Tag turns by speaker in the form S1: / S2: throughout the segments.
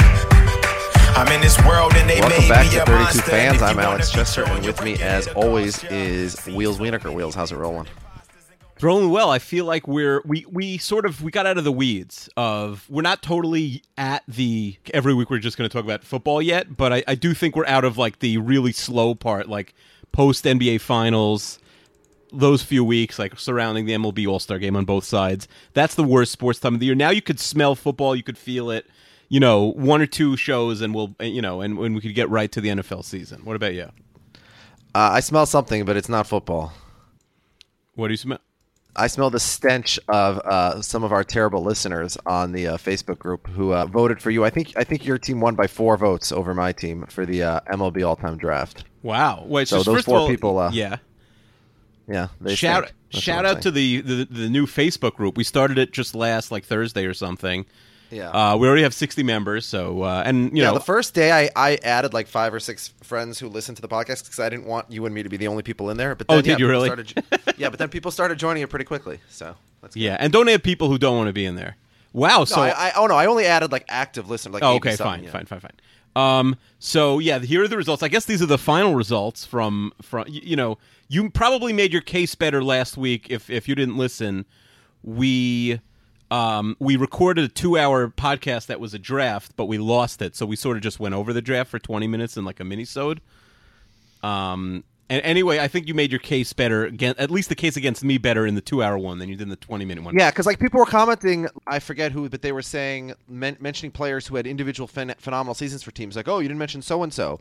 S1: I'm in this world and they
S2: Welcome
S1: made
S2: back
S1: me
S2: to
S1: a
S2: 32
S1: monster. And
S2: Fans.
S1: if
S2: I'm
S1: you wanna
S2: Alex
S1: be
S2: Chester,
S1: cool,
S2: and with
S1: you
S2: me,
S1: can
S2: as
S1: get up
S2: always,
S1: just
S2: is
S1: easy.
S2: Wheels Wienerker. Wheels, how's it rolling?
S3: Rolling well. I feel like we're we we sort of we got out of the weeds of we're not totally at the every week we're just going to talk about football yet, but I, I do think we're out of like the really slow part, like post NBA finals, those few weeks, like surrounding the MLB All Star game on both sides. That's the worst sports time of the year. Now you could smell football, you could feel it. You know, one or two shows, and we'll you know, and, and we could get right to the NFL season. What about you?
S2: Uh, I smell something, but it's not football.
S3: What do you smell?
S2: I smell the stench of uh, some of our terrible listeners on the uh, Facebook group who uh, voted for you. I think I think your team won by four votes over my team for the uh, MLB All Time Draft.
S3: Wow. Wait.
S2: So
S3: So,
S2: those
S3: first
S2: four
S3: of all,
S2: people, uh,
S3: yeah.
S2: Yeah, they
S3: shout
S2: stink. That's
S3: shout
S2: what I'm
S3: out to
S2: saying.
S3: the, the the new Facebook group. We started it just last like Thursday or something.
S2: yeah.
S3: Uh, we already have sixty members. So uh, and you
S2: yeah,
S3: know
S2: the first day I, I added like five or six friends who listened to the podcast because I didn't want you and me to be the only people in there. But
S3: Oh,
S2: then,
S3: did
S2: yeah,
S3: you
S2: people
S3: really?
S2: Started, jo- yeah, but then people started joining it pretty quickly. So that's good.
S3: yeah, and don't have people who don't want to be in there. Wow.
S2: No,
S3: so
S2: I, I oh no, I only added like active listeners. Like 80
S3: oh, okay,
S2: something,
S3: fine,
S2: yeah.
S3: fine, fine, fine. Um, so yeah, here are the results. I guess these are the final results from from y- you know you probably made your case better last week if if you didn't listen. We um we recorded a two hour podcast that was a draft, but we lost it, so we sort of just went over the draft for twenty minutes in like a minisode. Um. And anyway, I think you made your case better, again, at least the case against me better in the two-hour one than you did in the twenty-minute one.
S2: Yeah, because like people were commenting, I forget who, but they were saying men- mentioning players who had individual phen- phenomenal seasons for teams. Like, oh, you didn't mention so and so,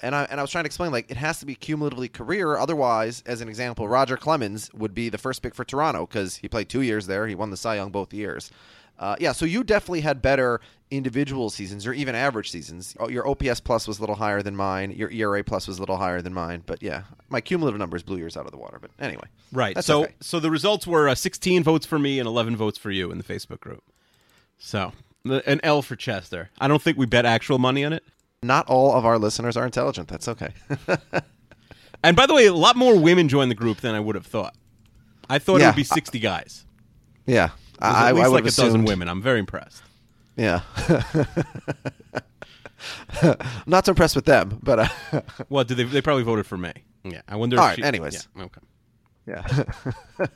S2: and I and I was trying to explain like it has to be cumulatively career. Otherwise, as an example, Roger Clemens would be the first pick for Toronto because he played two years there. He won the Cy Young both years. Uh, yeah, so you definitely had better individual seasons or even average seasons. Oh, Your OPS plus was a little higher than mine. Your ERA plus was a little higher than mine. But yeah, my cumulative numbers blew yours out of the water. But anyway,
S3: Right.
S2: That's
S3: so
S2: okay.
S3: so the results were uh, 16 votes for me and 11 votes for you in the Facebook group. So the- an L for Chester. I don't think we bet actual money on it.
S2: not all of our listeners are intelligent. That's okay.
S3: And by the way, a lot more women joined the group than I would have thought. I thought it
S2: Yeah.
S3: would be 60 guys.
S2: Yeah,
S3: There's at least
S2: would
S3: like a
S2: have
S3: dozen
S2: assumed-
S3: women. I'm very impressed.
S2: Yeah, not so impressed with them, but uh,
S3: Well, did they, they probably voted for me. Yeah. I wonder
S2: All
S3: if
S2: right,
S3: she,
S2: anyways.
S3: yeah, okay.
S2: yeah. All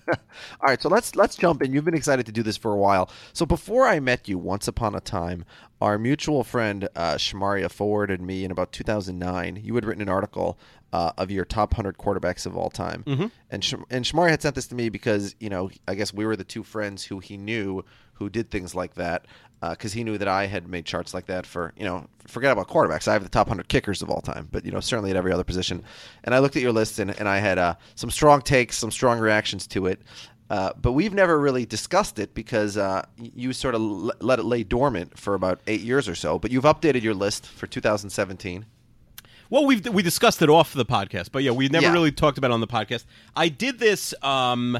S2: right, so let's let's jump in. You've been excited to do this for a while. So before I met you, once upon a time, our mutual friend uh, Shamaria forwarded me in about 2009. You had written an article uh, of your top 100 quarterbacks of all time, and Sh- and Shamaria had sent this to me because you know I guess we were the two friends who he knew who did things like that because uh, he knew that I had made charts like that for you know forget about quarterbacks I have the top 100 kickers of all time but you know certainly at every other position and I looked at your list and, and I had uh, some strong takes some strong reactions to it uh, but we've never really discussed it because uh, y- you sort of l- let it lay dormant for about eight years or so but you've updated your list for 2017
S3: Well, we've we discussed it off the podcast, but yeah, we never
S2: Yeah.
S3: really talked about it on the podcast. I did this um,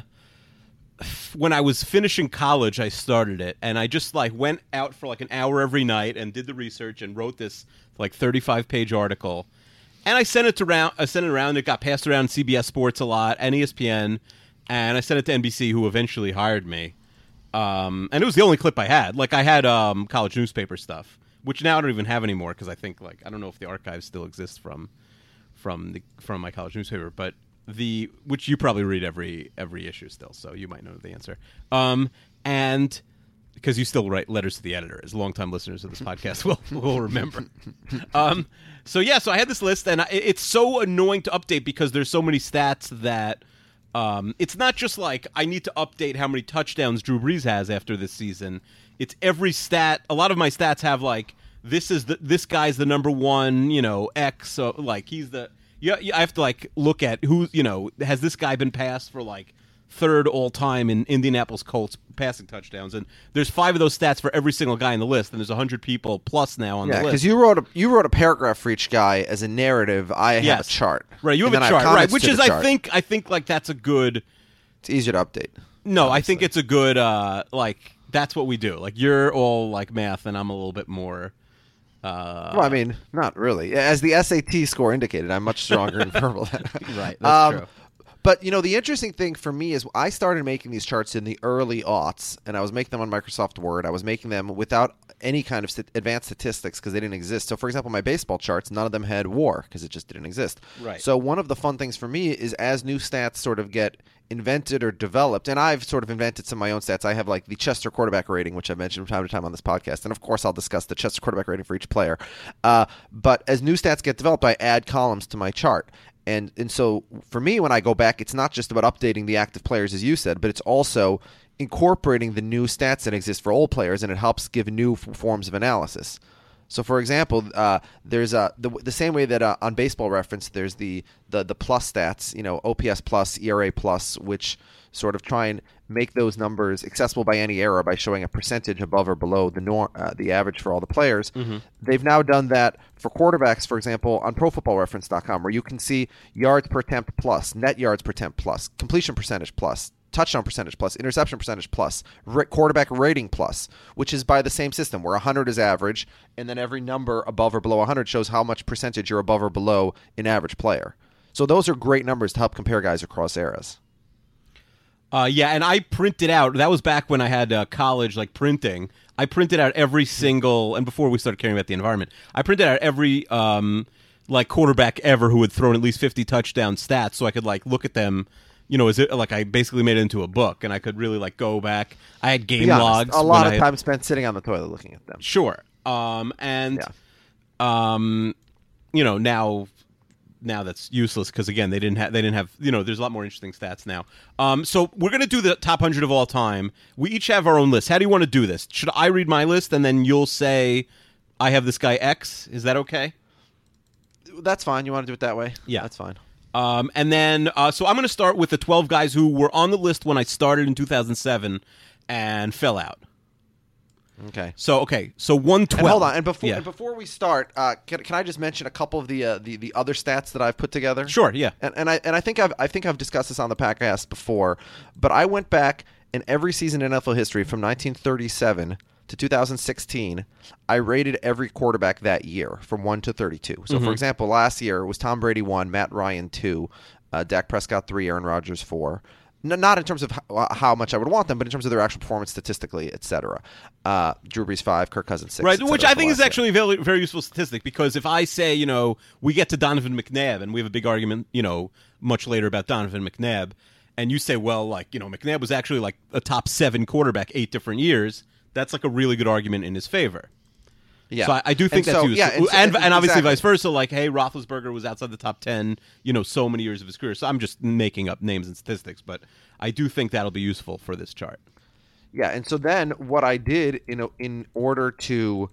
S3: when I was finishing college. I started it, and I just like went out for like an hour every night and did the research and wrote this like thirty five page article, and I sent it to round. I sent it around. It got passed around CBS Sports a lot and E ESPN, and I sent it to NBC, who eventually hired me. Um, and it was the only clip I had. Like I had um, college newspaper stuff, which now I don't even have anymore because I think like I don't know if the archives still exist from from the from my college newspaper. But the which you probably read every every issue still, so you might know the answer. Um, and because you still write letters to the editor, as longtime listeners of this podcast will will remember. Um, so yeah, so I had this list, and I, it- it's so annoying to update because there's so many stats that. Um, it's not just like I need to update how many touchdowns Drew Brees has after this season. It's every stat. A lot of my stats have like this is the this guy's the number one. You know, X. So like he's the yeah. yeah, I have to like look at who you know has this guy been passed for like third all time in Indianapolis Colts passing touchdowns, and there's five of those stats for every single guy in the list, and there's hundred people plus now on
S2: Yeah,
S3: the list.
S2: because you wrote a you wrote a paragraph for each guy as a narrative. I have
S3: Yes.
S2: a chart,
S3: right? You
S2: And then
S3: have
S2: I
S3: a chart, right?
S2: comments
S3: Which
S2: to
S3: is
S2: the
S3: I
S2: chart.
S3: think I think like that's a good.
S2: it's easier to update.
S3: No, I think it's a good uh like that's what we do. Like you're all like math and I'm a little bit more uh
S2: well, I mean, not really. As the SAT score indicated, I'm much stronger in verbal. Um,
S3: Right, that's true.
S2: But you know, the interesting thing for me is I started making these charts in the early aughts, and I was making them on Microsoft Word. I was making them without any kind of st- advanced statistics because they didn't exist. So, for example, my baseball charts, none of them had WAR because it just didn't exist.
S3: Right.
S2: So, one of the fun things for me is as new stats sort of get invented or developed, and I've sort of invented some of my own stats. I have like the Chester quarterback rating, which I mentioned from time to time on this podcast, and of course I'll discuss the Chester quarterback rating for each player. Uh, but as new stats get developed, I add columns to my chart. And, and so for me, when I go back, it's not just about updating the active players, as you said, but it's also incorporating the new stats that exist for old players, and it helps give new f- forms of analysis. So, for example, uh, there's uh, the, the same way that uh, on Baseball Reference, there's the, the the plus stats, you know, OPS plus, ERA plus, which sort of try and make those numbers accessible by any error by showing a percentage above or below the norm, uh, the average for all the players. They've now done that for quarterbacks, for example, on ProFootballReference.com, where you can see yards per attempt plus, net yards per attempt plus, completion percentage plus, touchdown percentage plus, interception percentage plus, ra- quarterback rating plus, which is by the same system where 100 is average, and then every number above or below 100 shows how much percentage you're above or below an average player. So those are great numbers to help compare guys across eras.
S3: uh yeah, and I printed out that was back when I had uh, college like printing. I printed out every single and before we started caring about the environment, I printed out every um like quarterback ever who had thrown at least 50 touchdown stats so I could like look at them you know, is it like I basically made it into a book and I could really like go back. I had game
S2: Be honest,
S3: logs.
S2: a
S3: when
S2: lot
S3: I
S2: of
S3: had-
S2: time spent sitting on the toilet looking at them.
S3: Sure. Um, and, um, you know, now, now that's useless because again, they didn't have, they didn't have, you know, there's a lot more interesting stats now. Um, so we're gonna do the top hundred of all time. We each have our own list. How do you want to do this? Should I read my list and then you'll say, I have this guy X? Is that okay?
S2: That's fine. You want to do it that way?
S3: Yeah.
S2: that's fine.
S3: Um, and then, uh, so I'm going to start with the 12 guys who were on the list when I started in 2007 and fell out.
S2: Okay.
S3: So, okay, so 112.
S2: And hold on, and before
S3: Yeah.
S2: and before we start, uh, can, can I just mention a couple of the, uh, the the other stats that I've put together?
S3: Sure, yeah.
S2: And, and I and I think I've I think I've discussed this on the podcast before, but I went back in every season in NFL history from 1937 to 2016. I rated every quarterback that year from one to 32. So, for
S3: Mm-hmm.
S2: example, last year it was Tom Brady one, Matt Ryan two, uh, Dak Prescott three, Aaron Rodgers four. N- not in terms of how, how much I would want them, but in terms of their actual performance statistically, et cetera. Uh, Drew Brees five, Kirk Cousins six,
S3: Right,
S2: et
S3: which
S2: cetera,
S3: I
S2: for
S3: think is
S2: last year.
S3: actually a very, very useful statistic because if I say, you know, we get to Donovan McNabb and we have a big argument, you know, much later about Donovan McNabb, and you say, well, like, you know, McNabb was actually like a top seven quarterback eight different years, that's like a really good argument in his favor.
S2: Yeah.
S3: So I, I do think
S2: And
S3: that's
S2: so-
S3: useful.
S2: yeah,
S3: and,
S2: so-
S3: and, obviously
S2: exactly.
S3: vice versa. Like, hey, Roethlisberger was outside the top 10, you know, so many years of his career. So I'm just making up names and statistics, but I do think that'll be useful for this chart.
S2: Yeah, and so then what I did in a, in order to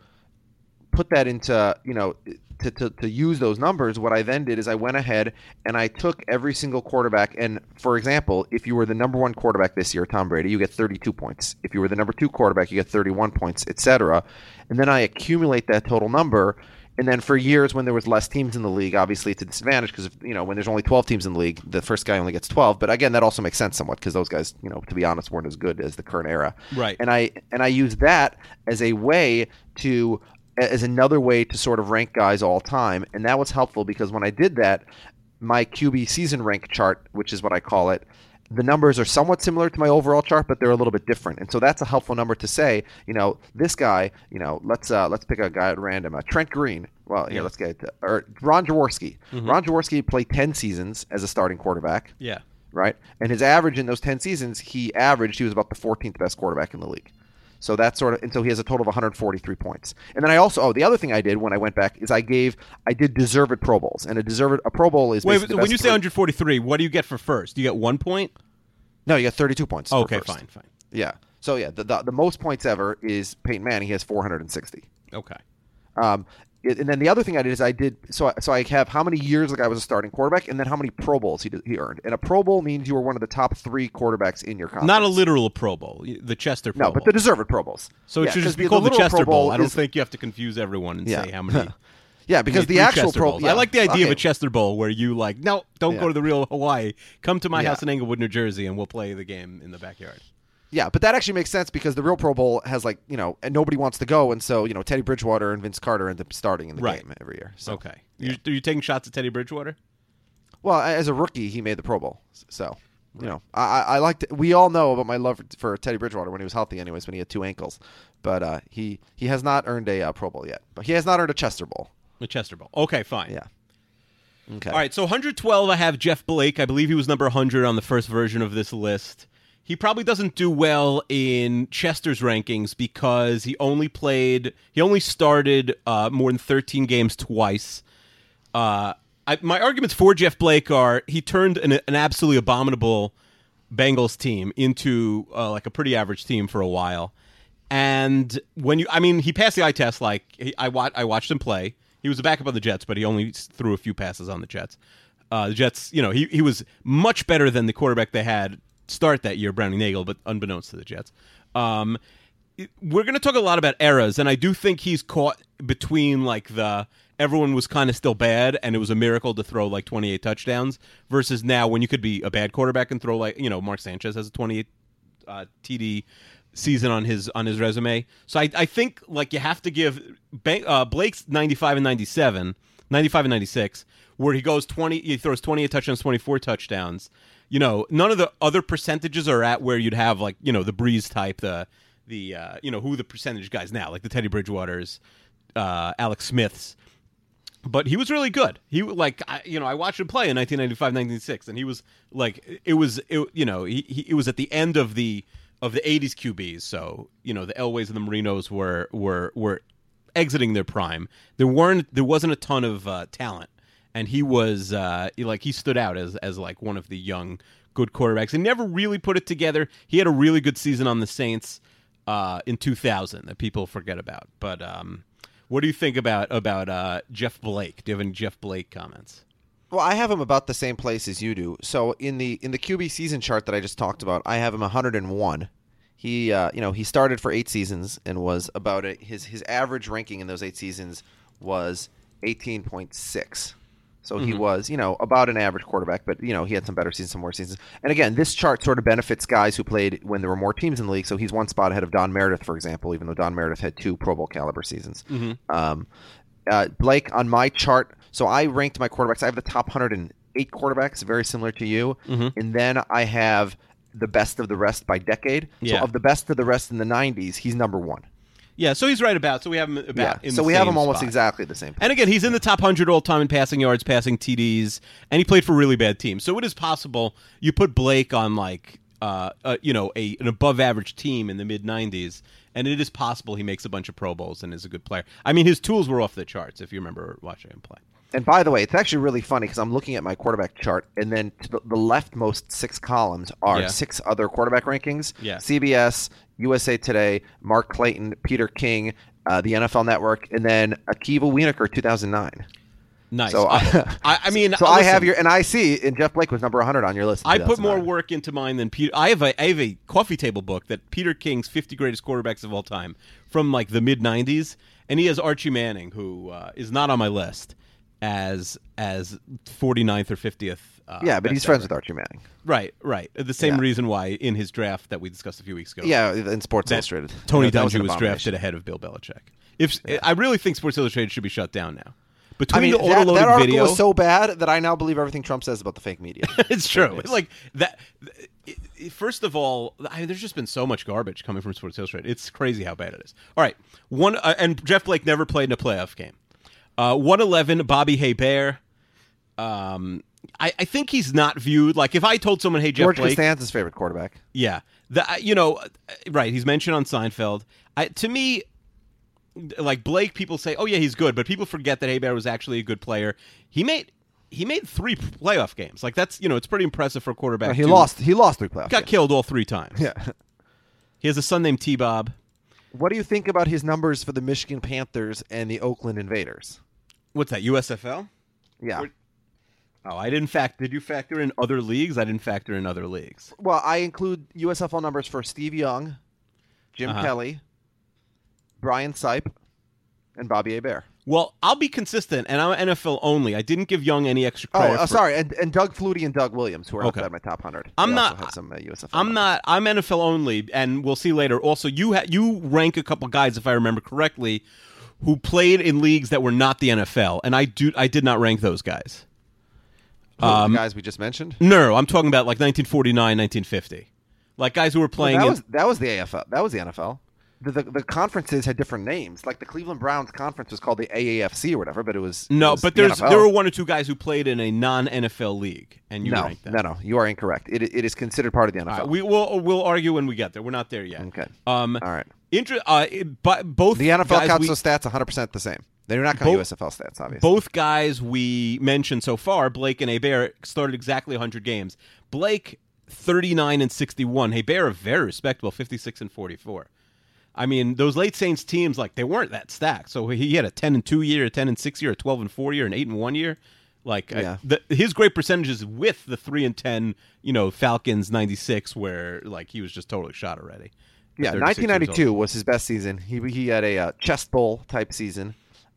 S2: put that into you know to, to, to use those numbers what i then did is i went ahead and i took every single quarterback and for example if you were the number one quarterback this year tom brady you get 32 points if you were the number two quarterback you get 31 points etc and then i accumulate that total number and then for years when there was less teams in the league obviously it's a disadvantage because you know when there's only 12 teams in the league the first guy only gets 12 but again that also makes sense somewhat because those guys you know to be honest weren't as good as the current era
S3: Right.
S2: and I and I use that as a way to as another way to sort of rank guys all time, and that was helpful because when I did that, my QB season rank chart, which is what I call it, the numbers are somewhat similar to my overall chart, but they're a little bit different, and so that's a helpful number to say. You know, this guy, you know, let's uh, let's pick a guy at random, uh, Trent Green Well, yeah, let's get it. Or Ron Jaworski. Ron Jaworski played 10 seasons as a starting quarterback,
S3: Yeah.
S2: right? And his average in those 10 seasons, he averaged, he was about the 14th best quarterback in the league. So that's sort of, and so he has a total of 143 points. And then I also, oh, the other thing I did when I went back is I gave, I did deserved Pro Bowls. And a deserved, a Pro Bowl is
S3: Wait,
S2: basically the
S3: when
S2: best
S3: you say
S2: three-
S3: 143, what do you get for first? Do you get one point?
S2: No, you got 32 points. for
S3: Okay,
S2: first.
S3: fine, fine.
S2: Yeah. So yeah, the, the, the most points ever is Peyton Manning. He has 460.
S3: Okay.
S2: Um, it- and then the other thing I did is I did so I, so I have how many years the guy was a starting quarterback, and then how many Pro Bowls he did, he earned. And a Pro Bowl means you were one of the top three quarterbacks in your conference.
S3: Not a literal Pro Bowl, y- the Chester Pro
S2: no, but
S3: Bowl.
S2: the deserved Pro Bowls.
S3: so it
S2: Yeah,
S3: should
S2: 'cause
S3: just be
S2: the
S3: called the
S2: literal
S3: Chester Bowl. I don't
S2: is-
S3: think you have to confuse everyone and
S2: Yeah.
S3: say how many.
S2: Yeah, because
S3: Three
S2: the actual
S3: Chester
S2: Pro
S3: Bowls.
S2: yeah.
S3: I like the idea of
S2: Okay.
S3: a Chester Bowl where you like, no, don't
S2: Yeah.
S3: go to the real Hawaii. Come to my
S2: Yeah.
S3: house in Englewood, New Jersey, and we'll play the game in the backyard.
S2: Yeah, but that actually makes sense because the real Pro Bowl has like you know and nobody wants to go, and so you know Teddy Bridgewater and Vince Carter end up starting in the
S3: Right.
S2: game every year. So
S3: Okay. You, are you taking shots at Teddy Bridgewater?
S2: Well, as a rookie, he made the Pro Bowl. So, you know, I, I I liked. We all know about my love for Teddy Bridgewater when he was healthy, anyways, when he had two ankles. But uh, he he has not earned a uh, Pro Bowl yet. But he has not earned a Chester Bowl.
S3: The Chester Bowl. Okay, fine.
S2: Yeah. Okay.
S3: All right, so 112, I have Jeff Blake. I believe he was number 100 on the first version of this list. He probably doesn't do well in Chester's rankings because he only played, he only started uh, more than 13 games twice. Uh, I, my arguments for Jeff Blake are he turned an, an absolutely abominable Bengals team into uh, like a pretty average team for a while. And when you, I mean, he passed the eye test. Like he, I, wa- I watched him play. He was a backup on the Jets, but he only s- threw a few passes on the Jets. Uh, the Jets, you know, he, he was much better than the quarterback they had start that year, Brownie Nagel, but unbeknownst to the Jets. Um, it- we're going to talk a lot about eras, and I do think he's caught between like the everyone was kind of still bad, and it was a miracle to throw like 28 touchdowns versus now when you could be a bad quarterback and throw like you know Mark Sanchez has a 28 uh, TD season on his on his resume. So I, I think like you have to give Ban- uh, Blake's 95 and 97, 95 and 96, where he goes 20, he throws 28 touchdowns, 24 touchdowns. You know, none of the other percentages are at where you'd have like you know the Breeze type, the the uh, you know who the percentage guys now, like the Teddy Bridgewaters, uh, Alex Smiths but he was really good. He like I, you know I watched him play in 1995, 1996, and he was like it was it, you know he, he it was at the end of the of the 80s QBs. So you know the Elways and the Marinos were were were exiting their prime. There weren't there wasn't a ton of uh, talent, and he was uh, he- like he stood out as as like one of the young good quarterbacks. He never really put it together. He had a really good season on the Saints uh, in 2000 that people forget about, but. um what do you think about about uh, Jeff Blake? Do you have any Jeff Blake comments?
S2: Well, I have him about the same place as you do. So in the in the QB season chart that I just talked about, I have him 101. He uh, you know he started for eight seasons and was about it. His his average ranking in those eight seasons was 18.6. So he was you know about an average quarterback, but you know he had some better seasons, some worse seasons. And again, this chart sort of benefits guys who played when there were more teams in the league. So he's one spot ahead of Don Meredith, for example, even though Don Meredith had two Pro Bowl caliber seasons. Um, uh, Blake on my chart. So I ranked my quarterbacks. I have the top 108 quarterbacks, very similar to you.
S3: Mm-hmm.
S2: And then I have the best of the rest by decade.
S3: Yeah.
S2: So of the best of the rest in the 90s, he's number one.
S3: Yeah, so he's right about. So we have him about.
S2: yeah.
S3: in
S2: So
S3: the
S2: we have
S3: same
S2: him almost
S3: spot.
S2: exactly the same.
S3: And again, he's in the top hundred all time in passing yards, passing TDs, and he played for really bad teams. So it is possible you put Blake on like uh, uh you know a an above average team in the mid nineties, and it is possible he makes a bunch of Pro Bowls and is a good player. I mean, his tools were off the charts if you remember watching him play.
S2: And by the way, it's actually really funny because I'm looking at my quarterback chart, and then to the, the leftmost six columns are
S3: Yeah.
S2: six other quarterback rankings:
S3: Yeah.
S2: CBS, USA Today, Mark Clayton, Peter King, uh, the NFL Network, and then Akiva Wienerker, 2009.
S3: Nice.
S2: So
S3: I,
S2: I-
S3: I, I mean, uh,
S2: So I have
S3: listen.
S2: your, and I see, and Jeff Blake was number 100 on your list. in
S3: I put more
S2: 2009.
S3: work into mine than Peter. I have a I have a coffee table book that Peter King's 50 greatest quarterbacks of all time from like the mid 90s, and he has Archie Manning, who uh, is not on my list as as 49th or 50th. Uh,
S2: Yeah, but
S3: best
S2: he's friends
S3: ever.
S2: with Archie Manning.
S3: Right, right. The same
S2: Yeah.
S3: reason why in his draft that we discussed a few weeks ago.
S2: Yeah, in Sports
S3: that
S2: Illustrated,
S3: Tony
S2: That was
S3: Dungy
S2: an
S3: was,
S2: abomination.
S3: drafted ahead of Bill Belichick. If I really think Sports Illustrated should be shut down now.
S2: I
S3: Between
S2: mean,
S3: the
S2: that,
S3: autoloaded
S2: that article
S3: video,
S2: was so bad that I now believe everything Trump says about the fake media.
S3: it's true. Like that. th- it- it- First of all, I mean, there's just been so much garbage coming from Sports Illustrated. It's crazy how bad it is. All right, one uh, and Jeff Blake never played in a playoff game. Uh, 111, Bobby Hebert. Um, I, I think he's not viewed like if I told someone, "Hey, Jeff
S2: George
S3: Blake,"
S2: Costanza's favorite quarterback.
S3: yeah, the, I- you know, uh, right? He's mentioned on Seinfeld. I, to me, like Blake, people say, "Oh yeah, he's good," but people forget that Hebert was actually a good player. He made he made three playoff games. Like that's you know, it's pretty impressive for a quarterback.
S2: He
S3: to-
S2: lost. He lost three playoff
S3: got
S2: games.
S3: killed all three times.
S2: Yeah.
S3: He has a son named T Bob.
S2: What do you think about his numbers for the Michigan Panthers and the Oakland Invaders?
S3: What's that? USFL.
S2: Yeah.
S3: We're- Oh, I didn't fact. Did you factor in other leagues? I didn't factor in other leagues.
S2: Well, I include USFL numbers for Steve Young, Jim
S3: Uh-huh.
S2: Kelly, Brian Sipe, and Bobby Bear.
S3: Well, I'll be consistent, and I'm NFL only. I didn't give Young any extra
S2: Oh,
S3: credit.
S2: uh,
S3: for-
S2: sorry, and, and Doug Flutie and Doug Williams, who are
S3: Okay.
S2: outside my top hundred.
S3: I'm
S2: They also
S3: not-
S2: have some, uh, USFL
S3: I'm
S2: numbers.
S3: not. I'm NFL only, and we'll see later. Also, you ha- you rank a couple guys, if I remember correctly, who played in leagues that were not the NFL, and I do. I did not rank those guys.
S2: Who, the guys we just mentioned.
S3: No, Um, I'm talking about like 1949, 1950, like guys who were
S2: Well,
S3: playing.
S2: that
S3: in-
S2: was that was the AFL. That was the NFL. The, the, the conferences had different names. Like the Cleveland Browns conference was called the AAFC or whatever, but it was it
S3: no,
S2: was
S3: but
S2: the
S3: there's
S2: NFL.
S3: there were one or two guys who played in a non NFL league, and you
S2: no,
S3: ranked them.
S2: no, no. You are incorrect. It, it is considered part of the NFL.
S3: All right, we will we'll argue when we get there. We're not there yet.
S2: Okay.
S3: Um.
S2: All right.
S3: Inter- uh, but both
S2: The NFL
S3: guys
S2: counts
S3: we-
S2: those stats 100% the same. They do not count
S3: Both-
S2: USFL stats, obviously.
S3: both guys we mentioned so far, Blake and Hebert, started exactly 100 games. Blake, 39 and 61. Hebert, very respectable, 56 and 44. I mean, those late Saints teams, like, they weren't that stacked. So he had a 10 and 2 year, a 10 and 6 year, a 12 and 4 year, an 8 and 1 year. Like, I-
S2: Yeah.
S3: the, his great percentages with the 3 and 10, you know, Falcons 96, where, like, he was just totally shot already.
S2: yeah,
S3: 36 years old.
S2: 1992 was his best season. He he had a uh, chest bowl type season,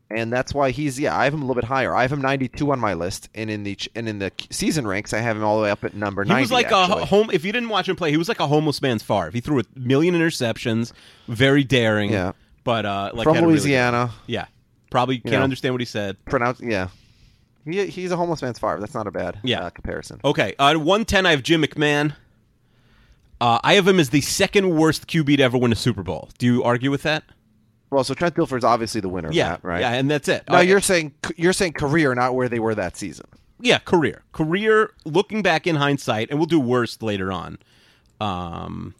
S2: and that's why he's yeah. I have him a little bit higher. I have him 92 on my list, and in the ch- and in the k- season ranks, I have him all the way up at number
S3: He
S2: 90.
S3: was like
S2: actually.
S3: a home. If you didn't watch him play, he was like a homeless man's Favre. He threw a million interceptions, very daring.
S2: Yeah.
S3: but uh, like
S2: from
S3: had a really good-
S2: Louisiana.
S3: yeah, probably can't
S2: know.
S3: understand what he said.
S2: Pronounce yeah. He, he's a homeless man's Favre. That's not a bad
S3: Yeah.
S2: uh, comparison.
S3: Okay, uh, one ten. I have Jim McMahon. Uh, I have him as the second worst QB to ever win a Super Bowl. Do you argue with that?
S2: Well, so Trent Dilfer's obviously the winner. of
S3: Yeah,
S2: that, right.
S3: Yeah, and that's it.
S2: now
S3: Uh,
S2: you're saying you're saying career, not where they were that season.
S3: yeah, career, career. Looking back in hindsight, and we'll do worst later on. Um,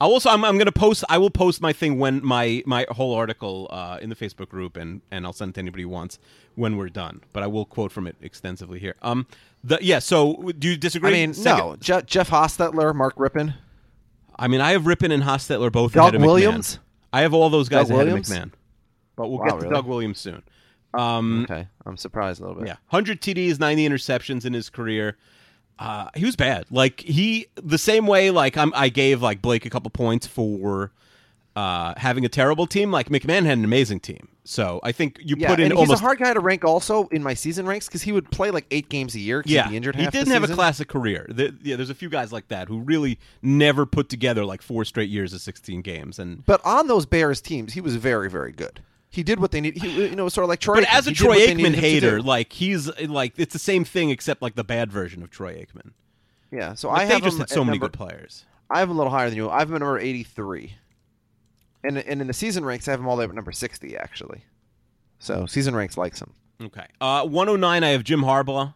S3: I also I'm, I'm gonna post. I will post my thing when my my whole article uh, in the Facebook group, and and I'll send it to anybody who wants when we're done. But I will quote from it extensively here. Um, the yeah. So do you disagree?
S2: I mean,
S3: Second-
S2: no. Je- Jeff Hostetler, Mark Rippon.
S3: I mean, I have Rippon and Hostetler both
S2: Doug
S3: ahead of McMahon.
S2: Williams?
S3: I have all those guys
S2: Doug
S3: ahead
S2: Williams?
S3: of McMahon. But we'll
S2: Wow,
S3: get to
S2: really?
S3: Doug Williams soon. Um,
S2: Okay, I'm surprised a little bit.
S3: Yeah, 100 TDs, 90 interceptions in his career. Uh, he was bad. Like he, the same way, like I'm, I gave like Blake a couple points for uh, having a terrible team. Like McMahon had an amazing team, so I think you
S2: Yeah,
S3: put in
S2: and
S3: almost.
S2: he's a hard guy to rank also in my season ranks because he would play like eight games a year. 'cause
S3: yeah,
S2: he'd be injured.
S3: he
S2: half the
S3: didn't have a
S2: season.
S3: classic career. The, yeah, there's a few guys like that who really never put together like four straight years of 16 games, and
S2: but on those Bears teams, he was very, very good. He did what they need. He, you know, sort of like Troy.
S3: But
S2: Aikman.
S3: as a
S2: He did
S3: Troy
S2: what they needed
S3: Aikman
S2: him to
S3: hater,
S2: do.
S3: like he's like it's the same thing except like the bad version of Troy Aikman.
S2: yeah. So
S3: Like,
S2: I
S3: they
S2: have
S3: just
S2: him
S3: had so
S2: at
S3: many
S2: number-
S3: good players.
S2: I have him a little higher than you. I have him at number eighty-three, and and in the season ranks, I have him all the way up at number sixty actually. So season ranks likes him.
S3: Okay, uh, 109. I have Jim Harbaugh.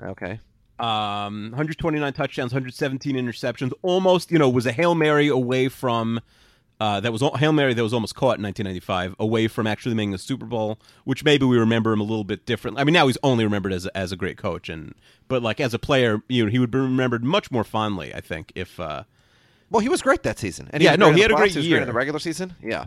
S2: Okay.
S3: um, 129 touchdowns, 117 interceptions. Almost, you know, was a hail mary away from uh, that was al- hail mary that was almost caught in 1995, away from actually making the Super Bowl. Which maybe we remember him a little bit differently. I mean, now he's only remembered as a, as a great coach, and but like as a player, you know, he would be remembered much more fondly. I think if uh,
S2: Well, he was great that season. And
S3: Yeah,
S2: was
S3: no,
S2: great in
S3: he
S2: the
S3: had a
S2: playoffs,
S3: great
S2: he was
S3: year.
S2: in the regular season. Yeah.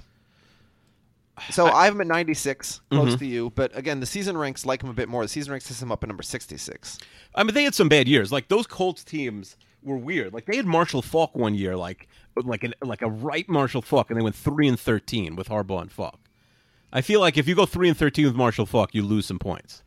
S2: So I, Mm-hmm. have him at 96, close to you. But again, the season ranks like him a bit more. The season ranks has him up at number 66.
S3: I mean, they had some bad years. Like those Colts teams were weird. Like they had Marshall Falk one year, like like an like a right Marshall Falk, and they went three and thirteen with Harbaugh and Falk. I feel like if you go three and thirteen with Marshall Falk, you lose some points.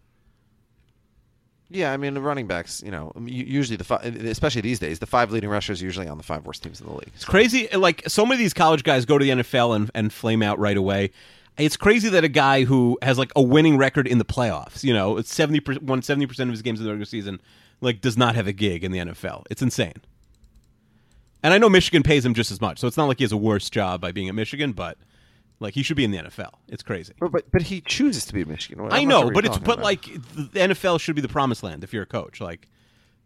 S2: Yeah, I mean the running backs. You know, um, u- usually the five, especially these days, the five leading rushers are usually on the five worst teams in the league.
S3: It's crazy. Like so many of these college guys go to the NFL and, and flame out right away. It's crazy that a guy who has like a winning record in the playoffs, you know, it's 70 won 70 percent of his games in the regular season, like does not have a gig in the NFL. It's insane. And I know Michigan pays him just as much, so it's not like he has a worse job by being at Michigan, but Like he should be in the NFL. It's crazy.
S2: But, but but he chooses to be Michigan. I'm
S3: I
S2: not sure
S3: know,
S2: what
S3: but
S2: you're
S3: it's
S2: talking
S3: but
S2: about.
S3: like the NFL should be the promised land if you're a coach. Like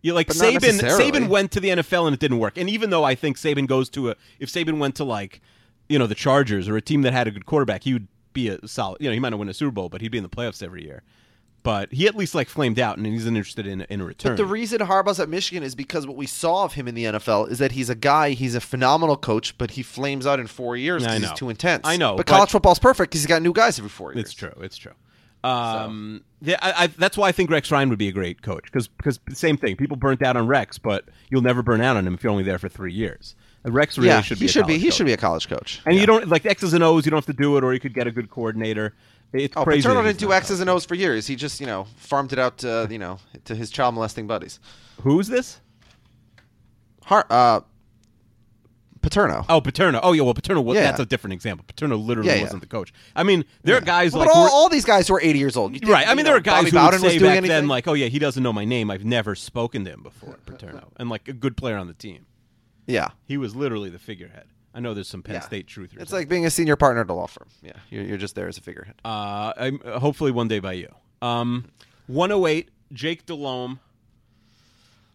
S3: you like
S2: But not
S3: Saban
S2: necessarily.
S3: Saban went to the NFL and it didn't work. And even though I think Saban goes to a if Saban went to like you know the Chargers or a team that had a good quarterback, he would be a solid. You know, he might not win a Super Bowl, but he'd be in the playoffs every year. But he at least like flamed out and he's interested in in a return.
S2: But the reason Harbaugh's at Michigan is because what we saw of him in the NFL is that he's a guy, he's a phenomenal coach, but he flames out in four years
S3: I
S2: because he's
S3: know.
S2: too intense.
S3: I know,
S2: But,
S3: but-
S2: college football's perfect because he's got new guys every four years.
S3: It's true. It's true. Um, yeah, I, I, that's why I think Rex Ryan would be a great coach because same thing. People burnt out on Rex, but you'll never burn out on him if you're only there for three years. And Rex really
S2: yeah,
S3: should
S2: he
S3: be. a
S2: should be.
S3: college
S2: He
S3: coach.
S2: should be a college coach.
S3: And you don't like X's and O's. You don't have to do it, or you could get a good coordinator. It's
S2: Oh,
S3: crazy.
S2: Paterno
S3: that
S2: didn't
S3: he's
S2: do
S3: not
S2: X's and O's for years. He just, you know, farmed it out to, you know, to his child molesting buddies.
S3: coaching. Who's this?
S2: Har- uh, Paterno.
S3: Oh, Paterno. Oh, yeah. Well, Paterno. was
S2: Yeah.
S3: That's a different example. Paterno literally
S2: Yeah, yeah.
S3: wasn't the coach. I mean, there are guys
S2: Well,
S3: like
S2: but all,
S3: we're-
S2: all these guys who are 80 years old. You think,
S3: right. I
S2: you
S3: mean,
S2: know,
S3: there are guys
S2: Bobby
S3: who
S2: Bowden
S3: would say
S2: was doing
S3: back
S2: anything.
S3: then, like, "Oh yeah, he doesn't know my name. I've never spoken to him before." Paterno, and like a good player on the team.
S2: yeah.
S3: He was literally the figurehead. I know there's some Penn
S2: Yeah.
S3: State truthers.
S2: It's like being a senior partner at a law firm. Yeah, you're, you're just there as a figurehead.
S3: uh, I'm, uh, hopefully one day by you. Um, 108, Jake Delhomme.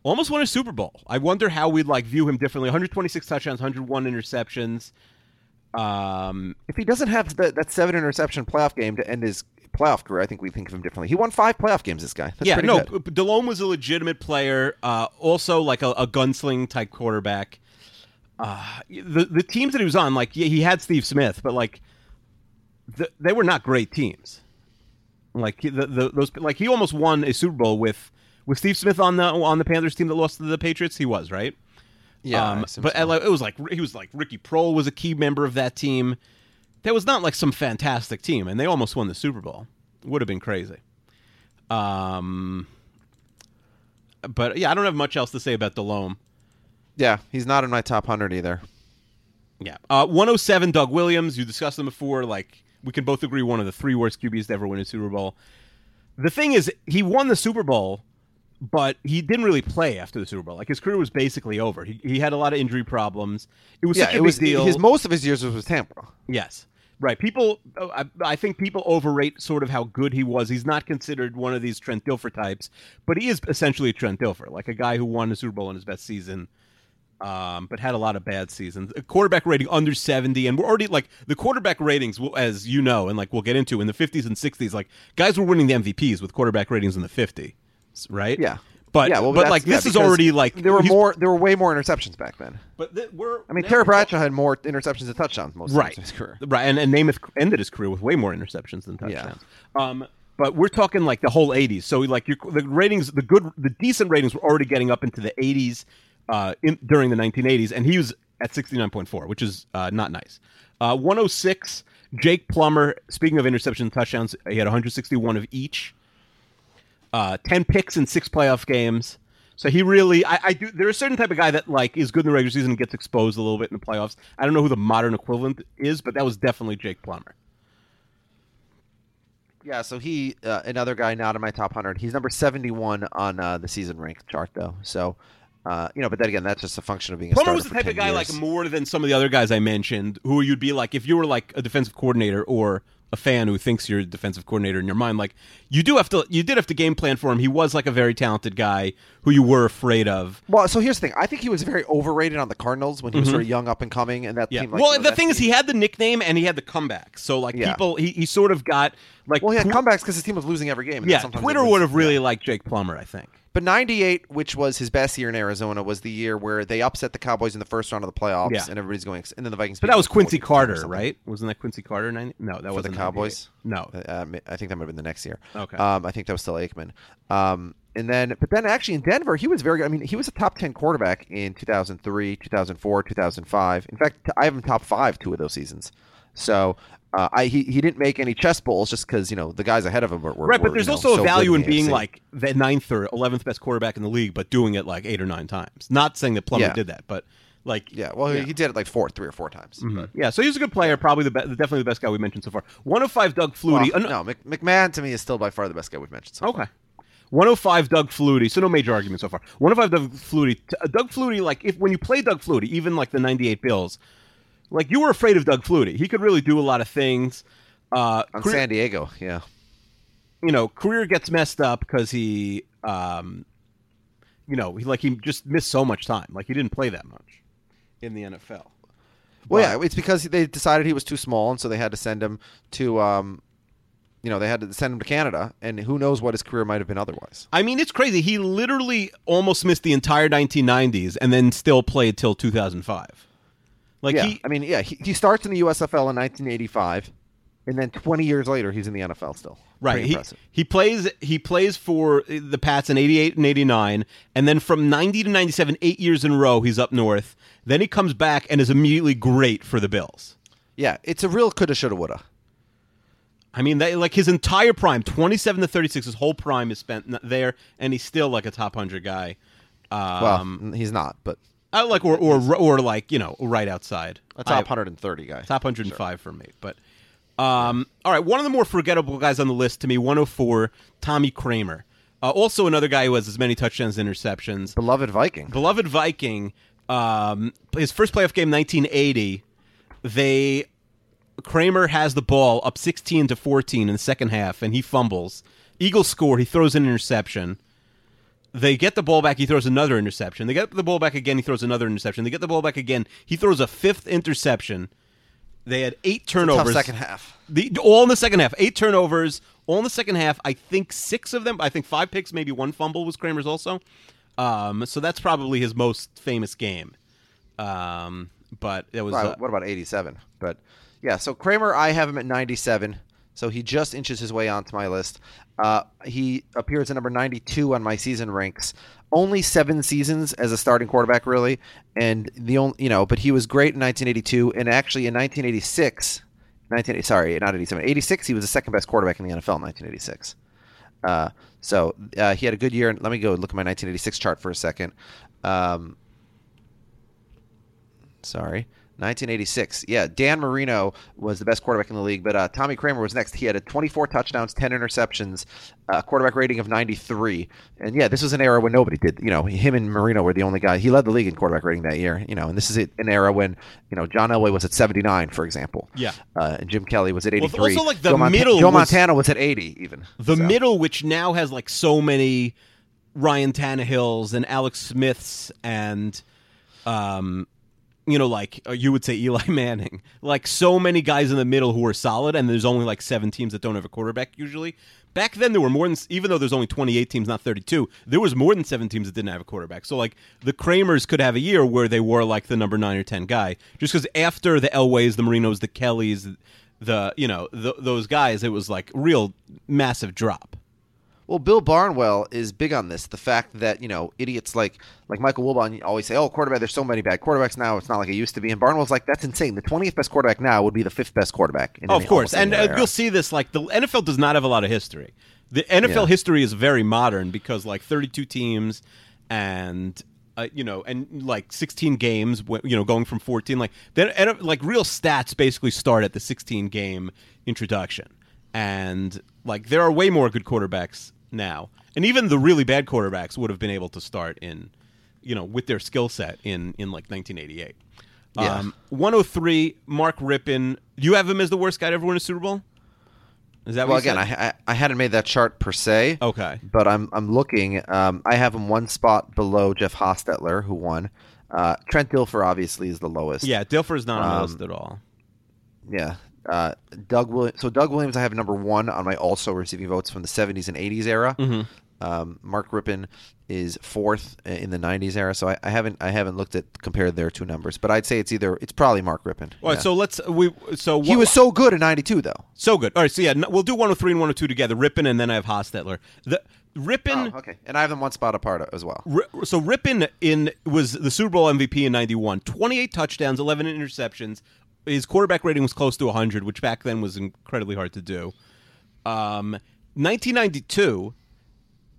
S3: Almost won a Super Bowl. I wonder how we'd like view him differently. 126 touchdowns, 101 interceptions. Um,
S2: If he doesn't have the, that seven interception playoff game to end his playoff career, I think we think of him differently. He won five playoff games. This guy. That's
S3: yeah,
S2: pretty
S3: no,
S2: good.
S3: P- Delhomme was a legitimate player. Uh, also, like a, a gunsling type quarterback. Uh, the the teams that he was on, like yeah, he had Steve Smith, but like the, they were not great teams. Like he- the, the those like he almost won a Super Bowl with with Steve Smith on the on the Panthers team that lost to the Patriots. He was right.
S2: Yeah, I
S3: um,
S2: assume
S3: but
S2: so.
S3: uh, like, it was like he was like Ricky Prohl was a key member of that team. That was not like some fantastic team, and they almost won the Super Bowl. Would have been crazy. Um, but yeah, I don't have much else to say about Delhomme.
S2: yeah, he's not in my top hundred either.
S3: Yeah, uh, 107. Doug Williams. You discussed them before. Like we can both agree, one of the three worst QBs to ever win a Super Bowl. The thing is, he won the Super Bowl, but he didn't really play after the Super Bowl. Like his career was basically over. He, he had a lot of injury problems. It was
S2: yeah,
S3: such a
S2: it
S3: big
S2: was
S3: deal.
S2: his most of his years was with Tampa.
S3: Yes. Right. People, oh, I, I think people overrate sort of how good he was. He's not considered one of these Trent Dilfer types, but he is essentially a Trent Dilfer, like a guy who won the Super Bowl in his best season, um, but had a lot of bad seasons. A quarterback rating under 70. And we're already like the quarterback ratings, will- as you know, and like we'll get into in the 50s and 60s, like guys were winning the MVPs with quarterback ratings in the 50s, right?
S2: Yeah,
S3: But,
S2: yeah, well,
S3: but
S2: that's-
S3: like
S2: yeah,
S3: this is
S2: because
S3: already like.
S2: there were
S3: he's-
S2: more. There were way more interceptions back then.
S3: But th- we're,
S2: I mean,
S3: now
S2: Terry
S3: we're-
S2: Bradshaw had more interceptions than touchdowns most
S3: right.
S2: of his career.
S3: Right, and, and Namath ended his career with way more interceptions than
S2: Yeah.
S3: touchdowns. Um, but we're talking like the whole '80s. So like your, the ratings, the good, the decent ratings were already getting up into the '80s uh, in, during the 1980s, and he was at 69.4, which is uh, not nice. Uh, 106. Jake Plummer. Speaking of interceptions and touchdowns, he had 161 of each. Uh, 10 picks in six playoff games. So he really, I, I do. There's a certain type of guy that like is good in the regular season and gets exposed a little bit in the playoffs. I don't know who the modern equivalent is, but that was definitely Jake Plummer.
S2: Yeah, so he uh, another guy not in my top hundred. He's number seventy-one on uh, the season rank chart, though. So, uh, you know, but then again, that's just a function of being. A
S3: Plummer was the
S2: starter
S3: type
S2: for
S3: of
S2: 10
S3: guy
S2: years.
S3: like more than some of the other guys I mentioned, who you'd be like if you were like a defensive coordinator or a fan who thinks you're a defensive coordinator in your mind. Like you do have to, you did have to game plan for him. He was like a very talented guy who you were afraid of.
S2: Well, so here's the thing. I think he was very overrated on the Cardinals when he was sort of young, up and coming, and that
S3: Mm-hmm. Yeah.
S2: team. Like,
S3: well,
S2: you know,
S3: the
S2: that
S3: thing is,
S2: team-
S3: he had the nickname and he had the comeback. So like
S2: Yeah.
S3: people, he, he sort of got like
S2: Well, he had
S3: Twi-
S2: comebacks because his team was losing every game. and then
S3: Yeah,
S2: sometimes they
S3: Twitter
S2: lose.
S3: would have really liked Jake Plummer, I think.
S2: But 98, which was his best year in Arizona, was the year where they upset the Cowboys in the first round of the playoffs,
S3: Yeah.
S2: and everybody's going. And then the Vikings.
S3: But
S2: beat
S3: that
S2: them
S3: was
S2: like 40
S3: Quincy
S2: or
S3: Carter,
S2: something.
S3: right? Wasn't that Quincy Carter? 90? No, that
S2: For the
S3: wasn't
S2: Cowboys?
S3: 98. No,
S2: Uh, mi- I think that might have been the next year.
S3: Okay.
S2: Um, I think that was still Aikman. Um, and then, but then actually in Denver, he was very good. I mean, he was a top 10 quarterback in 2003, 2004, 2005. In fact, t- I have him top five two of those seasons. So uh, I, he, he didn't make any chess bowls just because, you know, the guys ahead of him were. were
S3: right.
S2: were,
S3: But there's
S2: you know,
S3: also
S2: so
S3: a
S2: good
S3: value in
S2: the
S3: being
S2: AFC.
S3: like the ninth or eleventh best quarterback in the league, but doing it like eight or nine times. Not saying that Plummer
S2: Yeah.
S3: did that, but like
S2: Yeah, well, he did it like four, three or four times. But,
S3: yeah. So he's a good player, probably the be- definitely the best guy we mentioned so far. 105 Doug Flutie.
S2: well,
S3: an-
S2: no, Mc- McMahon to me is still by far the best guy we've mentioned. So far.
S3: Okay. 105 Doug Flutie. So no major argument so far. 105 Doug Flutie. T- uh, Doug Flutie, like if when you play Doug Flutie, even like the 98 Bills, Like you were afraid of Doug Flutie. He could really do a lot of things. Uh,
S2: on
S3: career-
S2: San Diego. Yeah,
S3: you know, career gets messed up because he, um, you know, he like he just missed so much time. Like he didn't play that much in the NFL.
S2: well, yeah, it's because they decided he was too small, and so they had to send him to, um, you know, they had to send him to Canada, and who knows what his career might have been otherwise.
S3: I mean, it's crazy. He literally almost missed the entire 1990s and then still played till 2005. Like
S2: yeah,
S3: he,
S2: I mean, yeah, he, he starts in the USFL in 1985, and then 20 years later, he's in the NFL still.
S3: right?
S2: Pretty
S3: He,
S2: impressive.
S3: he plays he plays for the Pats in 88 and 89, and then from 90 to 97, eight years in a row, he's up north. Then he comes back and is immediately great for the Bills.
S2: Yeah, it's a real coulda, shoulda, woulda.
S3: I mean, they, like his entire prime, 27 to 36, his whole prime is spent n- there, and he's still like a top 100 guy.
S2: Well,
S3: Um,
S2: n- he's not, but
S3: I like, or, or, or like, you know, right outside.
S2: a top
S3: I-
S2: 130 guy.
S3: Top 105 for me. But um, all right, one of the more forgettable guys on the list to me, 104, Tommy Kramer. Uh, also another guy who has as many touchdowns and interceptions.
S2: Beloved Viking.
S3: Beloved Viking, um, his first playoff game, 1980. They Kramer has the ball up 16 to 14 in the second half, and he fumbles. Eagles score. He throws an interception. They get the ball back. He throws another interception. They get the ball back again. He throws another interception. They get the ball back again. He throws a fifth interception. They had eight
S2: Tough
S3: turnovers.
S2: second half.
S3: The, all in the second half. Eight turnovers, all in the second half. I think six of them. I think five picks, maybe one fumble was Kramer's also. Um, so that's probably his most famous game. Um, but it was.
S2: Well,
S3: uh,
S2: what about 87? But yeah, so Kramer, I have him at 97. So he just inches his way onto my list. Uh, he appears at number 92 on my season ranks. Only seven seasons as a starting quarterback, really, and the only you know, but he was great in 1982, and actually in 1986, 19 sorry, not 87, 86, he was the second best quarterback in the NFL in 1986. Uh, so uh, he had a good year. And let me go look at my 1986 chart for a second. Um, sorry. 1986. Yeah, Dan Marino was the best quarterback in the league, but uh, Tommy Kramer was next. He had a 24 touchdowns, 10 interceptions, uh, quarterback rating of 93. And yeah, this was an era when nobody did. You know, him and Marino were the only guy. He led the league in quarterback rating that year. You know, and this is an era when you know John Elway was at 79, for example.
S3: Yeah.
S2: uh, and Jim Kelly was at
S3: Well,
S2: 83.
S3: also, like, the
S2: Joe Monta-
S3: middle
S2: Joe
S3: was-
S2: Montana was at 80, even.
S3: The
S2: So.
S3: middle, which now has like so many Ryan Tannehills and Alex Smiths and, um, you know, like uh, you would say Eli Manning, like so many guys in the middle who are solid, and there's only like seven teams that don't have a quarterback usually. Back then, there were more than even though there's only 28 teams, not 32. There was more than seven teams that didn't have a quarterback. So like the Kramers could have a year where they were like the number nine or ten guy, just because after the Elways, the Marinos, the Kellys, the you know th those guys, it was like real massive drop.
S2: Well, Bill Barnwell is big on this. The fact that you know idiots like like Michael Wilbon always say, "Oh, quarterback. There's so many bad quarterbacks now. It's not like it used to be." And Barnwell's like, "That's insane. The 20th best quarterback now would be the fifth best quarterback." In
S3: Oh,
S2: any-
S3: of course,
S2: almost any
S3: and
S2: other
S3: uh,
S2: era.
S3: you'll see this. Like the NFL does not have a lot of history. The NFL
S2: Yeah.
S3: history is very modern because like 32 teams, and uh, you know, and like 16 games. wh- You know, going from 14, like that, like real stats basically start at the 16 game introduction, and like there are way more good quarterbacks now, and even the really bad quarterbacks would have been able to start in, you know, with their skill set in in like 1988.
S2: Yeah.
S3: Um, 103, Mark Rippon. You have him as the worst guy to ever win a Super Bowl? Is that
S2: Well,
S3: what you
S2: again,
S3: said?
S2: I, I I hadn't made that chart per se.
S3: Okay.
S2: But I'm I'm looking. Um, I have him one spot below Jeff Hostetler, who won. Uh, Trent Dilfer obviously is the lowest.
S3: Yeah, Dilfer's not on the
S2: Um,
S3: list at all.
S2: Yeah. Uh, Doug Williams. So Doug Williams, I have number one on my also receiving votes from the 70s and 80s era. Um, Mark Rippon is fourth i- in the 90s era. So I, I haven't I haven't looked at compared their two numbers, but I'd say it's either it's probably Mark Rippon.
S3: All right,
S2: yeah.
S3: so let's we so
S2: he
S3: what-
S2: was so good in '92 though.
S3: so good. All right, so yeah, no, we'll do 103 and 102 together. Rippon and then I have Hostetler. The Rippon
S2: Oh, okay, and I have them one spot apart uh, as well.
S3: Ri- so Rippon in was the Super Bowl MVP in 91, 28 touchdowns, 11 interceptions. His quarterback rating was close to 100, which back then was incredibly hard to do. Um, 1992,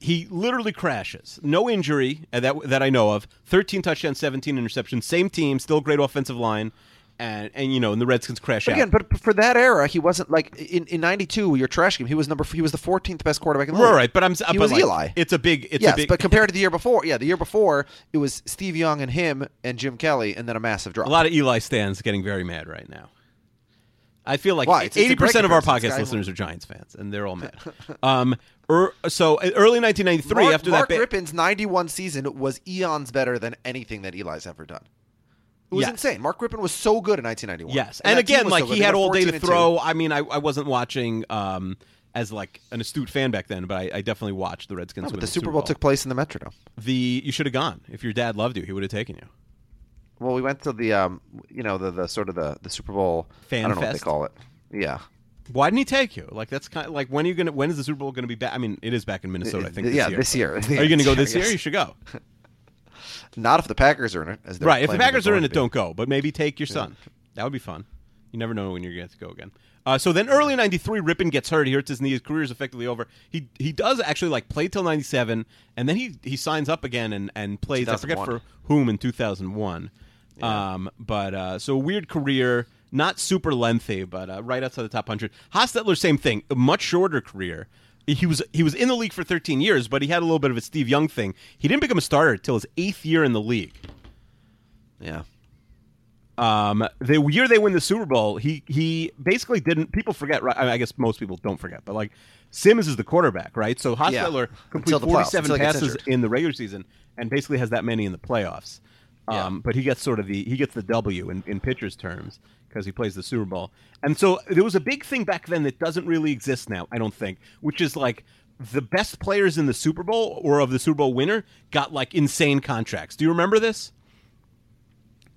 S3: he literally crashes. No injury uh, that that I know of. 13 touchdowns, 17 interceptions. Same team, still great offensive line. and and you know, and the Redskins crash
S2: But
S3: out.
S2: again, but for that era, he wasn't like in in '92. You're trashing him. He was number. He was the 14th best quarterback in the
S3: Right,
S2: league.
S3: right, but I'm s-
S2: He
S3: but
S2: was
S3: like,
S2: Eli.
S3: It's a big. It's
S2: yes,
S3: a big.
S2: but compared to the year before, yeah, the year before it was Steve Young and him and Jim Kelly, and then a massive drop.
S3: a lot of Eli stands getting very mad right now. I feel like
S2: Why? It's- it's a
S3: eighty
S2: great
S3: percent of our
S2: comparison. This
S3: podcast
S2: guy-
S3: listeners are Giants fans, and they're all mad. um, er, so uh, early 1993,
S2: Mark,
S3: after
S2: Mark
S3: that, ba-
S2: Rippon's '91 season was eons better than anything that Eli's ever done. It was
S3: Yes.
S2: insane. Mark Rippon was so good in 1991.
S3: Yes, and,
S2: that team
S3: again,
S2: was
S3: like
S2: so good.
S3: he
S2: They
S3: had
S2: were
S3: all day
S2: 14
S3: to
S2: and two.
S3: throw. I mean, I, I wasn't watching um, as like an astute fan back then, but I, I definitely watched the Redskins.
S2: No, but
S3: win
S2: the Super Bowl took place in the Metrodome.
S3: The you should have gone if your dad loved you, he would have taken you.
S2: Well, we went to the um, you know, the, the sort of the, the Super Bowl
S3: Fan
S2: I don't know what they
S3: fest?
S2: call it. Yeah.
S3: Why didn't he take you? Like that's kind of like when are you gonna? When is the Super Bowl gonna be back? I mean, it is back in Minnesota. I think. This
S2: yeah,
S3: year.
S2: this year.
S3: Are you gonna go this
S2: Yes.
S3: year? You should go.
S2: Not if the Packers are in it. As they're
S3: Right. If the
S2: claiming they're
S3: Packers are
S2: going
S3: in
S2: to
S3: it,
S2: be.
S3: don't go. But maybe take your son. That would be fun. You never know when you're going to have to go again. Uh, so then, early '93, Rippon gets hurt. He hurts his knee. His career is effectively over. He he does actually like play till '97, and then he he signs up again and and plays. I forget
S2: 2001.
S3: for whom in 2001. Um, but uh, so weird career, not super lengthy, but uh, right outside the top hundred. Hostetler, same thing, a much shorter career. He was he was in the league for 13 years, but he had a little bit of a Steve Young thing. He didn't become a starter till his eighth year in the league.
S2: Yeah.
S3: Um, the year they win the Super Bowl, he he basically didn't. People forget, right? I, mean, I guess most people don't forget, but like Simmons is the quarterback, right? So Hostetler
S2: Yeah. Until
S3: completes
S2: the playoffs,
S3: forty-seven
S2: until he gets
S3: passes
S2: injured.
S3: in the regular season and basically has that many in the playoffs. Um, But he gets sort of the he gets the W in, in pitchers terms because he plays the Super Bowl. And so there was a big thing back then that doesn't really exist now, I don't think, which is like the best players in the Super Bowl or of the Super Bowl winner got like insane contracts. Do you remember this?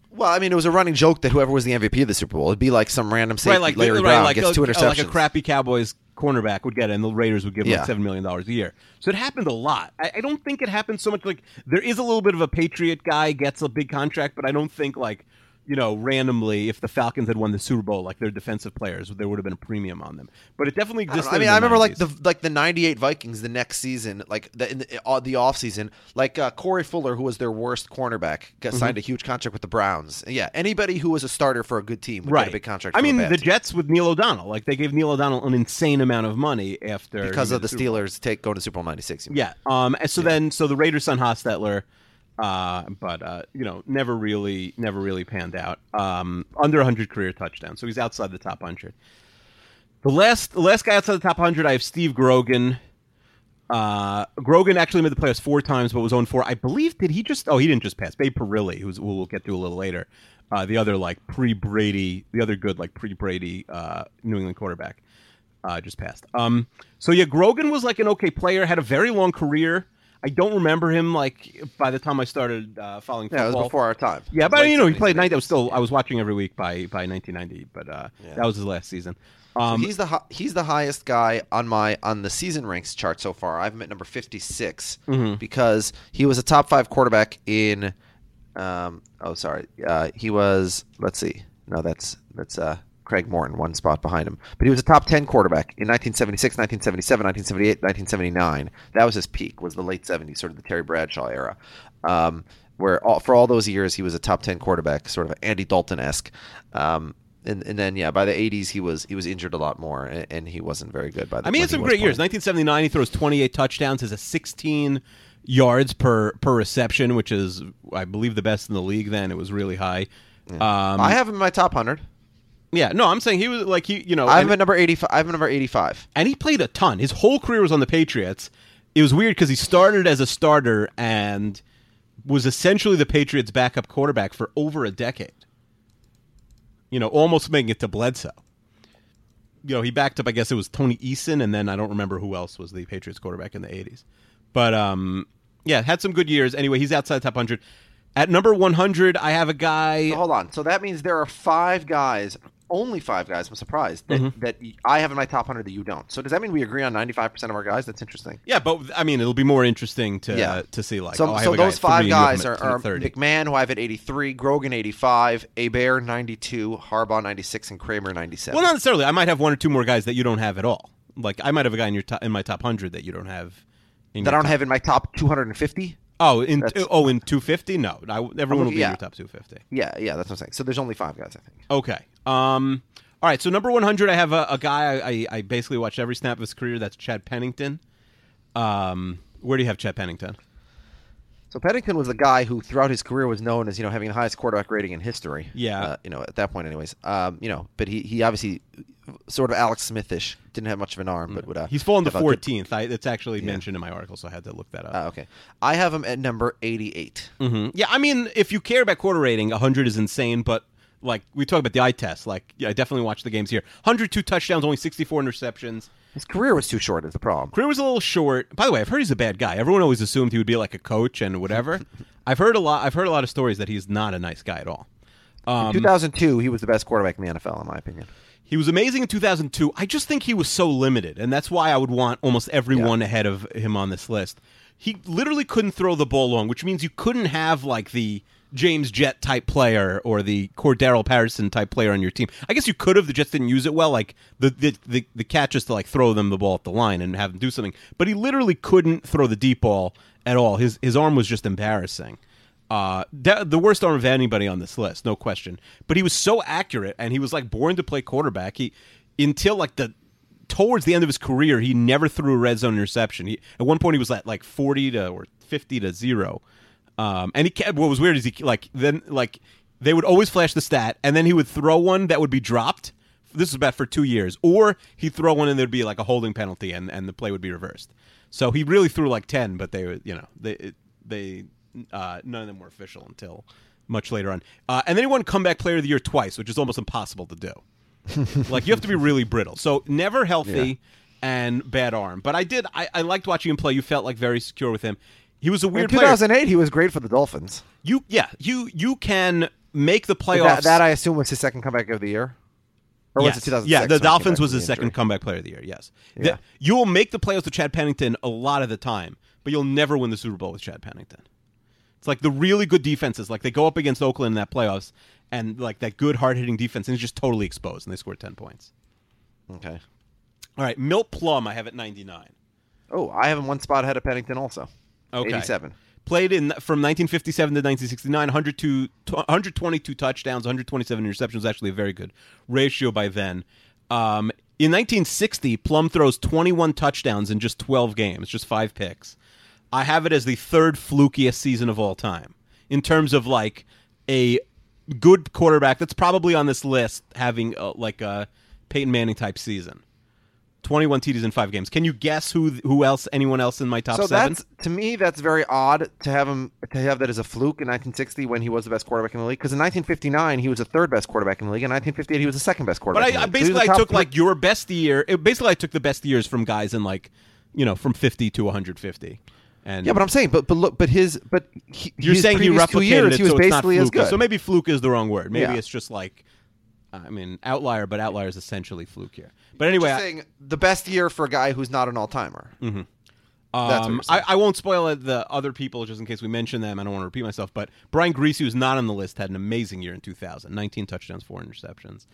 S2: Well, I mean, it was a running joke that whoever was the MVP of the Super Bowl, it'd be like some random safety, Larry Brown gets
S3: a, oh,
S2: two interceptions.
S3: like a crappy Cowboys cornerback would get it, and the Raiders would give him
S2: Yeah.
S3: like seven million dollars a year. So it happened a lot. I, I don't think it happened so much. Like there is a little bit of a Patriot guy gets a big contract, but I don't think like you know randomly if the Falcons had won the Super Bowl, like their defensive players, there would have been a premium on them. But it definitely
S2: I, don't
S3: existed.
S2: know. I mean,
S3: in
S2: I remember like
S3: 90s.
S2: the like the '98 Vikings the next season, like the in the, uh, the off season, like uh, Corey Fuller, who was their worst cornerback, got
S3: Mm-hmm.
S2: signed a huge contract with the Browns. Yeah, anybody who was a starter for a good team would get a big contract.
S3: I
S2: from a
S3: mean,
S2: bad
S3: the
S2: team.
S3: Jets with Neil O'Donnell, like they gave Neil O'Donnell an insane amount of money after
S2: because
S3: he
S2: of the
S3: did Super Bowl.
S2: Steelers take going to Super Bowl '96.
S3: Yeah. Um. And so then, so the Raiders son Hostetler, uh, but uh, you know, never really, never really panned out. Um, under 100 career touchdowns, so he's outside the top 100. The last, the last guy outside the top 100, I have Steve Grogan. Uh, Grogan actually made the playoffs four times, but was on four. I believe did he just? Oh, he didn't just pass. Babe Perilli, who's who we'll get to a little later. Uh, the other like pre Brady, the other good like pre Brady uh, New England quarterback, uh, just passed. Um, so yeah, Grogan was like an okay player, had a very long career. I don't remember him like by the time I started uh, following.
S2: yeah, it was
S3: football.
S2: before our time.
S3: Yeah, but
S2: Late
S3: you know he
S2: 70s,
S3: played
S2: mid-
S3: nine. I was still I was watching every week by by 1990, but uh, that was his last season. Um,
S2: he's the hi- he's the highest guy on my on the season ranks chart so far. I have him at number fifty
S3: Mm-hmm.
S2: because he was a top five quarterback in. Um, oh, sorry. Uh, he was. Let's see. No, that's that's uh, Craig Morton, one spot behind him. But he was a top ten quarterback in 1976, 1977, 1978, 1979. That was his peak. Was the late '70s, sort of the Terry Bradshaw era. Um, where all, for all those years he was a top ten quarterback, sort of Andy Dalton esque. Um, and, and then yeah, by the 80s he was he was injured a lot more, and, and he wasn't very good by the.
S3: I mean,
S2: when
S3: it's
S2: he
S3: some
S2: was
S3: great
S2: playing.
S3: years. 1979, he throws 28 touchdowns, has a 16 yards per per reception, which is, I believe, the best in the league. Then it was really high. Um,
S2: I have him in my top hundred.
S3: yeah, no, I'm saying he was like he, you know,
S2: I have
S3: and-
S2: him at number 85. I have him at number 85.
S3: and he played a ton. His whole career was on the Patriots. It was weird because he started as a starter and was essentially the Patriots' backup quarterback for over a decade. You know, almost making it to Bledsoe. You know, he backed up. I guess it was Tony Eason, and then I don't remember who else was the Patriots quarterback in the '80s. But um, yeah, had some good years. Anyway, he's outside the top hundred. At number 100, I have a guy.
S2: Hold on. So that means there are five guys, only five guys. I'm surprised that,
S3: Mm-hmm.
S2: that y- I have in my top hundred that you don't. So does that mean we agree on 95 percent of our guys? That's interesting.
S3: Yeah, but I mean, it'll be more interesting to
S2: Yeah.
S3: to see like.
S2: so
S3: oh, I have
S2: so
S3: a guy
S2: those
S3: at three,
S2: five
S3: you have him
S2: guys
S3: at
S2: are, are
S3: 30.
S2: McMahon, who I have at 83, Grogan 85, Abair 92, Harbaugh 96, and Kramer 97.
S3: Well, not necessarily. I might have one or two more guys that you don't have at all. Like I might have a guy in your top, in my top hundred that you don't have. In
S2: that I
S3: your
S2: don't
S3: top-
S2: have in my top 250.
S3: Oh, in
S2: That's-
S3: oh in 250? No, I, everyone will be in
S2: Yeah.
S3: your top 250.
S2: Yeah, yeah, that's what I'm saying. So there's only five guys, I think.
S3: Okay. Um. All right. So number 100, I have a, a guy I, I, I basically watched every snap of his career. That's Chad Pennington. Um. Where do you have Chad Pennington?
S2: So Pennington was the guy who, throughout his career, was known as you know having the highest quarterback rating in history.
S3: Yeah.
S2: uh, you know at that point, anyways. Um, you know, but he he obviously sort of Alex Smithish didn't have much of an arm, but would uh,
S3: Mm. He's fallen to
S2: have a good-
S3: 14th. I, it's actually mentioned in my article, so I had to look that up.
S2: Uh, okay, I have him at number eighty-eight.
S3: Mhm. Yeah, I mean, if you care about quarter rating, 100 is insane, but like we talk about the eye test, like yeah, I definitely watch the games here. 102 touchdowns, only 64 interceptions.
S2: His career was too short, is the problem.
S3: Career was a little short. By the way, I've heard he's a bad guy. Everyone always assumed he would be like a coach and whatever. I've heard a lot. I've heard a lot of stories that he's not a nice guy at all. Um,
S2: In 2002, he was the best quarterback in the NFL, in my opinion.
S3: He was amazing in 2002. I just think he was so limited, and that's why I would want almost everyone ahead of him on this list. He literally couldn't throw the ball long, which means you couldn't have like the James Jet type player or the Cordero Patterson type player on your team. I guess you could have, they just didn't use it well. Like the the, the the catch is to like throw them the ball at the line and have them do something, but he literally couldn't throw the deep ball at all. His his arm was just embarrassing. Uh, de- the worst arm of anybody on this list, no question. But he was so accurate, and he was like born to play quarterback. He until like the towards the end of his career, he never threw a red zone interception. He, at one point, he was at like forty to or fifty to zero. Um, and he kept, what was weird is he like then like they would always flash the stat, and then he would throw one that would be dropped. This was about for two years, or he'd throw one and there'd be like a holding penalty, and and the play would be reversed. So he really threw like ten, but they were you know they it, they uh, none of them were official until much later on. Uh, and then he won comeback player of the year twice, which is almost impossible to do. like you have to be really brittle. So never healthy and bad arm. But I did I, I liked watching him play. You felt like very secure with him. He was a
S2: In
S3: weird player.
S2: 2008, he was great for the Dolphins.
S3: You yeah, you you can make the playoffs.
S2: That, that I assume was his second comeback of the year, or was
S3: Yes.
S2: it 2006?
S3: Yeah, the
S2: when he came
S3: Dolphins
S2: back
S3: was
S2: from
S3: his
S2: the
S3: second
S2: injury?
S3: comeback player of the year. Yes, The-
S2: Yeah.
S3: you will make the playoffs with Chad Pennington a lot of the time, but you'll never win the Super Bowl with Chad Pennington. It's like the really good defenses, like they go up against Oakland in that playoffs, and like that good hard hitting defense, and it's just totally exposed, and they scored ten points.
S2: Okay.
S3: All right, Milt Plum, I have at ninety nine.
S2: Oh, I have him one spot ahead of Pennington, also.
S3: Okay.
S2: 87.
S3: Played in from 1957 to 1969, 102, 122 touchdowns, 127 interceptions. Actually, a very good ratio by then. Um, in 1960, Plum throws 21 touchdowns in just 12 games, just five picks. I have it as the third flukiest season of all time in terms of like a good quarterback that's probably on this list having uh like a Peyton Manning type season. 21 TDs in five games. Can you guess who who else? Anyone else in my top
S2: so
S3: seven?
S2: that's to me that's very odd to have him to have that as a fluke in 1960 when he was the best quarterback in the league because in 1959 he was the third best quarterback in the league in 1958 he was the second best
S3: But
S2: quarterback. in
S3: I, I
S2: the league. So he was
S3: basically I
S2: the top
S3: took
S2: three-
S3: like your best year. It, basically, I took the best years from guys in like, you know, from fifty to one hundred fifty. And
S2: yeah, but I'm saying but but look but his but he,
S3: you're
S2: his
S3: saying he
S2: previous two
S3: replicated
S2: years
S3: it,
S2: he was
S3: so
S2: basically
S3: it's
S2: as
S3: not fluky.
S2: good.
S3: So maybe fluke is the wrong word. Maybe
S2: Yeah.
S3: it's just like, uh, I mean, outlier, but outlier is essentially fluke here. But anyway,
S2: Just
S3: I- Mm-hmm.
S2: saying the best year for a guy who's not an all timer. That's what
S3: Um,
S2: you're
S3: I,
S2: saying.
S3: I won't spoil it, the other people just in case we mention them. I don't want to repeat myself, but Brian Greasy, who's not on the list, had an amazing year in 2000 19 touchdowns, four interceptions.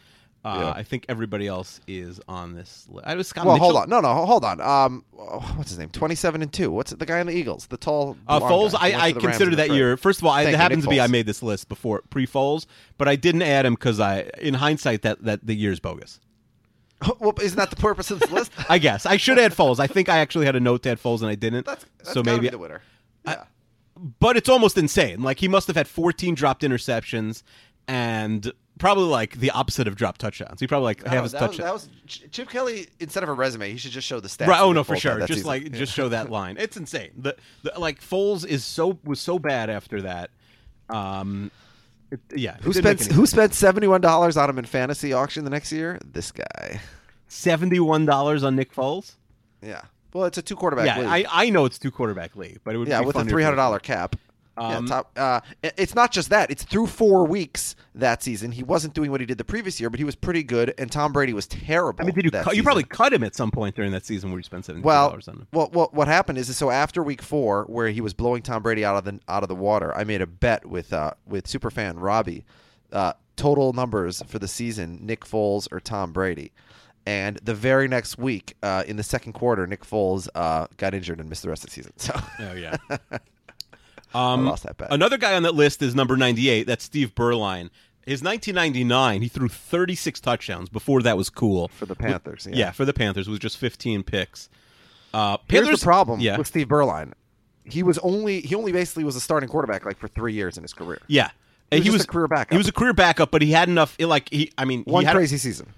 S3: Uh, I think everybody else is on this list. I was Scott
S2: Well,
S3: Mitchell.
S2: hold on, no, no, hold on. Um, oh, what's his name? 27 and two. What's it, the guy on the Eagles? The tall.
S3: Uh,
S2: blonde
S3: Foles,
S2: guy who went
S3: I, I
S2: to the Rams
S3: consider
S2: in the
S3: that
S2: third.
S3: year. First of all, I,
S2: Thank
S3: it
S2: you,
S3: happens
S2: Nick
S3: to be I
S2: Foles.
S3: made this list before pre Foles, but I didn't add him because I, in hindsight, that that the year's bogus.
S2: well, isn't that the purpose of this list?
S3: I guess I should add Foles. I think I actually had a note to add Foles and I didn't.
S2: That's, that's
S3: so
S2: gotta
S3: maybe
S2: be the winner.
S3: but it's almost insane. Like he must have had 14 dropped interceptions and probably like the opposite of dropped touchdowns. He probably like
S2: I
S3: have
S2: don't
S3: his
S2: know, Oh, that, was,
S3: touchdown.
S2: that was Ch- Chip Kelly. Instead of a resume, he should just show the stats.
S3: Right,
S2: of
S3: oh
S2: the
S3: no, for
S2: full
S3: sure.
S2: time that
S3: Just
S2: season.
S3: like just show that line. It's insane. The, the like Foles is so was so bad after that. Um, it- yeah. it
S2: who
S3: didn't make
S2: spent
S3: any
S2: who spent seventy one dollars on him in fantasy auction the next year? This guy.
S3: seventy one dollars on Nick Foles?
S2: Yeah. Well, it's a two quarterback.
S3: yeah,
S2: league.
S3: I, I know it's two quarterback league, but it would
S2: yeah,
S3: be
S2: with a
S3: funnier if it
S2: three
S3: was-
S2: hundred dollar cap.
S3: Um,
S2: yeah, top, uh, it- it's not just that; it's through four weeks that season. He wasn't doing what he did the previous year, but he was pretty good. And Tom Brady was terrible.
S3: I mean, did you
S2: that
S3: cut, you probably
S2: season.
S3: cut him at some point during that season where you spent seventy
S2: Well,
S3: dollars on him?
S2: what what what happened is so after week four, where he was blowing Tom Brady out of the out of the water, I made a bet with uh, with superfan Robbie, uh, total numbers for the season: Nick Foles or Tom Brady. And the very next week, uh, in the second quarter, Nick Foles uh, got injured and missed the rest of the season. So
S3: Oh yeah.
S2: I lost that bet.
S3: Another guy on that list is number 98. That's Steve Berline. His 1999, he threw 36 touchdowns. Before that was cool.
S2: for the Panthers.
S3: yeah, for the Panthers, it was just 15 picks. Uh,
S2: Here's
S3: Panthers,
S2: the problem
S3: Yeah,
S2: with Steve Berline. He was only he only basically was a starting quarterback like for three years in his career.
S3: yeah.
S2: He
S3: And
S2: was just a career backup.
S3: He was a career backup, but he had enough. Like he, I mean,
S2: One
S3: he had,
S2: crazy season.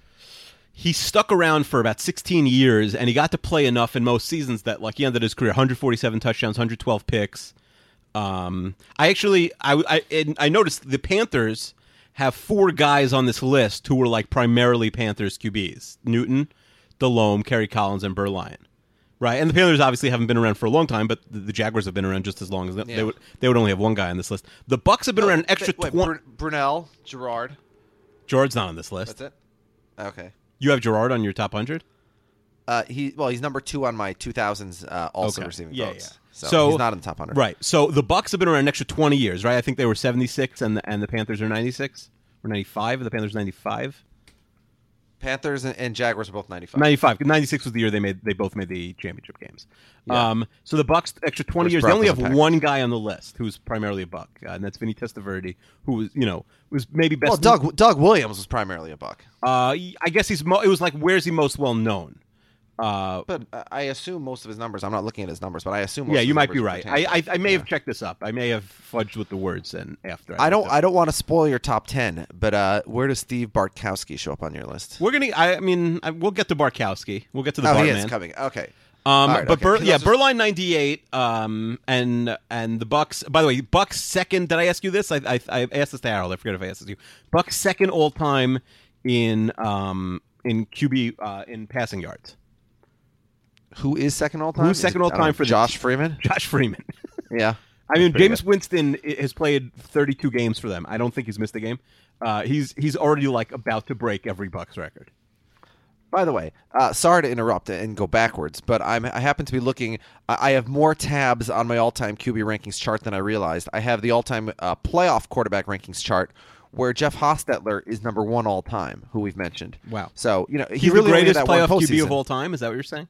S3: he stuck around for about 16 years and he got to play enough in most seasons that like he ended his career 147 touchdowns 112 picks um i actually i i, and I noticed the panthers have four guys on this list who were like primarily panthers qb's newton delome kerry collins and Berline. Right, and the Panthers obviously haven't been around for a long time, but the the Jaguars have been around just as long as they- they would. They would only have one guy on this list. The Bucks have been around an extra
S2: Wait,
S3: twenty.
S2: Brun- Brunel, Gerard.
S3: Gerard's not on this list.
S2: That's it. Okay.
S3: You have Gerard on your top hundred.
S2: Uh, he well, he's number two on my 2000s uh, also receiving
S3: yeah,
S2: votes.
S3: yeah.
S2: So, he's not in the top 100.
S3: Right. So the Bucks have been around an extra 20 years, right? I think they were 76 and the, and the Panthers are 96 or 95. The Panthers 95.
S2: Panthers and, and Jaguars are both 95.
S3: 95. 96 was the year they made they both made the championship games. Um, so the Bucks extra 20
S2: Versus
S3: years. They only
S2: Broncos
S3: have
S2: and Packers.
S3: one guy on the list who's primarily a Buck, uh, and that's Vinny Testaverde, who was, you know, was maybe best
S2: Well, Doug Doug Williams was primarily a buck,
S3: Uh, I guess he's mo- it was like where's he most well known? Uh,
S2: but uh, I assume most of his numbers. I'm not looking at his numbers, but I assume. Most
S3: yeah,
S2: of his
S3: you might be
S2: numbers were
S3: right.
S2: for
S3: I,
S2: Tampa.
S3: I I may have checked this up. I may have fudged with the words and after.
S2: I
S3: looked
S2: don't.
S3: up.
S2: I don't want to spoil your top ten, but uh, where does Steve Bartkowski show up on your list?
S3: We're gonna. I mean, I, we'll get to Barkowski. We'll get to the
S2: oh,
S3: Bartman.
S2: he is coming. Okay.
S3: Um,
S2: All right,
S3: but
S2: okay.
S3: Ber-
S2: He
S3: yeah,
S2: also-
S3: Berline ninety eight. Um, and and the Bucks. By the way, Bucks second. Did I ask you this? I I, I asked this to Harold. I forget if I asked this to you. Bucks second all time in um in QB uh, in passing yards.
S2: Who is second all time?
S3: Who's
S2: Is
S3: second
S2: it- I
S3: all
S2: don't
S3: time
S2: know,
S3: for the-
S2: Josh Freeman?
S3: Josh Freeman.
S2: Yeah.
S3: I mean,
S2: pretty
S3: James Winston i- has played 32 games for them. I don't think he's missed a game. Uh, he's he's already like about to break every Bucks record.
S2: By the way, uh, sorry to interrupt and go backwards, but I'm, I happen to be looking. I I have more tabs on my all-time QB rankings chart than I realized. I have the all-time uh, playoff quarterback rankings chart, where Jeff Hostetler is number one all-time, who we've mentioned.
S3: Wow.
S2: So you know he
S3: He's
S2: really
S3: the
S2: only did
S3: greatest
S2: that one
S3: playoff QB of
S2: postseason.
S3: all time. Is that what you're saying?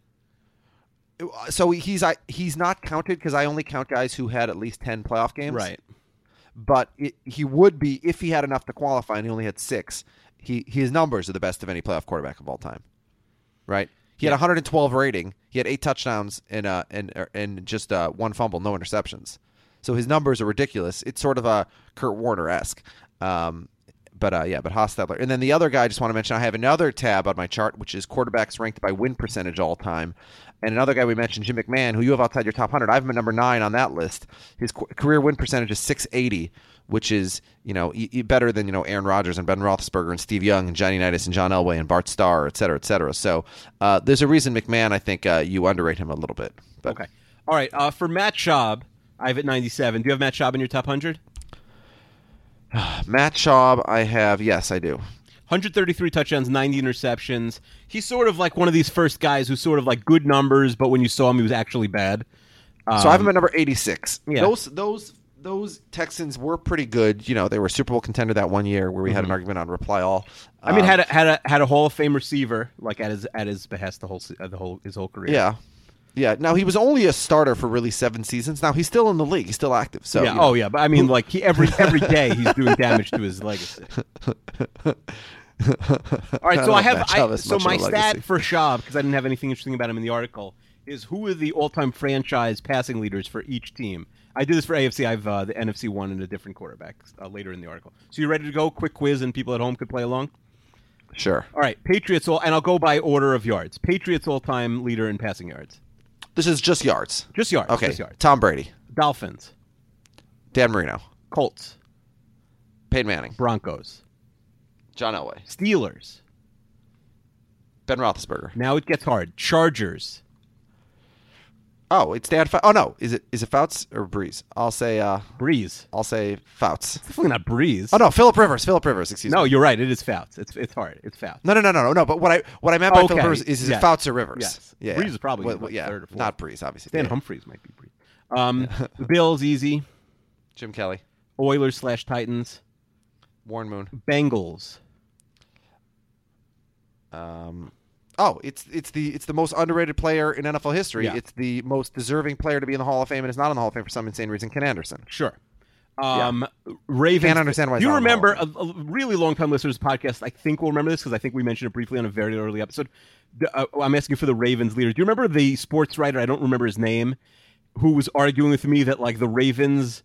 S2: So he's I, he's not counted because I only count guys who had at least ten playoff games.
S3: Right.
S2: but it, he would be if he had enough to qualify and he only had six. He his numbers are the best of any playoff quarterback of all time, right? He had 112 rating. He had eight touchdowns and uh and er, and just uh, one fumble, no interceptions. So his numbers are ridiculous. It's sort of a Kurt Warner esque. Um, but uh, yeah, but Hostetler. And then the other guy I just want to mention, I have another tab on my chart, which is quarterbacks ranked by win percentage all time. And another guy we mentioned, Jim McMahon, who you have outside your top 100. I have him at number nine on that list. His qu- career win percentage is 680, which is, you know, e- e- better than, you know, Aaron Rodgers and Ben Roethlisberger and Steve Young and Johnny Unitas and John Elway and Bart Starr, et cetera, et cetera. So uh, there's a reason, McMahon, I think uh, you underrate him a little bit. But
S3: Okay. All right. Uh, for Matt Schaub, I have it 97. Do you have Matt Schaub in your top 100?
S2: Matt Schaub, I have, yes, I do.
S3: 133 touchdowns, 90 interceptions. He's sort of like one of these first guys who's sort of like good numbers, but when you saw him, he was actually bad. Um,
S2: So I have him at number 86.
S3: Yeah.
S2: Those those those Texans were pretty good. You know, they were a Super Bowl contender that one year where we had an argument on reply all.
S3: Mm-hmm. I mean,
S2: Um,
S3: had a, had a had a Hall of Fame receiver like at his at his behest the whole se- uh, the whole his whole career.
S2: yeah. Yeah. Now he was only a starter for really 7 seasons. Now he's still in the league. He's still active. So
S3: yeah.
S2: you know.
S3: Oh yeah, but I mean, like he every every day he's doing damage to his legacy. All right, so
S2: don't
S3: I have
S2: match up
S3: I,
S2: as
S3: so
S2: much of a
S3: my
S2: legacy.
S3: stat for Schaub because I didn't have anything interesting about him in the article is who are the all-time franchise passing leaders for each team. I did this for AFC. I've uh, the NFC one and a different quarterback uh, later in the article. So you ready to go? Quick quiz, and people at home could play along.
S2: Sure.
S3: All right, Patriots all, and I'll go by order of yards. Patriots all-time leader in passing yards,
S2: This is just yards.
S3: just yards.
S2: Okay.
S3: just yards.
S2: Tom Brady,
S3: Dolphins,
S2: Dan Marino,
S3: Colts,
S2: Peyton Manning,
S3: Broncos,
S2: John Elway,
S3: Steelers.
S2: Ben Roethlisberger.
S3: Now it gets hard. Chargers.
S2: Oh, it's Dan Fou- Oh no, is it is it Fouts or Breeze? I'll say uh
S3: Breeze.
S2: I'll say Fouts.
S3: Definitely not Breeze.
S2: Oh no, Philip Rivers. Philip Rivers, excuse me.
S3: No, you're right. It is Fouts. It's it's hard. It's Fouts.
S2: No, no, no, no, no, no. But what I what I meant by
S3: Okay,
S2: Philip Rivers is, is
S3: yes.
S2: Fouts or Rivers.
S3: Yes.
S2: Yeah,
S3: Breeze
S2: yeah.
S3: is probably
S2: Well,
S3: like
S2: yeah,
S3: third or fourth.
S2: not Breeze, obviously.
S3: Dan
S2: yeah.
S3: Humphreys might be Breeze. Um, Bills easy.
S2: Jim Kelly,
S3: Oilers slash Titans.
S2: Warren Moon.
S3: Bengals.
S2: Um, Oh, it's it's the it's the most underrated player in NFL history.
S3: Yeah.
S2: It's the most deserving player to be in the Hall of Fame, and is not in the Hall of Fame for some insane reason. Ken Anderson.
S3: Sure. Um, Ravens.
S2: Can't understand why it's
S3: You
S2: not in the
S3: remember a, a really long time listeners to the podcast. I think will remember this because I think we mentioned it briefly on a very early episode. The- uh, I'm asking for the Ravens leader. Do you remember the sports writer? I don't remember his name, who was arguing with me that like the Ravens,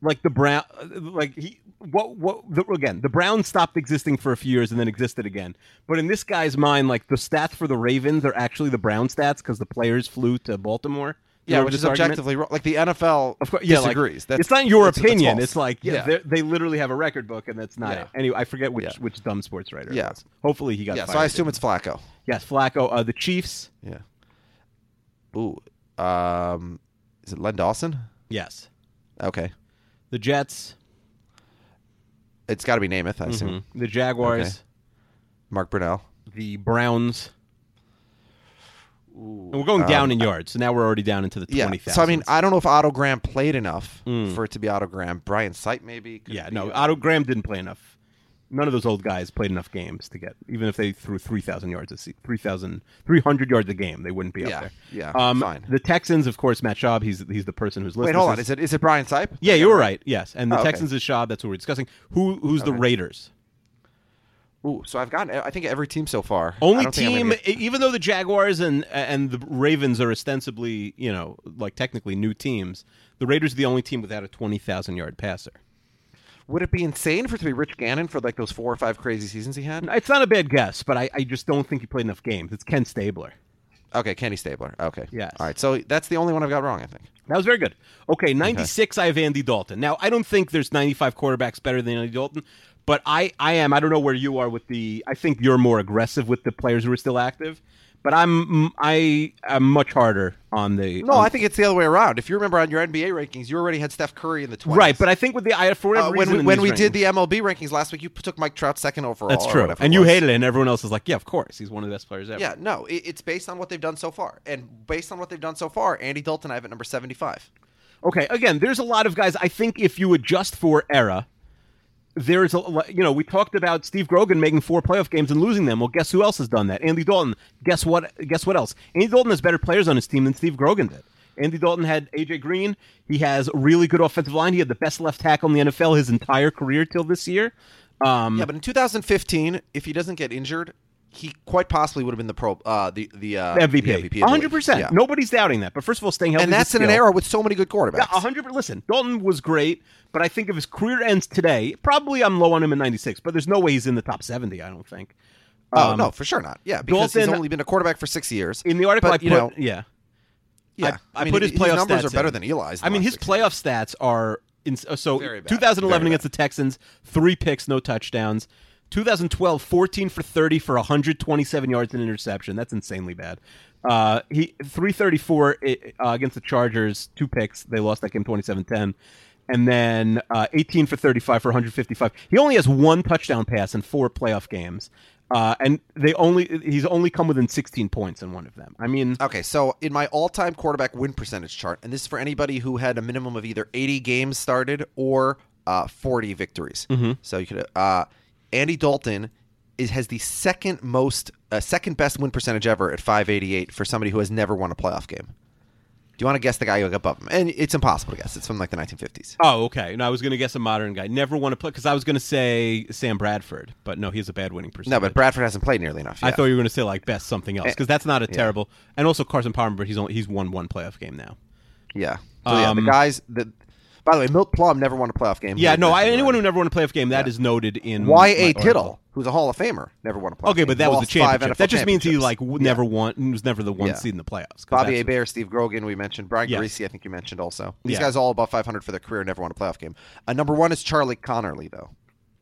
S3: like the Brown, uh, like he what what the, again the Browns stopped existing for a few years and then existed again. But in this guy's mind, like the stats for the Ravens are actually the Brown stats because the players flew to Baltimore. You
S2: Yeah,
S3: remember
S2: which
S3: this
S2: is
S3: argument?
S2: objectively wrong. Like the NFL
S3: Of course, yeah, like,
S2: disagrees.
S3: it's not your
S2: that's- that's
S3: opinion.
S2: false.
S3: It's like yeah, they're- they literally have a record book, and that's not
S2: Yeah.
S3: it. Anyway, I forget which
S2: Yeah.
S3: which dumb sports writer. it
S2: Yeah.
S3: was. hopefully he got.
S2: yeah.
S3: fired.
S2: So I assume it's Flacco.
S3: yes, Flacco, uh, the Chiefs.
S2: Yeah. Ooh. Um, is it Len Dawson?
S3: Yes,
S2: Okay.
S3: the Jets,
S2: It's got to be Namath. I assume.
S3: the Jaguars,
S2: Mark Brunell.
S3: the Browns. and we're going down in yards, so now we're already down into the
S2: Yeah.
S3: twenty thousand.
S2: So I mean, I don't know if Otto Graham played enough for it to be Otto Graham. Brian Sight maybe. could
S3: Mm. yeah,
S2: be
S3: no,
S2: a-
S3: Otto Graham didn't play enough. None of those old guys played enough games to get, even if they threw three thousand yards a se- 3,000 300 yards a game, they wouldn't be
S2: Yeah,
S3: up there.
S2: yeah,
S3: um,
S2: fine.
S3: The Texans, of course, Matt Schaub. He's he's the person who's listening.
S2: Wait, hold on. Is it is it Brian Sipe?
S3: Yeah, you were right. Yes, and the
S2: Oh, okay.
S3: Texans is Schaub. That's what we're discussing. Who who's the Raiders?
S2: Ooh, so I've gotten I think every team so far. I
S3: Only
S2: don't think I'm
S3: team,
S2: gonna get-
S3: e- even though the Jaguars and and the Ravens are ostensibly, you know, like technically new teams, the Raiders are the only team without a twenty thousand yard passer.
S2: would it be insane for it to be Rich Gannon for like those four or five crazy seasons he had?
S3: It's not a bad guess, but I, I just don't think he played enough games. It's Ken Stabler.
S2: Okay, Kenny Stabler. Okay.
S3: Yes.
S2: All right. So that's the only one I've got wrong, I think.
S3: That was very good. Okay, 96, I have Andy Dalton. Now, I don't think there's 95 quarterbacks better than Andy Dalton, but I, I am. I don't know where you are with the. I think you're more aggressive with the players who are still active, but I'm I am much harder on the.
S2: No,
S3: on-
S2: I think it's the other way around. If you remember on your NBA rankings, you already had Steph Curry in the 20s.
S3: Right, but I think with the. I, for whatever
S2: Uh, when
S3: reason
S2: we,
S3: in
S2: when
S3: these
S2: we
S3: rankings-
S2: did the MLB rankings last week, you p- took Mike Trout second overall.
S3: That's
S2: or
S3: true.
S2: whatever
S3: And you
S2: was.
S3: hated it, and everyone else is like, yeah, of course. He's one of the best players ever.
S2: Yeah, no, it, it's based on what they've done so far, and based on what they've done so far, Andy Dalton I have at number seventy-five.
S3: Okay, again, there's a lot of guys. I think if you adjust for era, there's a lo- you know we talked about Steve Grogan making four playoff games and losing them. Well, guess who else has done that? Andy Dalton. Guess what? Guess what else? Andy Dalton has better players on his team than Steve Grogan did. Andy Dalton had AJ Green. He has a really good offensive line. He had the best left tackle in the NFL his entire career till this year. Um,
S2: Yeah, but in 2015, if he doesn't get injured, he quite possibly would have been the pro, uh, the the, uh, the
S3: MVP,
S2: MVP, I
S3: one hundred
S2: believe.
S3: percent.
S2: Yeah.
S3: Nobody's doubting that. But first of all, staying healthy
S2: and
S3: is a
S2: that's in an
S3: skill.
S2: era with so many good quarterbacks.
S3: Yeah, 100. Listen, Dalton was great, but I think if his career ends today, probably I'm low on him in 96, but there's no way he's in the top 70, I don't think.
S2: oh
S3: Um,
S2: no, for sure not. Yeah, because
S3: Dalton-
S2: he's only been a quarterback for six years.
S3: In the article
S2: but,
S3: I put,
S2: you know,
S3: yeah.
S2: yeah,
S3: I, I put his playoff
S2: numbers
S3: stats
S2: are better
S3: in.
S2: than Eli's. in
S3: I
S2: the
S3: mean,
S2: last
S3: his
S2: six
S3: playoff stats are in, uh, so
S2: Very bad.
S3: 2011
S2: Very
S3: against the Texans, three picks, no touchdowns. 2012, 14 for 30 for 127 yards and interception. That's insanely bad. Uh, he 334 i- uh, against the Chargers, two picks. They lost that game 27-10. And then uh, 18 for 35 for 155. He only has one touchdown pass in four playoff games. Uh, and they only he's only come within 16 points in one of them. I mean,
S2: Okay, so in my all-time quarterback win percentage chart, and this is for anybody who had a minimum of either 80 games started or uh, 40 victories.
S3: Mm-hmm.
S2: So you could uh, Andy Dalton is has the second most uh, second best win percentage ever at 588 for somebody who has never won a playoff game. Do you want to guess the guy who got above him? And it's impossible to guess. It's from like the 1950s.
S3: Oh, okay. And I was going to guess a modern guy. Never want to play because I was going to say Sam Bradford, but no, he has a bad winning percentage.
S2: No, but Bradford hasn't played nearly enough.
S3: I
S2: yeah. Eh,
S3: thought you were going to say like best something else because that's not a terrible. And also Carson Palmer, but he's only he's won one playoff game now.
S2: yeah. So yeah, the
S3: Um,
S2: guys. The, by the way, Milt Plum never won a playoff game.
S3: Yeah,
S2: He
S3: no. I,
S2: mentioned
S3: anyone
S2: already.
S3: who never won a playoff game that is noted
S2: Y.
S3: in Mm, my
S2: A.
S3: article.
S2: Tittle, who's a Hall of Famer, never won a playoff.
S3: Okay,
S2: game.
S3: but that was the
S2: Lost five
S3: championship.
S2: NFL
S3: That just means he
S2: championships.
S3: like w-
S2: Yeah.
S3: never won. Was never the one
S2: Yeah.
S3: seed in the playoffs. 'cause
S2: Bobby
S3: that's-
S2: A. Bear, Steve Grogan, we mentioned Brian
S3: Yes.
S2: Greasy. I think you mentioned also. These
S3: Yeah.
S2: guys all above 500 for their career, never won a playoff game. Uh, number one is Charlie Connerly, though.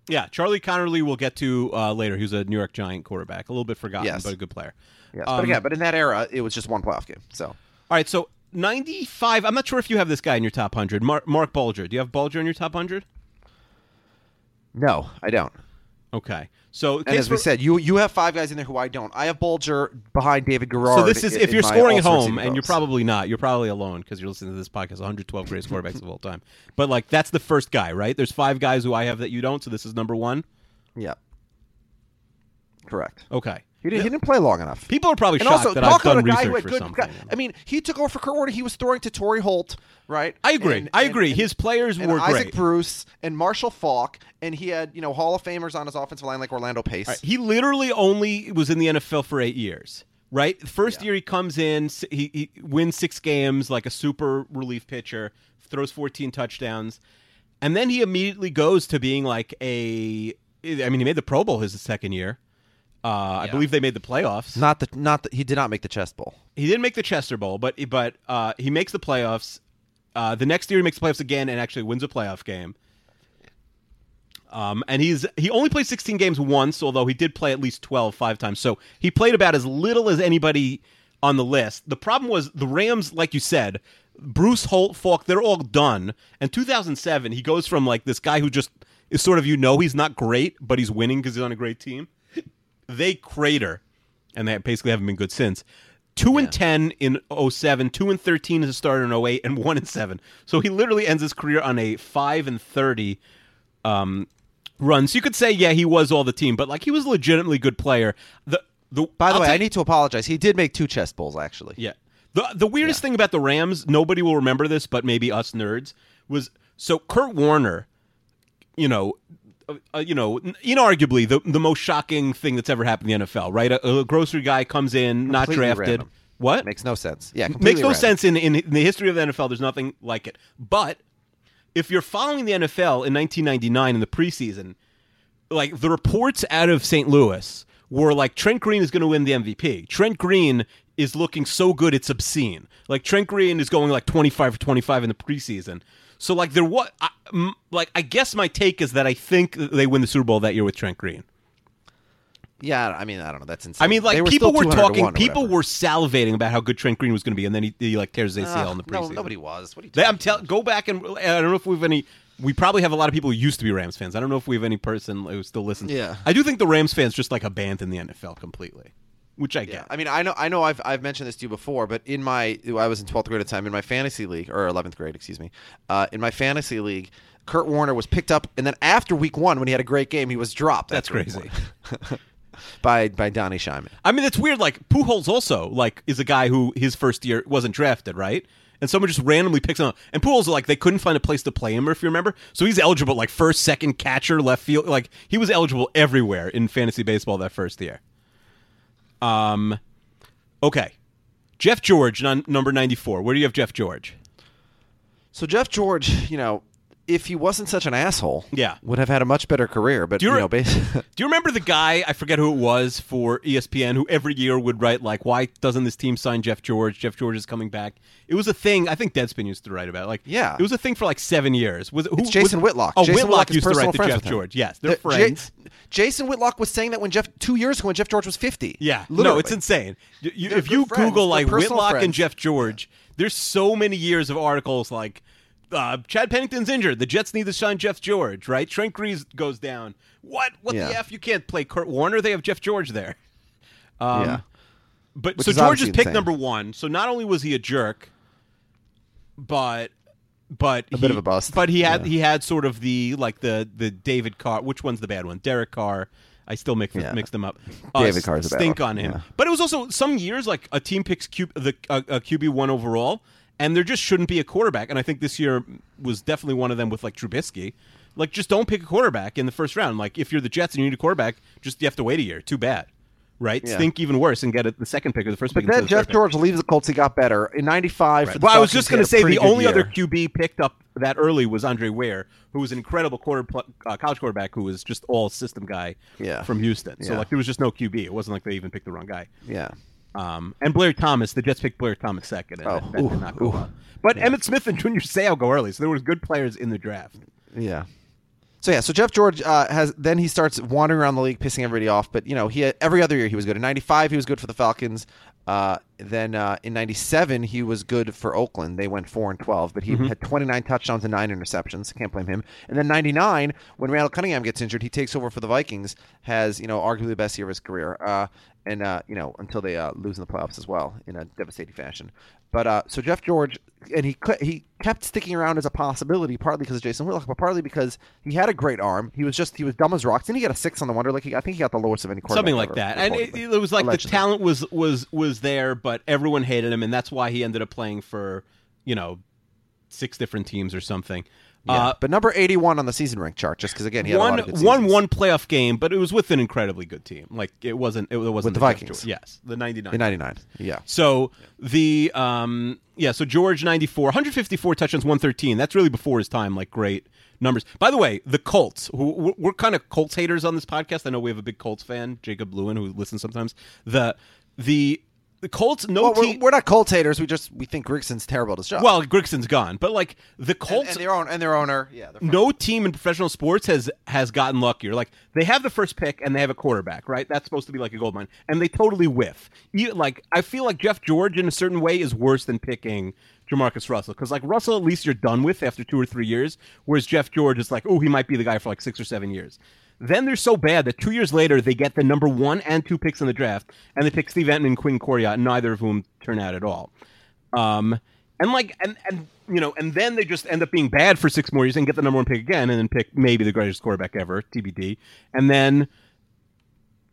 S3: Yeah, Charlie Connerly. We'll get to uh, later. He was a New York Giant quarterback, a little bit forgotten,
S2: Yes.
S3: but a good player.
S2: Yes,
S3: Um,
S2: but again, but in that era, it was just one playoff game. So
S3: All right, so 95. I'm not sure if you have this guy in your top 100. Mar- Mark Bulger. Do you have Bulger in your top 100?
S2: no, I don't.
S3: Okay. So,
S2: And
S3: case
S2: as we
S3: for-
S2: said, you you have five guys in there who I don't. I have Bulger behind David Garrard.
S3: so this is
S2: in-
S3: if
S2: in
S3: you're
S2: my
S3: scoring at
S2: all-star
S3: home,
S2: team
S3: and you're
S2: votes.
S3: probably not. You're probably alone because you're listening to this podcast. 112 greatest quarterbacks of all time. But like that's the first guy, right? There's five guys who I have that you don't. So this is number one.
S2: yeah, correct.
S3: Okay.
S2: He didn't, he didn't play long enough.
S3: People are probably
S2: and
S3: shocked
S2: also,
S3: that
S2: talk
S3: I've done
S2: about a guy who
S3: research
S2: had
S3: for
S2: good,
S3: something.
S2: I mean, he took over for Kerr. He was throwing to Torrey Holt, right?
S3: I agree.
S2: And-
S3: I
S2: and-
S3: agree.
S2: and-
S3: His players
S2: and
S3: were
S2: Isaac
S3: great.
S2: Bruce and Marshall Falk, and he had you know Hall of Famers on his offensive line like Orlando Pace.
S3: All right, He literally only was in the NFL for eight years, right? The First year he comes in, s- he, he wins six games like a super relief pitcher, throws 14 touchdowns, and then he immediately goes to being like a. I mean, he made the Pro Bowl his second year. Uh, I believe they made the playoffs.
S2: Not the not the, he did not make the chest bowl.
S3: he didn't make the Chester Bowl, but but uh, he makes the playoffs. Uh, the next year, he makes the playoffs again and actually wins a playoff game. Um, and he's he only played 16 games once, although he did play at least 12 five times. So he played about as little as anybody on the list. The problem was the Rams, like you said, Bruce Holt, Falk, they're all done. And 2007, he goes from like this guy who just is sort of you know he's not great, but he's winning because he's on a great team they crater, and they basically haven't been good since. Two and ten in 07, two and thirteen as a starter in 08, and one and seven. So he literally ends his career on a five and thirty um, run. So you could say, yeah, he was all the team, but like he was a legitimately good player. The the
S2: By the
S3: I'll
S2: way,
S3: tell
S2: I
S3: you-
S2: need to apologize. He did make two chest bowls actually.
S3: yeah. The the weirdest thing about the Rams, nobody will remember this, but maybe us nerds, was so Kurt Warner, you know, uh, uh, you know, n- inarguably the the most shocking thing that's ever happened in the NFL, right? A, a grocery guy comes in, not
S2: Completely
S3: drafted.
S2: random.
S3: What?
S2: Makes no sense. Yeah,
S3: makes
S2: completely
S3: no
S2: random.
S3: sense in, in in the history of the NFL. There's nothing like it. But if you're following the NFL in 1999 in the preseason, like the reports out of St. Louis were like Trent Green is going to win the MVP. Trent Green is looking so good it's obscene. Like Trent Green is going like 25 for 25 in the preseason. So like there what like I guess my take is that I think they win the Super Bowl that year with Trent Green.
S2: Yeah, I mean, I don't know. That's insane.
S3: I mean,
S2: They
S3: like
S2: were
S3: people
S2: still
S3: were
S2: 200 to
S3: talking,
S2: one or
S3: people
S2: whatever.
S3: were salivating about how good Trent Green was going to be, and then he, he like tears his ACL in the
S2: Ah, no,
S3: preseason.
S2: nobody was. What are you
S3: They, I'm
S2: talking
S3: tell go back and I don't know if we've any. We probably have a lot of people who used to be Rams fans. I don't know if we have any person who still listens.
S2: Yeah.
S3: I do think the Rams fans just like abandon the NFL completely, which I
S2: Yeah,
S3: get.
S2: I mean, I know, I know, I've, I've mentioned this to you before, but in my, I was in twelfth grade at the time in my fantasy league or eleventh grade, excuse me, uh, in my fantasy league, Kurt Warner was picked up, and then after week one, when he had a great game, he was dropped.
S3: That's
S2: after week
S3: crazy.
S2: one. by by Donnie Shyman.
S3: I mean, it's weird. Like Pujols also like is a guy who his first year wasn't drafted, right? And someone just randomly picks him up. And Pujols like they couldn't find a place to play him, if you remember. So he's eligible like first, second catcher, left field. Like he was eligible everywhere in fantasy baseball that first year. Um, okay, Jeff George, non- number ninety four. Where do you have Jeff George?
S2: So Jeff George, you know, if he wasn't such an asshole,
S3: Yeah.
S2: would have had a much better career. But
S3: Do
S2: you,
S3: you re-
S2: know, bas-
S3: Do you remember the guy? I forget who it was for E ESPN who every year would write like, "Why doesn't this team sign Jeff George? Jeff George is coming back." It was a thing. I think Deadspin used to write about. It. Like,
S2: Yeah.
S3: it was a thing for like seven years. Was it- who,
S2: It's Jason
S3: was-
S2: Whitlock.
S3: Oh,
S2: Jason
S3: Whitlock
S2: is
S3: used to
S2: personal
S3: write the
S2: friends
S3: Jeff
S2: with him.
S3: George. Yes, they're
S2: The- Ja-
S3: friends.
S2: Jason Whitlock was saying that when Jeff two years ago when Jeff George was fifty.
S3: yeah, no,
S2: Literally.
S3: it's insane. You- you-
S2: They're
S3: if you
S2: good friends.
S3: Google
S2: They're
S3: like
S2: personal
S3: Whitlock and
S2: friends.
S3: Jeff George, there's so many years of articles like. Uh, Chad Pennington's injured. The Jets need to sign Jeff George, right? Trent Grease goes down. What? What the
S2: Yeah.
S3: f? You can't play Kurt Warner. They have Jeff George there. Um,
S2: yeah.
S3: But
S2: Which
S3: so
S2: is
S3: George is
S2: obviously
S3: pick
S2: insane.
S3: number one. So not only was he a jerk, but but a he,
S2: bit of a bust.
S3: But he had he had sort of the like the the David Carr. Which one's the bad one? Derek Carr. I still mix
S2: Yeah.
S3: mix them up.
S2: David
S3: s-
S2: Carr's the bad
S3: stink
S2: one,
S3: on him.
S2: yeah.
S3: But it was also some years like a team picks Q, the uh, uh, QB one overall, and there just shouldn't be a quarterback. And I think this year was definitely one of them with like Trubisky. Like just don't pick a quarterback in the first round. Like if you're the Jets and you need a quarterback, just you have to wait a year. Too bad, right?
S2: Yeah.
S3: Stink even worse and get it the second pick or the first pick.
S2: But then
S3: instead of
S2: Jeff
S3: the third
S2: George leaves the Colts. He got better in '95.
S3: pick. Well, I was just going to say the only other QB picked up that early was Andre Ware, who was an incredible quarter pl- uh, college quarterback who was just all system guy
S2: Yeah.
S3: from Houston. So
S2: Yeah.
S3: like there was just no QB. It wasn't like they even picked the wrong guy.
S2: Yeah.
S3: Um, and Blair Thomas, the Jets picked Blair Thomas second, and
S2: Oh,
S3: that, that
S2: ooh,
S3: did not go
S2: ooh.
S3: well. But Emmett Smith and Junior Seau go early, so there was good players in the draft.
S2: Yeah. So yeah, so Jeff George uh, has then he starts wandering around the league, pissing everybody off. But you know, he every other year he was good. In '95, he was good for the Falcons. Uh, then uh, in '97, he was good for Oakland. They went four and 12, but he
S3: Mm-hmm.
S2: had 29 touchdowns and nine interceptions. Can't blame him. And then '99, when Randall Cunningham gets injured, he takes over for the Vikings. Has you know arguably the best year of his career. Uh, and uh, you know until they uh, lose in the playoffs as well in a devastating fashion. But uh, so Jeff George, and he cl- he kept sticking around as a possibility, partly because of Jason Whitlock, but partly because he had a great arm. He was just he was dumb as rocks, and he got a six on the Wonder. Like he, I think he got the lowest of any quarterback.
S3: something like
S2: ever,
S3: that. And it,
S2: reportedly.
S3: it was like
S2: Allegedly.
S3: the talent was was was there, but everyone hated him, and that's why he ended up playing for you know six different teams or something.
S2: Yeah.
S3: Uh,
S2: but number eighty-one on the season rank chart, just because again he had a
S3: one
S2: lot of good
S3: one
S2: seasons.
S3: one playoff game, but it was with an incredibly good team. Like it wasn't it wasn't
S2: With the
S3: Jeff
S2: Vikings.
S3: George- Yes, the ninety nine.
S2: in ninety-nine. Yeah,
S3: So the um yeah, so George 94, 154 touchdowns, 113. That's really before his time, like great numbers. By the way, the Colts, who we're, we're kind of Colts haters on this podcast. I know we have a big Colts fan, Jacob Lewin, who listens sometimes. The the the Colts no
S2: well, we're,
S3: team
S2: we're not Colts haters. We just we think Grigson's terrible at his job.
S3: well, Grigson's gone, but like the
S2: and,
S3: Colts
S2: and their own and their owner. Yeah, they're fine.
S3: no team in professional sports has has gotten luckier. Like they have the first pick and they have a quarterback, right? That's supposed to be like a gold mine, and they totally whiff. You, like I feel like Jeff George in a certain way is worse than picking Jamarcus Russell because like Russell at least you're done with after two or three years, whereas Jeff George is like, oh, he might be the guy for like six or seven years. Then they're so bad that two years later they get the number one and two picks in the draft, and they pick Steve Entman and Quinn Coryat, neither of whom turn out at all. Um, and like, and and you know, and then they just end up being bad for six more years and get the number one pick again, and then pick maybe the greatest quarterback ever, TBD. And then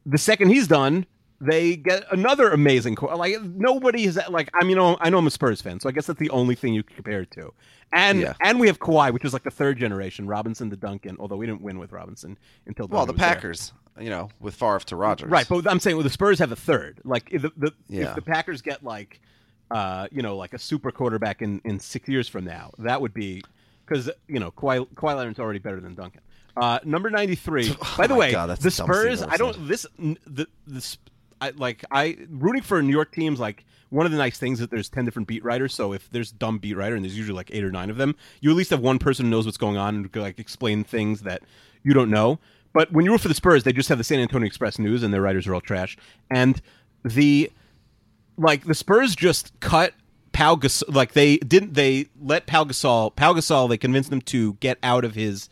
S3: the second he's done, they get another amazing quar- like nobody is like I mean, I know I'm a Spurs fan, so I guess that's the only thing you can compare it to. And
S2: Yeah.
S3: and we have Kawhi, which is like the third generation, Robinson to Duncan, although we didn't win with Robinson until
S2: Well,
S3: Duncan
S2: the
S3: was there.
S2: Packers, you know, with Favre to Rogers.
S3: Right, but I'm saying well, the Spurs have a third. Like if the, the
S2: Yeah.
S3: if the Packers get like uh, you know, like a super quarterback in, in six years from now, that would be because you know Kawhi, Kawhi Leonard's already better than Duncan. Uh, number ninety three. by the
S2: Oh my
S3: way,
S2: God, that's
S3: the
S2: the dumbest thing I've
S3: Spurs.
S2: ever
S3: I don't
S2: said.
S3: this n- the this I like I rooting for New York teams like. One of the nice things is that there's ten different beat writers, so if there's dumb beat writer and there's usually like eight or nine of them, you at least have one person who knows what's going on and can like explain things that you don't know. But when you root for the Spurs, they just have the San Antonio Express News, and their writers are all trash. And the like the Spurs just cut Pau Gasol. Like they didn't. They let Pau Gasol. Pau Gasol. They convinced him to get out of his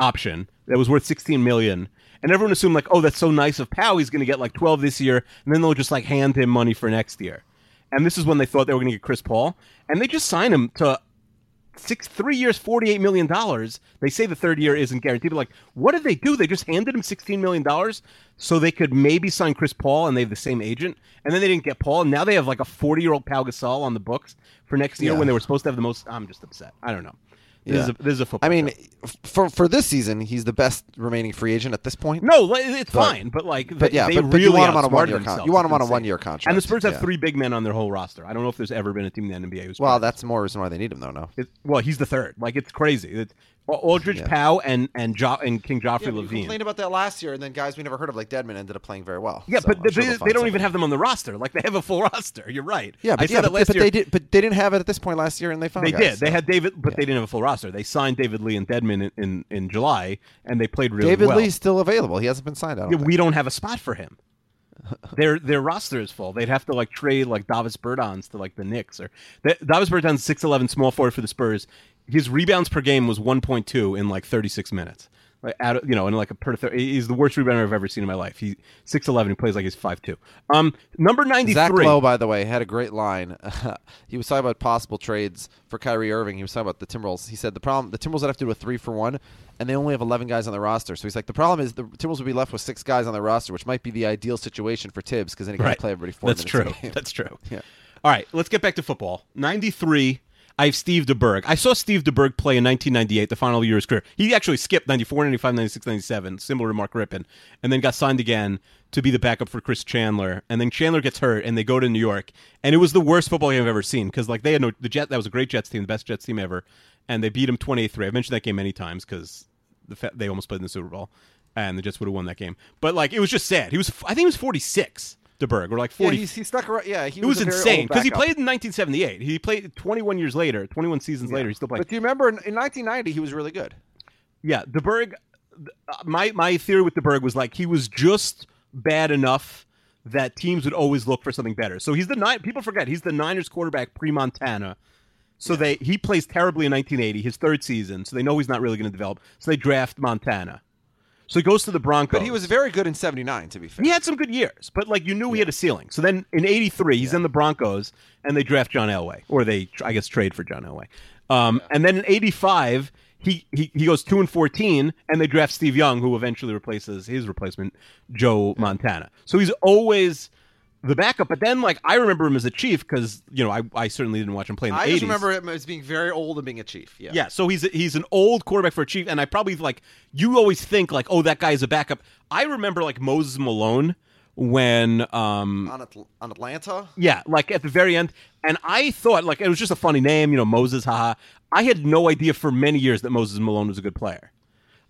S3: option that was worth sixteen million. And everyone assumed like, oh, that's so nice of Pau. He's going to get like twelve this year, and then they'll just like hand him money for next year. And this is when they thought they were going to get Chris Paul, and they just signed him to six three years, forty eight million dollars. They say the third year isn't guaranteed, but like, what did they do? They just handed him sixteen million dollars so they could maybe sign Chris Paul, and they have the same agent, and then they didn't get Paul, and now they have like a forty year old Pau Gasol on the books for next year
S2: Yeah.
S3: when they were supposed to have the most. I'm just upset. I don't know. This is
S2: Yeah.
S3: a, this is a
S2: I
S3: football.
S2: mean,
S3: show.
S2: f- for for this season, he's the best remaining free agent at this point.
S3: No, like, it's
S2: But-
S3: fine, but like, they,
S2: but yeah,
S3: they
S2: but- but you
S3: really
S2: want him on a
S3: outsmarted
S2: one-year con-
S3: themselves.
S2: you want
S3: It's
S2: him on a
S3: insane.
S2: one-year
S3: And the
S2: contract,
S3: Spurs have
S2: yeah.
S3: three big men on their whole roster. I don't know if there's ever been a team in the NBA who's
S2: Well,
S3: better.
S2: that's more reason why they need him, though. No,
S3: It, well, he's the third. Like it's crazy. It's Al- Aldridge,
S2: Yeah.
S3: Powell, and and jo- and King Joffrey Levine.
S2: about that last year, and then guys we never heard of, like Deadman, ended up playing very well.
S3: Yeah, but they, they don't even have them on the roster. Like they have a full roster. You're right.
S2: Yeah, but,
S3: I said
S2: yeah,
S3: that
S2: but,
S3: last
S2: but
S3: year.
S2: they did. But they didn't have it at this point last year, and they found.
S3: They
S2: guys,
S3: did. They
S2: so.
S3: had David, but
S2: Yeah.
S3: they didn't have a full roster. They signed David Lee and Deadman in, in, in July, and they played really
S2: David
S3: well.
S2: Lee's still available. He hasn't been signed. I don't
S3: Yeah,
S2: think.
S3: we don't have a spot for him. their their roster is full. They'd have to like trade like Davis Bertans to like the Knicks or that, Davis Bertans six eleven small forward for the Spurs. His rebounds per game was one point two in like thirty six minutes. Like out of, you know, in like a per thir- he's the worst rebounder I've ever seen in my life. He six eleven. He plays like he's five two. Um, number ninety
S2: Zach
S3: three.
S2: Lowe, by the way, had a great line. he was talking about possible trades for Kyrie Irving. He was talking about the Timberwolves. He said the problem the Timberwolves would have to do a three for one, and they only have eleven guys on the roster. So he's like, the problem is the Timberwolves would be left with six guys on the roster, which might be the ideal situation for Tibbs because then he can play everybody four
S3: That's
S2: minutes. a
S3: true.
S2: game.
S3: That's true.
S2: Yeah.
S3: All right, let's get back to football. 93, I have Steve DeBerg. I saw Steve DeBerg play in 1998, the final year of his career. He actually skipped 94, 95, 96, 97, similar to Mark Rippon, and then got signed again to be the backup for Chris Chandler. And then Chandler gets hurt, and they go to New York. And it was the worst football game I've ever seen because, like, they had no, the Jet, that was a great Jets team, the best Jets team ever. And they beat him 28 3. I've mentioned that game many times because the fa- they almost played in the Super Bowl, and the Jets would have won that game. But, like, it was just sad. He was, I think he was 46, DeBerg, or like
S2: Yeah,
S3: 40.
S2: he's, he stuck around. Yeah, he
S3: It was
S2: a very
S3: insane
S2: old
S3: because he
S2: backup.
S3: played in 1978. He played 21 years later, 21 seasons later. He still played.
S2: But do you remember in, in 1990 he was really good?
S3: yeah, DeBerg. th- uh, My my theory with DeBerg was like he was just bad enough that teams would always look for something better. So he's the nine. People forget he's the Niners quarterback pre Montana. So they he plays terribly in 1980, his third season. So they know he's not really going to develop. So they draft Montana. So he goes to the Broncos.
S2: But he was very good in 79, to be fair.
S3: He had some good years, but like you knew he had a ceiling. So then in '83, he's in the Broncos, and they draft John Elway, or they, I guess, trade for John Elway. Um, And then in '85, he, he he goes two and fourteen, and they draft Steve Young, who eventually replaces his replacement, Joe Montana. So he's always the backup. But then, like, I remember him as a Chief because you know I, I certainly didn't watch him play in the
S2: I
S3: '80s.
S2: just remember him as being very old and being a chief. Yeah.
S3: Yeah, so he's he's an old quarterback for a chief, and I probably like you always think like, oh, that guy is a backup. I remember like Moses Malone when um
S2: On, Atl- on Atlanta?
S3: yeah, like at the very end, and I thought like it was just a funny name, you know, Moses, haha. I had no idea for many years that Moses Malone was a good player.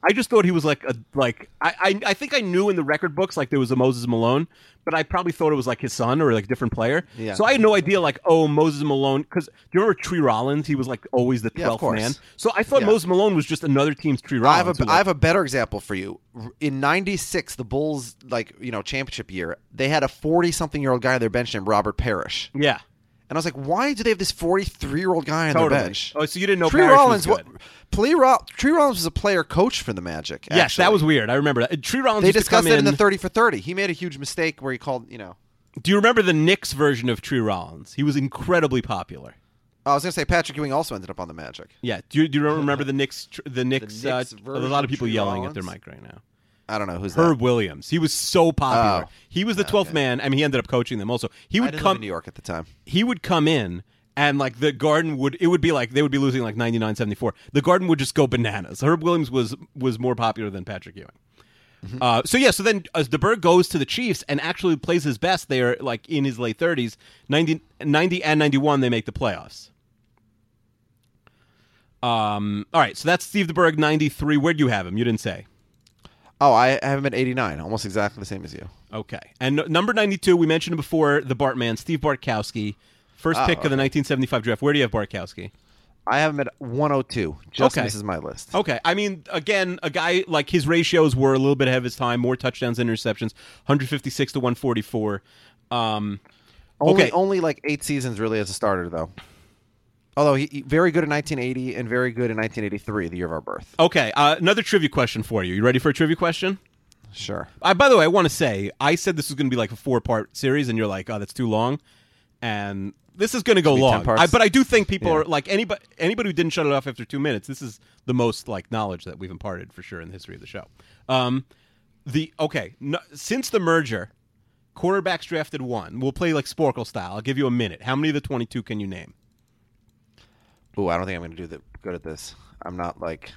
S3: I just thought he was like a like I, I I think I knew in the record books like there was a Moses Malone, but I probably thought it was like his son or like a different player.
S2: Yeah.
S3: So I had no idea like oh Moses Malone because do you remember Tree Rollins? He was like always the
S2: Yeah, of
S3: twelfth
S2: course.
S3: man. So I thought
S2: Yeah.
S3: Moses Malone was just another team's Tree
S2: I have
S3: Rollins.
S2: a I have a better example for you. R- In '96, the Bulls like you know championship year, they had a 40 something year old guy on their bench named Robert Parrish,
S3: a yeah.
S2: and I was like, why do they have this 43 year old guy on
S3: Totally.
S2: their bench?
S3: Oh, so you didn't know
S2: Tree
S3: Parrish
S2: Rollins?
S3: was good.
S2: wa- Tree, Ro- Tree Rollins was a player coach for the Magic.
S3: Yes,
S2: actually.
S3: that was weird. I remember that. Tree Rollins.
S2: They
S3: used to
S2: discussed
S3: come
S2: it in the 30 for 30. He made a huge mistake where he called you know.
S3: Do you remember the Knicks version of Tree Rollins? He was incredibly popular.
S2: I was gonna say Patrick Ewing also ended up on the Magic.
S3: Yeah. Do you, do you remember the Knicks? tr- The Knicks. uh,
S2: Knicks
S3: there's a
S2: version of
S3: lot of people
S2: Tree
S3: yelling at their
S2: Rollins?
S3: mic right now.
S2: I don't know who's
S3: Herb
S2: that.
S3: Williams. He was so popular.
S2: Oh.
S3: he was the twelfth man. I mean, he ended up coaching them also. He
S2: I
S3: would
S2: didn't live
S3: come.
S2: in New York at the time.
S3: He would come in. And like the garden would, it would be like they would be losing like ninety nine seventy four. The garden would just go bananas. Herb Williams was was more popular than Patrick Ewing. Uh, so yeah, so then as DeBerg goes to the Chiefs and actually plays his best there, like in his late thirties, 90, 90 and ninety one, they make the playoffs. Um, all right, so that's Steve DeBerg ninety three. Where'd you have him? You didn't say.
S2: Oh, I I have him at 89, almost exactly the same as you.
S3: Okay. And n- number 92, we mentioned him before, the Bartman, Steve Bartkowski. First pick of the 1975 draft. Where do you have Bartkowski?
S2: I have him at 102. Just
S3: Okay.
S2: misses my list.
S3: Okay. I mean, again, a guy like his ratios were a little bit ahead of his time, more touchdowns and interceptions, 156 to 144. Um,
S2: Only,
S3: Okay.
S2: only like eight seasons really as a starter though. Although he, he- very good in 1980 and very good in 1983, the year of our birth.
S3: okay. Uh, another trivia question for you. You ready for a trivia question?
S2: Sure.
S3: I, by the way, I want to say I said this was going to be like a four part series, and you're like, "Oh, that's too long," and this is going to go
S2: Should be 10
S3: long.
S2: parts?
S3: I, but I do think people
S2: Yeah.
S3: are like anybody anybody who didn't shut it off after two minutes. This is the most like knowledge that we've imparted for sure in the history of the show. Um, the okay, no, since the merger, quarterbacks drafted one. We'll play like Sporkle style. I'll give you a minute. How many of the twenty two can you name?
S2: Ooh, I don't think I'm going to do the, good at this. I'm not like,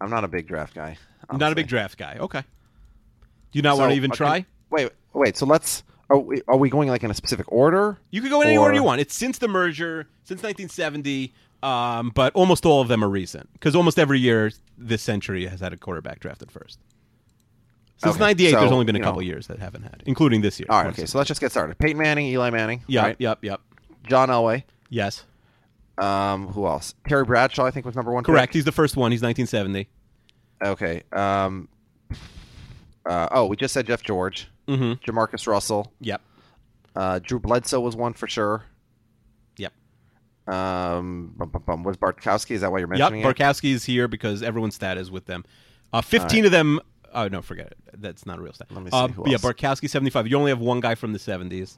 S2: I'm not a big draft guy.
S3: I'm not a big
S2: honestly.
S3: draft guy. Okay. Do you not
S2: So,
S3: want to even
S2: okay,
S3: try?
S2: Wait, wait. So let's. Are we, are we going like in a specific order?
S3: You could go in any order
S2: Or-
S3: you want. It's since the merger, since 1970, um, but almost all of them are recent because almost every year this century has had a quarterback drafted first. Since
S2: Okay,
S3: '98,
S2: so,
S3: there's only been a
S2: you
S3: couple
S2: know.
S3: years that haven't had, including this year.
S2: All right. Okay. So let's just get started. Peyton Manning, Eli Manning.
S3: yep,
S2: right?
S3: yep, yep.
S2: John Elway.
S3: Yes,
S2: Um, who else? Terry Bradshaw, I think, was number one. pick.
S3: correct. He's the first one. He's 1970.
S2: Okay. Um, uh, oh, we just said Jeff George, mm-hmm. Jamarcus Russell,
S3: Yep,
S2: uh, Drew Bledsoe was one for sure.
S3: yep,
S2: Um, bum, bum, bum. was Bartkowski? Is that why you're
S3: yep.
S2: mentioning it?
S3: Barkowski is here because everyone's stat is with them. Uh, 15 of them. Oh no, forget it. That's not a real stat.
S2: Let me
S3: Uh,
S2: see who
S3: but yeah,
S2: else.
S3: Barkowski 75. You only have one guy from the 70s,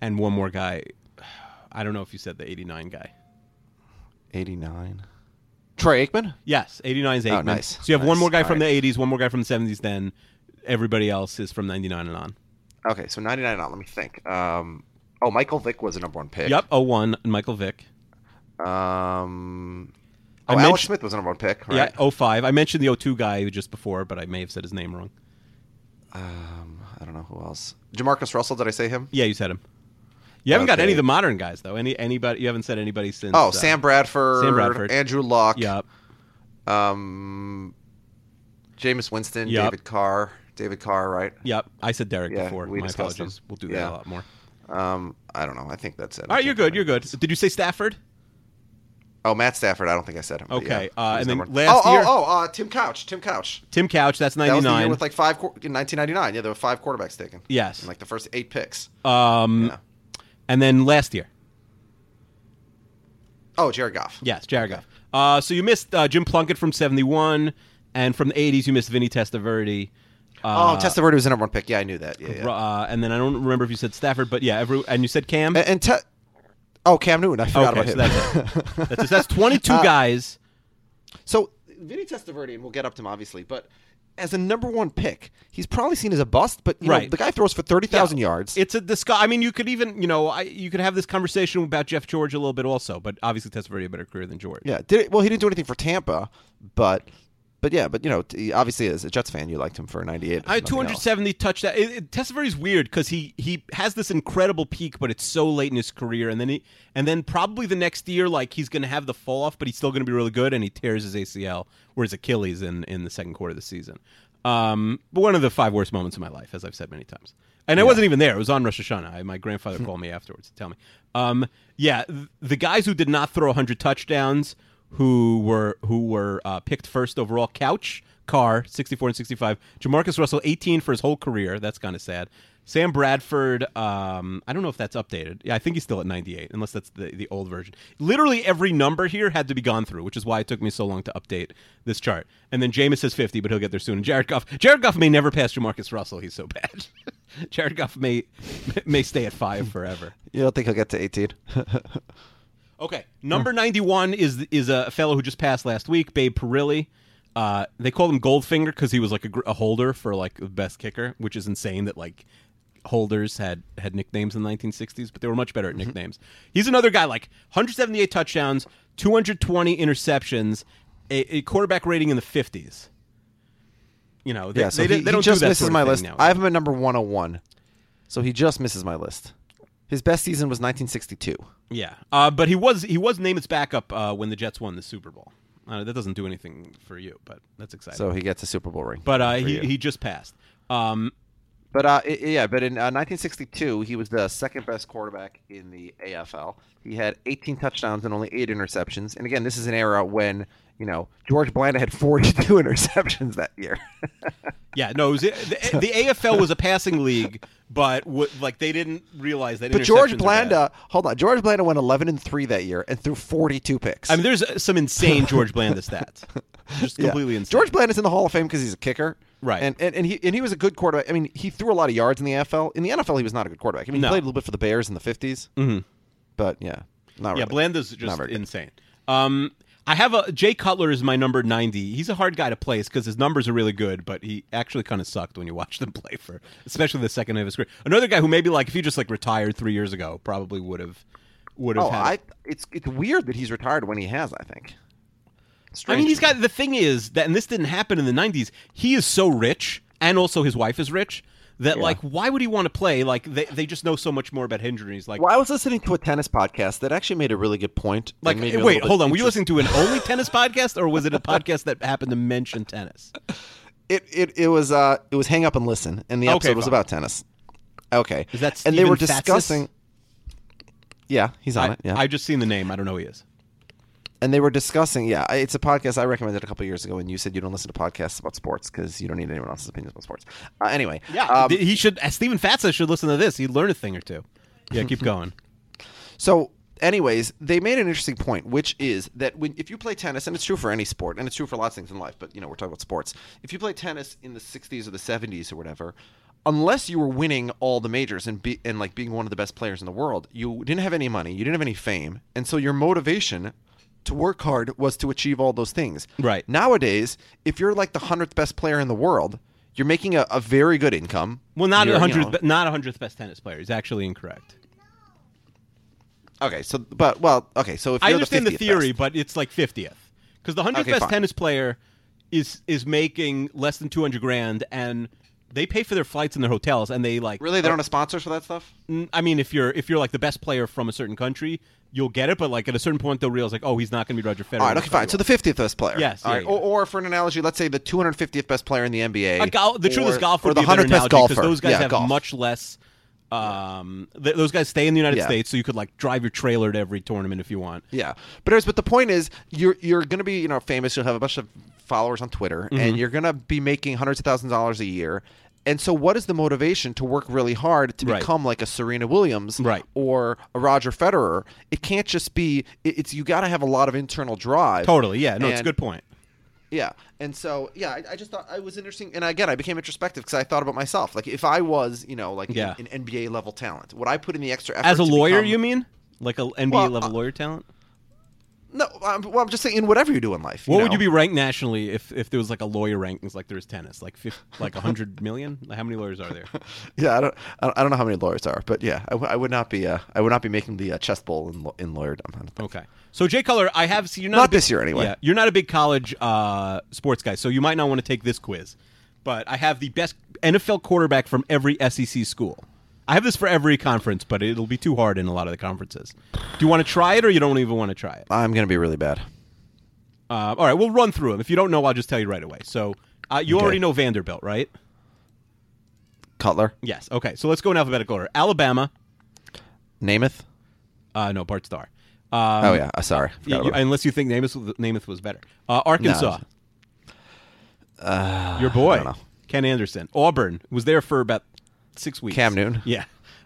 S3: and one more guy. I don't know if you said the 89 guy.
S2: Eighty-nine. Troy Aikman.
S3: Yes, 89 is 8.
S2: Oh, nice.
S3: So you have one
S2: Nice.
S3: more guy from
S2: All
S3: the 80s, one more guy from the 70s, then everybody else is from 99 and on.
S2: Okay, so ninety-nine. Not. Let me think. Um, oh, Michael Vick was the number one pick.
S3: Yep, 01, and Michael Vick.
S2: Um, oh,
S3: I
S2: Alex
S3: mentioned-
S2: Smith was the number one pick. Right?
S3: Yeah, 05. I mentioned the 02 guy just before, but I may have said his name wrong.
S2: Oh, I don't know who else. Jamarcus Russell. Did I say him?
S3: Yeah, you said him. You haven't got any of
S2: Okay.
S3: the modern guys though. Any anybody you haven't said anybody since
S2: Oh,
S3: uh,
S2: Sam Bradford.
S3: Sam Bradford.
S2: Andrew Locke.
S3: Yep.
S2: Um, Jameis Winston.
S3: Yep.
S2: David Carr. David Carr. Right.
S3: Yep. I said Derek
S2: Yeah,
S3: before.
S2: we
S3: My
S2: discussed
S3: apologies.
S2: him.
S3: We'll do that
S2: Yeah.
S3: a lot more.
S2: Um, I don't know. I think that's it.
S3: All right, you're good. You're good. Did you say Stafford?
S2: Oh, Matt Stafford. I don't think I said him. but
S3: Okay,
S2: yeah,
S3: uh,
S2: he was
S3: and then
S2: number-
S3: last
S2: oh,
S3: year-
S2: Oh, oh, uh, Tim Couch. Tim Couch.
S3: Tim Couch, that's
S2: That
S3: 99.
S2: was the year with like five quar- in 1999. Yeah, there were five quarterbacks taken.
S3: Yes.
S2: In like the first eight picks.
S3: um
S2: yeah.
S3: and then last year.
S2: Oh, Jared Goff.
S3: Yes, Jared Goff. Uh, so you missed uh, Jim Plunkett from 71 And from the 80s, you missed Vinny Testaverde.
S2: oh, Testaverde was the number one pick. Yeah, I knew that. Yeah, yeah.
S3: Uh, and then I don't remember if you said Stafford, but yeah, every and you said Cam.
S2: And, and te- oh, Cam Newton. Eh, I forgot
S3: okay,
S2: about
S3: so
S2: him. Uh,
S3: that's it. That's, it. that's 22 guys.
S2: So Vinny Testaverde, and we'll get up to him obviously, but as a number one pick, he's probably seen as a bust. But you know,
S3: Right.
S2: the guy throws for thirty thousand yards.
S3: It's a discuss. I mean, you could even, you know, I, you could have this conversation about Jeff George a little bit also, but obviously Testaverde had a better career than George.
S2: yeah, did it, well. He didn't do anything for Tampa, but but yeah, but you know, t- obviously as a Jets fan, you liked him for ninety eight.
S3: I had 270 touchdown. It, it, Testaverde's weird because he he has this incredible peak, but it's so late in his career, and then he and then probably the next year, like he's going to have the fall off, but he's still going to be really good, and he tears his ACL or his Achilles in in the second quarter of the season. Um, but one of the five worst moments of my life, as I've said many times, and I wasn't even there. It was on Rosh Hashanah. I, my grandfather called me afterwards to tell me. Um, yeah, th- the guys who did not throw 100 touchdowns, who were who were uh, picked first overall, Couch. Carr, 64 and 65. Jamarcus Russell, 18 for his whole career. That's kind of sad. Sam Bradford, um, I don't know if that's updated. Yeah, I think he's still at 98, unless that's the, the old version. Literally every number here had to be gone through, which is why it took me so long to update this chart. And then Jameis is 50, but he'll get there soon. And Jared Goff, Jared Goff may never pass Jamarcus Russell. He's so bad. Jared Goff may may stay at five forever.
S2: You don't think he'll get to eighteen?
S3: Okay, number ninety-one is is a fellow who just passed last week, Babe Perilli. Uh, they called him Goldfinger because he was like a, gr- a holder for like the best kicker, which is insane that like holders had had nicknames in the 1960s, but they were much better at
S2: Mm-hmm.
S3: nicknames. He's another guy like 178 touchdowns, 220 interceptions, a, a quarterback rating in the 50s. You know, they,
S2: yeah, so
S3: they,
S2: he,
S3: they don't
S2: he just
S3: do that
S2: misses
S3: sort of
S2: my
S3: thing
S2: list.
S3: now.
S2: I have him at number one hundred one, so he just misses my list. His best season was nineteen sixty two.
S3: Yeah, uh, but he was he was Namath's backup uh, when the Jets won the Super Bowl. Uh, that doesn't do anything for you, but that's exciting.
S2: So he gets a Super Bowl ring.
S3: but uh,
S2: for
S3: he,
S2: you.
S3: he just passed. Um,
S2: But uh, i- yeah, but in uh, 1962, he was the second best quarterback in the AFL. He had 18 touchdowns and only eight interceptions. And again, this is an era when you know George Blanda had 42 interceptions that year.
S3: yeah, no, it was, the, the AFL was a passing league, but w- like they didn't realize that.
S2: but George
S3: interceptions are bad.
S2: Blanda, hold on, George Blanda went 11 and three that year and threw 42 picks.
S3: I mean, there's uh, some insane George Blanda stats, just
S2: Yeah.
S3: completely insane.
S2: George Blanda's in the Hall of Fame because he's a kicker,
S3: Right.
S2: And, and and he and he was a good quarterback. I mean, he threw a lot of yards in the AFL. In the NFL, he was not a good quarterback. I mean,
S3: No. Mm-hmm.
S2: he played a little bit for the Bears in the 50s, but yeah, not really.
S3: yeah, Blanda's
S2: Not
S3: just
S2: very good.
S3: insane. Um, I have a Jay Cutler is my number ninety. He's a hard guy to place because his numbers are really good, but he actually kind of sucked when you watch them play for, especially the second half of his career. Another guy who maybe like if he just like retired three years ago, probably would have would have.
S2: Oh,
S3: had
S2: I, it's it's weird that he's retired when he has. I think.
S3: I mean, he's got the thing is that, and this didn't happen in the '90s. He is so rich, and also his wife is rich. That like, why would he want to play? Like, they, they just know so much more about injuries. Like,
S2: Well, I was listening to a tennis podcast that actually made a really good point.
S3: like wait, hold on. Were you listening to an only tennis podcast, or was it a podcast that happened to mention tennis?
S2: It it it was uh it was hang up and listen, and the
S3: Okay,
S2: episode was
S3: fine.
S2: about tennis. Okay,
S3: Is that
S2: and they were
S3: Steven Fatsis?
S2: discussing. Yeah, he's on
S3: I,
S2: it. Yeah,
S3: I just seen the name. I don't know who he is.
S2: and they were discussing. Yeah, I- it's a podcast I recommended a couple years ago, and you said you don't listen to podcasts about sports because you don't need anyone else's opinions about sports. Uh, anyway, um,
S3: Th- he should. Uh, Stephen Fatsis should listen to this. He'd learn a thing or two. Yeah, keep going.
S2: So, anyways, they made an interesting point, which is that when if you play tennis, and it's true for any sport, and it's true for lots of things in life, but you know we're talking about sports. If you play tennis in the '60s or the '70s or whatever, unless you were winning all the majors and be, and like being one of the best players in the world, you didn't have any money, you didn't have any fame, and so your motivation to work hard was to achieve all those things.
S3: Right.
S2: Nowadays, if you're like the hundredth best player in the world, you're making a, a very good income.
S3: Well, not
S2: You're,
S3: a
S2: you
S3: hundredth,
S2: know-
S3: be- not a hundredth best tennis player. He's actually incorrect.
S2: Okay, so but well, okay, so if
S3: I
S2: you're
S3: understand
S2: the,
S3: the,
S2: 50th
S3: theory,
S2: best-
S3: but it's like fiftieth because the hundredth
S2: Okay,
S3: best
S2: fine.
S3: tennis player is is making less than two hundred grand, and they pay for their flights and their hotels, and they like
S2: Really, they don't have sponsors for that stuff.
S3: N- I mean, if you're if you're like the best player from a certain country, you'll get it, but like at a certain point, they'll realize like, oh, he's not going to be Roger Federer.
S2: All right, okay, fine. So the 50th best player.
S3: Yes,
S2: All
S3: yeah,
S2: right.
S3: yeah.
S2: Or, or for an analogy, let's say the 250th best player in the NBA.
S3: A gol- the truth
S2: or,
S3: is golf
S2: or
S3: would
S2: the
S3: be a better
S2: 100th best
S3: analogy
S2: golfer.
S3: because those guys
S2: yeah,
S3: have
S2: golf.
S3: much less. Um, th- those guys stay in the United
S2: Yeah.
S3: States, so you could like drive your trailer to every tournament if you want.
S2: Yeah, but anyways, but the point is, you're you're gonna be you know famous. You'll have a bunch of followers on Twitter,
S3: Mm-hmm.
S2: and you're gonna be making hundreds of thousands of dollars a year. And so, what is the motivation to work really hard to
S3: Right.
S2: become like a Serena Williams
S3: Right.
S2: or a Roger Federer? It can't just be. It, it's you got to have a lot of internal drive.
S3: Totally, yeah. No, it's a
S2: And-
S3: good point.
S2: Yeah, and so yeah, I, I just thought I was interesting, and again, I became introspective because I thought about myself. Like, if I was, you know, like
S3: Yeah.
S2: an, an NBA level talent, would I put in the extra effort
S3: As a
S2: to
S3: lawyer,
S2: become-
S3: you mean? Like a NBA
S2: Well,
S3: level
S2: uh,
S3: lawyer talent?
S2: No, I'm, well, I'm just saying in whatever you do in life.
S3: What would
S2: know?
S3: you be ranked nationally if, if there was like a lawyer rankings like there is tennis? Like fif- like 100 million? Like, How many lawyers are there?
S2: Yeah, I don't, I don't- I don't know how many lawyers are, but yeah, I, w- I would not be, uh, I would not be making the uh, chess bowl in, law- in lawyerdom. I don't think.
S3: Okay. So Jay Cutler, I have so you're not,
S2: Not
S3: a big-
S2: this year, anyway.
S3: Yeah, you're not a big college uh, sports guy, so you might not want to take this quiz. But I have the best NFL quarterback from every SEC school. I have this for every conference, but it'll be too hard in a lot of the conferences. Do you want to try it, or you don't even want to try it?
S2: I'm gonna be really bad.
S3: Uh, all right, we'll run through them. If you don't know, I'll just tell you right away. So uh, you
S2: Okay.
S3: already know Vanderbilt, right?
S2: Cutler,
S3: Yes. Okay. So let's go in alphabetical order. Alabama.
S2: Namath.
S3: Uh, no, Bart Starr. Um,
S2: oh yeah, uh, sorry. Forgot
S3: Mm. Yeah, you-
S2: about him.
S3: unless you think Namath, Namath was better. Uh, Arkansas. Your boy,
S2: uh, know.
S3: Ken Anderson. Auburn was there for about six weeks.
S2: Cam Newton.
S3: Yeah.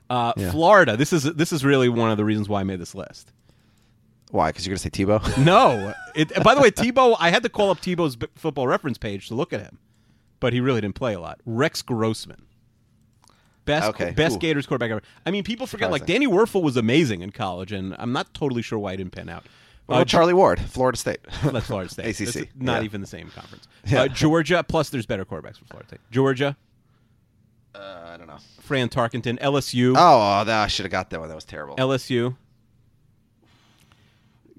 S3: Uh, Florida. This is this is really one of the reasons why I made this list.
S2: Why? Because you're gonna say Tebow.
S3: No. It, by the way, Tebow. I had to call up Tebow's b- football reference page to look at him, but he really didn't play a lot. Rex Grossman. Best,
S2: Okay.
S3: best
S2: Ooh.
S3: Gators quarterback ever. I mean, people forget like
S2: Surprising.
S3: Danny Werfel was amazing in college, and I'm not totally sure why he didn't pan out.
S2: What about Charlie Ward, Florida State.
S3: Uh, That's Florida State.
S2: ACC.
S3: It's not
S2: Yeah.
S3: even the same conference. Uh, Georgia, plus there's better quarterbacks for Florida State. Georgia. Uh, I
S2: don't know.
S3: Fran Tarkenton, LSU.
S2: Oh, that, I should have got that one. That was terrible.
S3: LSU.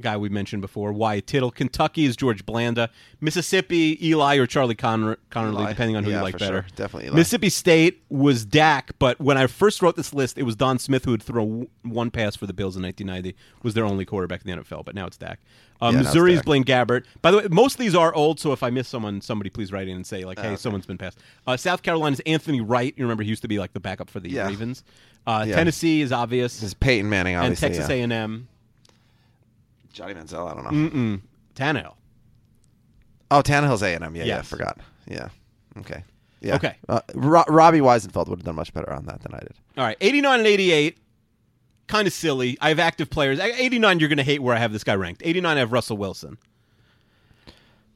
S3: Guy we mentioned before, Wyatt Tittle. Kentucky is George Blanda. Mississippi, Eli or Charlie Conner- Connerly,
S2: Eli.
S3: depending on who
S2: Yeah,
S3: you like
S2: for
S3: better.
S2: sure. Definitely Eli.
S3: Mississippi State was Dak, but when I first wrote this list, it was Don Smith who would throw w- one pass for the Bills in 1990. Was their only quarterback in the NFL, but now it's Dak. Uh,
S2: now it's
S3: Missouri's
S2: Dak.
S3: Blaine Gabbert. By the way, most of these are old, so if I miss someone, somebody please write in and say
S2: Ah,
S3: like, "Hey, someone's been passed." Uh, South Carolina's Anthony Wright. You remember he used to be like the backup for the
S2: Yeah.
S3: Ravens. Uh,
S2: Yeah.
S3: Tennessee is obvious
S2: This is Peyton Manning,
S3: and
S2: obviously.
S3: Texas
S2: yeah.
S3: A&M.
S2: Johnny Manziel. I don't know.
S3: Tannehill.
S2: Oh, Tannehill's A and M. Yeah, yeah, I
S3: Yes.
S2: forgot. Yeah. Okay. Yeah.
S3: Okay.
S2: Uh, Ro- Robbie Weisenfeld would have done much better on that than I did.
S3: All right, 89 and 88. Kind of silly. I have active players. I- 89, you're going to hate where I have this guy ranked. 89, I have Russell Wilson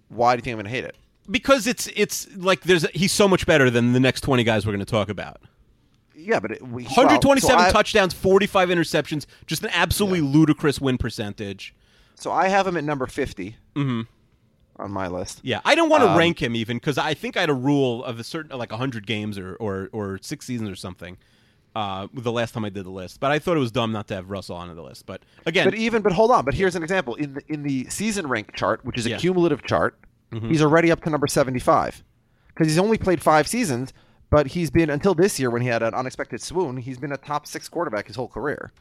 S2: Why do you think I'm going to hate it?
S3: because it's it's like there's he's so much better than the next 20 guys we're going to talk about.
S2: Yeah, but it, we, well, so
S3: 127
S2: I-
S3: touchdowns, 45 interceptions, just an absolutely ludicrous win percentage.
S2: So I have him at number 50
S3: Mm-hmm.
S2: on my list.
S3: Yeah, I don't want
S2: Um,
S3: to rank him even because I think I had a rule of a certain like hundred games or, or or six seasons or something. Uh, the last time I did the list, but I thought it was dumb not to have Russell on the list. But again,
S2: But even but hold on, but here's an example in the in the season rank chart, which is a
S3: Yeah.
S2: cumulative chart.
S3: Mm-hmm.
S2: He's already up to number 75 because he's only played 5 seasons, but he's been until this year when he had an unexpected swoon, he's been a top 6 quarterback his whole career.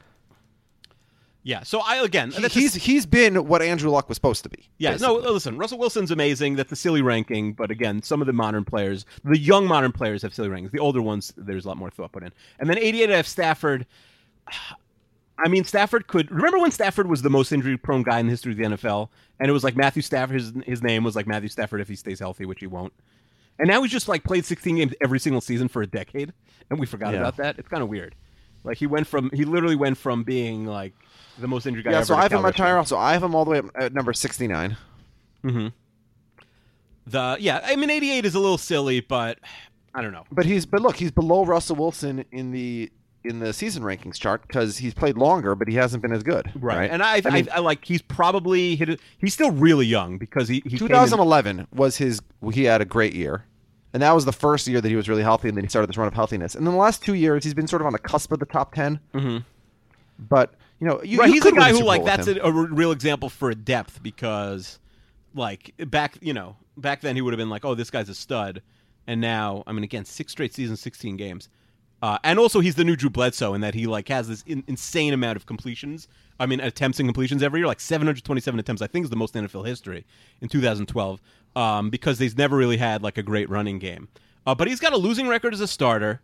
S3: yeah. So I again,
S2: He-
S3: that's a-
S2: he's he's been what Andrew Luck was supposed to be.
S3: Yeah,
S2: basically.
S3: no, listen, Russell Wilson's amazing. That's a silly ranking, but again, some of the modern players, the young modern players have silly rankings. The older ones, there's a lot more thought put in. And then 88, I have Stafford. I mean, Stafford could. Remember when Stafford was the most injury prone guy in the history of the NFL? And it was like Matthew Stafford, his, his name was like Matthew Stafford if he stays healthy, which he won't. And now he's just like played 16 games every single season for a decade, and we forgot
S2: Yeah.
S3: about that. It's kind of weird. Like he went from, he literally went from being like the most injured guy
S2: Yeah,
S3: ever.
S2: so
S3: to
S2: I have him
S3: Cal
S2: much
S3: Ripken.
S2: higher. Also, I have him all the way up at number sixty-nine.
S3: The yeah, I mean, eighty eight is a little silly, but I don't know.
S2: But he's but look, he's below Russell Wilson in the in the season rankings chart because he's played longer, but he hasn't been as good. Right,
S3: and I I, I,
S2: mean,
S3: like he's probably hit. it he's still really young because he, he came in-
S2: 2011 was his. He had a great year, and that was the first year that he was really healthy, and then he started this run of healthiness. And then the last two years, he's been sort of on the cusp of the top 10 Mm-hmm. But you know, you,
S3: right,
S2: you
S3: he's a
S2: could win
S3: guy who
S2: Super
S3: like
S2: Bowl with
S3: that's
S2: him.
S3: a, a real example for depth because like back you know back then he would have been like oh this guy's a stud, and now I mean again six straight seasons, sixteen games. Uh, and also, he's the new Drew Bledsoe in that he like has this in- insane amount of completions. I mean, attempts and completions every year, like 727 attempts. I think is the most in NFL history in 2012 um, because they've never really had like a great running game. Uh, but he's got a losing record as a starter.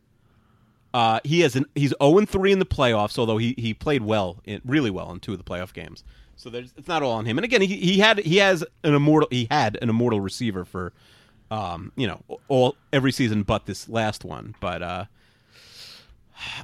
S3: Uh, he has an he's zero and three in the playoffs, although he he played well, in, really well in two of the playoff games. So there's it's not all on him. And again, he, he had he has an immortal he had an immortal receiver for, um, you know, all every season but this last one. But uh,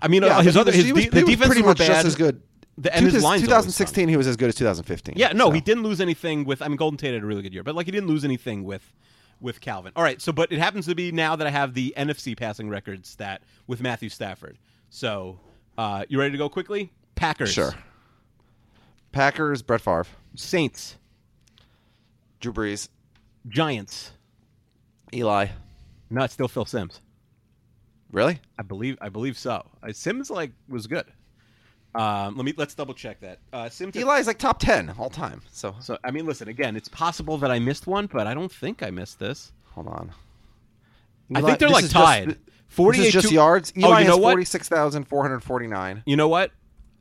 S3: I mean,
S2: Yeah,
S3: uh,
S2: but
S3: his
S2: he
S3: other
S2: was-
S3: his
S2: he was-
S3: de- the
S2: he was
S3: defense
S2: pretty
S3: were
S2: much
S3: bad.
S2: just as good
S3: the, and his lines. always sung.
S2: 2016, he was as good as 2015.
S3: Yeah, no,
S2: so.
S3: he didn't lose anything with. I mean, Golden Tate had a really good year, but like he didn't lose anything with with Calvin. All right, so but it happens to be now that I have the NFC passing record stat with Matthew Stafford. So uh, you ready to go quickly? Packers,
S2: Sure. Packers, Brett Favre,
S3: Saints,
S2: Drew Brees,
S3: Giants.
S2: Eli.
S3: No, it's still Phil Sims.
S2: Really?
S3: I believe I believe so. Uh, Sims like was good. Um, let me let's double check that. Uh, Sims.
S2: Eli's like top 10 all time. So,
S3: So I mean, listen again. It's possible that I missed one, but I don't think I missed this.
S2: hold on.
S3: I
S2: Eli-
S3: think they're
S2: this
S3: like
S2: is
S3: tied.
S2: Just, this
S3: 48
S2: is just
S3: to-
S2: yards. Eli
S3: oh, you know
S2: has
S3: what?
S2: 46,449.
S3: You know what?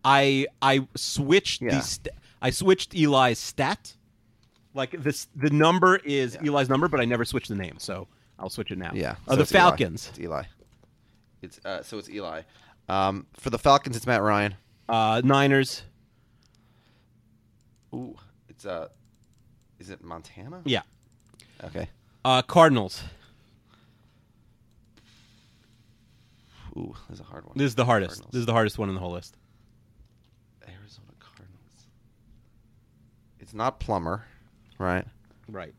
S3: I I switched
S2: Yeah.
S3: the st- I switched Eli's stat. Like this, the number is Eli's number, but I never switched the name, so I'll switch it now.
S2: Yeah.
S3: Uh,
S2: so
S3: the
S2: it's Eli.
S3: Falcons.
S2: It's Eli. It's uh, so it's Eli. Um, for the Falcons, it's Matt Ryan.
S3: Uh, Niners.
S2: Ooh, it's uh, is it Montana?
S3: Yeah.
S2: Okay.
S3: Uh, Cardinals.
S2: Ooh, this is a hard one.
S3: This is the hardest.
S2: Cardinals.
S3: This is the hardest one in the whole list.
S2: Arizona Cardinals. It's not Plummer, right?
S3: Right.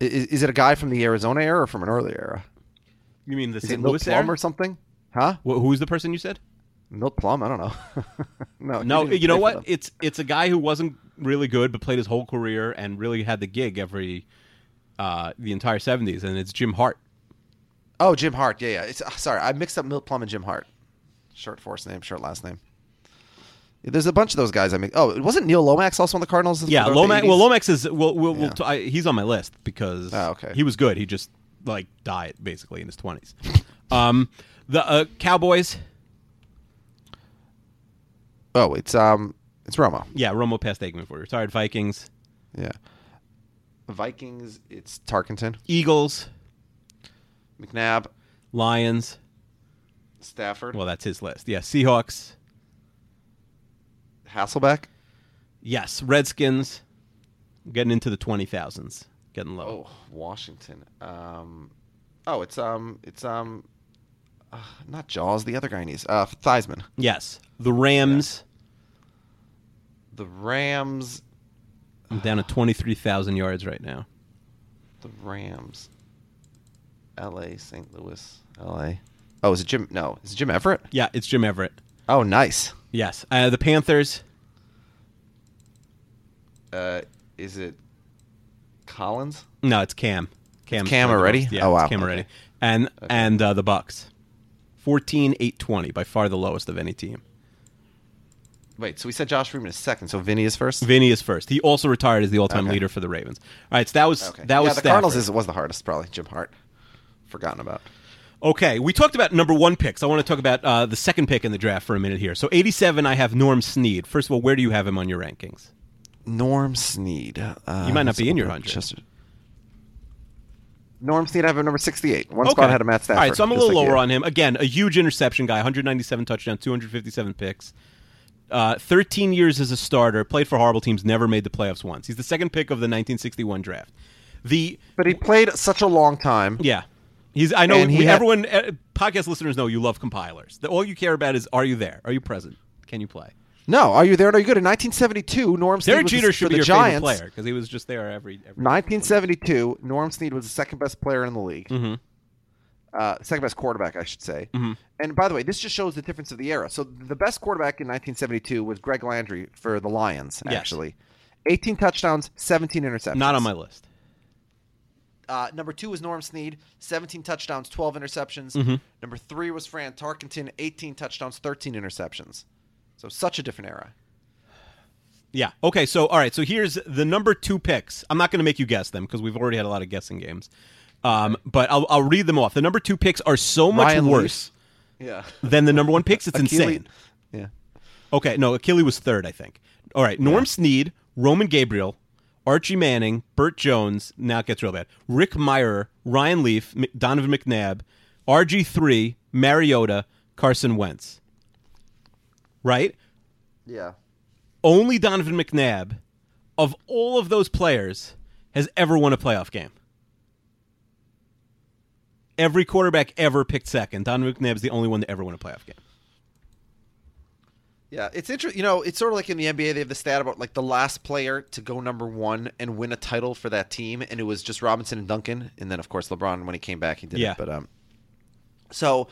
S2: I- Is, is it a guy from the Arizona era or from an earlier era?
S3: You mean the
S2: Is it
S3: St.
S2: Milt
S3: Louis
S2: Plum
S3: era?
S2: or something? Huh?
S3: Wh- who was the person you said?
S2: Milt Plum? I don't know. no, he
S3: No,
S2: didn't even
S3: you know
S2: play for
S3: what?
S2: them.
S3: It's it's a guy who wasn't really good, but played his whole career and really had the gig every uh, the entire '70s, and it's Jim Hart.
S2: Oh, Jim Hart. Yeah, yeah. It's uh, sorry, I mixed up Milt Plum and Jim Hart. Short first name, short last name. Yeah, There's a bunch of those guys. I mean, oh, it wasn't Neil Lomax also on the Cardinals?
S3: Yeah,
S2: throughout the
S3: Lomax.
S2: 80s?
S3: Well, Lomax is well, we'll, we'll
S2: Yeah.
S3: t- I, he's on my list because
S2: Oh, okay.
S3: he was good. He just like died basically in his twenties. um, the uh, Cowboys.
S2: Oh, it's um, it's Romo.
S3: Yeah, Romo passed Aikman for retired Vikings.
S2: Yeah. Vikings. It's Tarkenton,
S3: Eagles,
S2: McNabb,
S3: Lions.
S2: Stafford,
S3: Well, that's his list. Yeah, Seahawks.
S2: Hasselbeck.
S3: Yes, Redskins. Getting into the twenty thousands. Getting low.
S2: Oh, Washington. Um, oh, it's um, it's um, uh, not Jaws. The other guy needs uh, Theismann.
S3: Yes, the Rams.
S2: The Rams.
S3: I'm down at 23,000 yards right now.
S2: The Rams. L.A. St. Louis. L.A. Oh, is it Jim? No, is it Jim Everett?
S3: Yeah, it's Jim Everett.
S2: Oh, nice.
S3: Yes. Uh, the Panthers,
S2: Uh, is it Collins?
S3: no, it's Cam. Cam,
S2: Cam already?
S3: Yeah,
S2: Oh,
S3: it's
S2: wow.
S3: Cam already.
S2: Okay.
S3: And and uh, the Bucks. 14,820, by far the lowest of any team.
S2: Wait, so we said Josh Freeman is second, so Vinny is first.
S3: Vinny is first. He also retired as the all-time
S2: Okay.
S3: leader for the Ravens. All right, so that was
S2: okay.
S3: that
S2: yeah,
S3: was
S2: the Cardinals
S3: Stafford.
S2: is was the hardest probably. Jim Hart, forgotten about.
S3: Okay, we talked about number one picks. I want to talk about uh, the second pick in the draft for a minute here. So 87, I have Norm Sneed. First of all, where do you have him on your rankings?
S2: Norm Sneed. Uh,
S3: You might not
S2: let's
S3: be in your
S2: open up
S3: 100.
S2: Chester. Norm Sneed, I have at number 68. One spot ahead of Matt Stafford.
S3: All right, so I'm a
S2: just
S3: little
S2: like
S3: lower
S2: you.
S3: on him. Again, a huge interception guy, 197 touchdowns, 257 picks. Uh, 13 years as a starter, played for horrible teams, never made the playoffs once. He's the second pick of the 1961 draft. The
S2: But he played such a long time.
S3: yeah, he's. I know
S2: And he
S3: we,
S2: had-
S3: everyone, uh, podcast listeners know you love compilers. The, all you care about is are you there? Are you present? Can you play?
S2: No, are you there? Are you good? In 1972, Norm Sneed
S3: Derek
S2: was
S3: Jeter
S2: the,
S3: should
S2: for
S3: be
S2: the
S3: your
S2: Giants.
S3: favorite player because he was just there every. every
S2: 1972, Norm Sneed was the second best player in the league.
S3: Mm-hmm.
S2: Uh, second best quarterback, I should say. And by the way, this just shows the difference of the era. So the best quarterback in 1972 was Greg Landry for the Lions,
S3: Yes.
S2: actually. 18 touchdowns, 17 interceptions.
S3: Not on my list.
S2: Uh, number two was Norm Snead, 17 touchdowns, 12 interceptions.
S3: Mm-hmm.
S2: Number three was Fran Tarkenton, 18 touchdowns, 13 interceptions. So such a different era.
S3: Yeah. Okay. So, all right. So here's the number two picks. I'm not going to make you guess them because we've already had a lot of guessing games. Um, but I'll, I'll read them off. The number two picks are so much
S2: Ryan
S3: worse
S2: Yeah.
S3: than the number one picks. It's
S2: Achille-
S3: insane.
S2: Yeah.
S3: Okay. No, Achille was third, I think. All right. Norm Sneed, Roman Gabriel, Archie Manning, Burt Jones. Now it gets real bad. Rick Meyer, Ryan Leaf, M- Donovan McNabb, RG3, Mariota, Carson Wentz. Right?
S2: Yeah.
S3: only Donovan McNabb of all of those players has ever won a playoff game. Every quarterback ever picked second. Donovan McNabb is the only one to ever win a playoff game.
S2: Yeah, it's interesting. You know, it's sort of like in the NBA, they have the stat about like the last player to go number one and win a title for that team, and it was just Robinson and Duncan, and then of course LeBron when he came back, he did
S3: Yeah.
S2: it. But um, so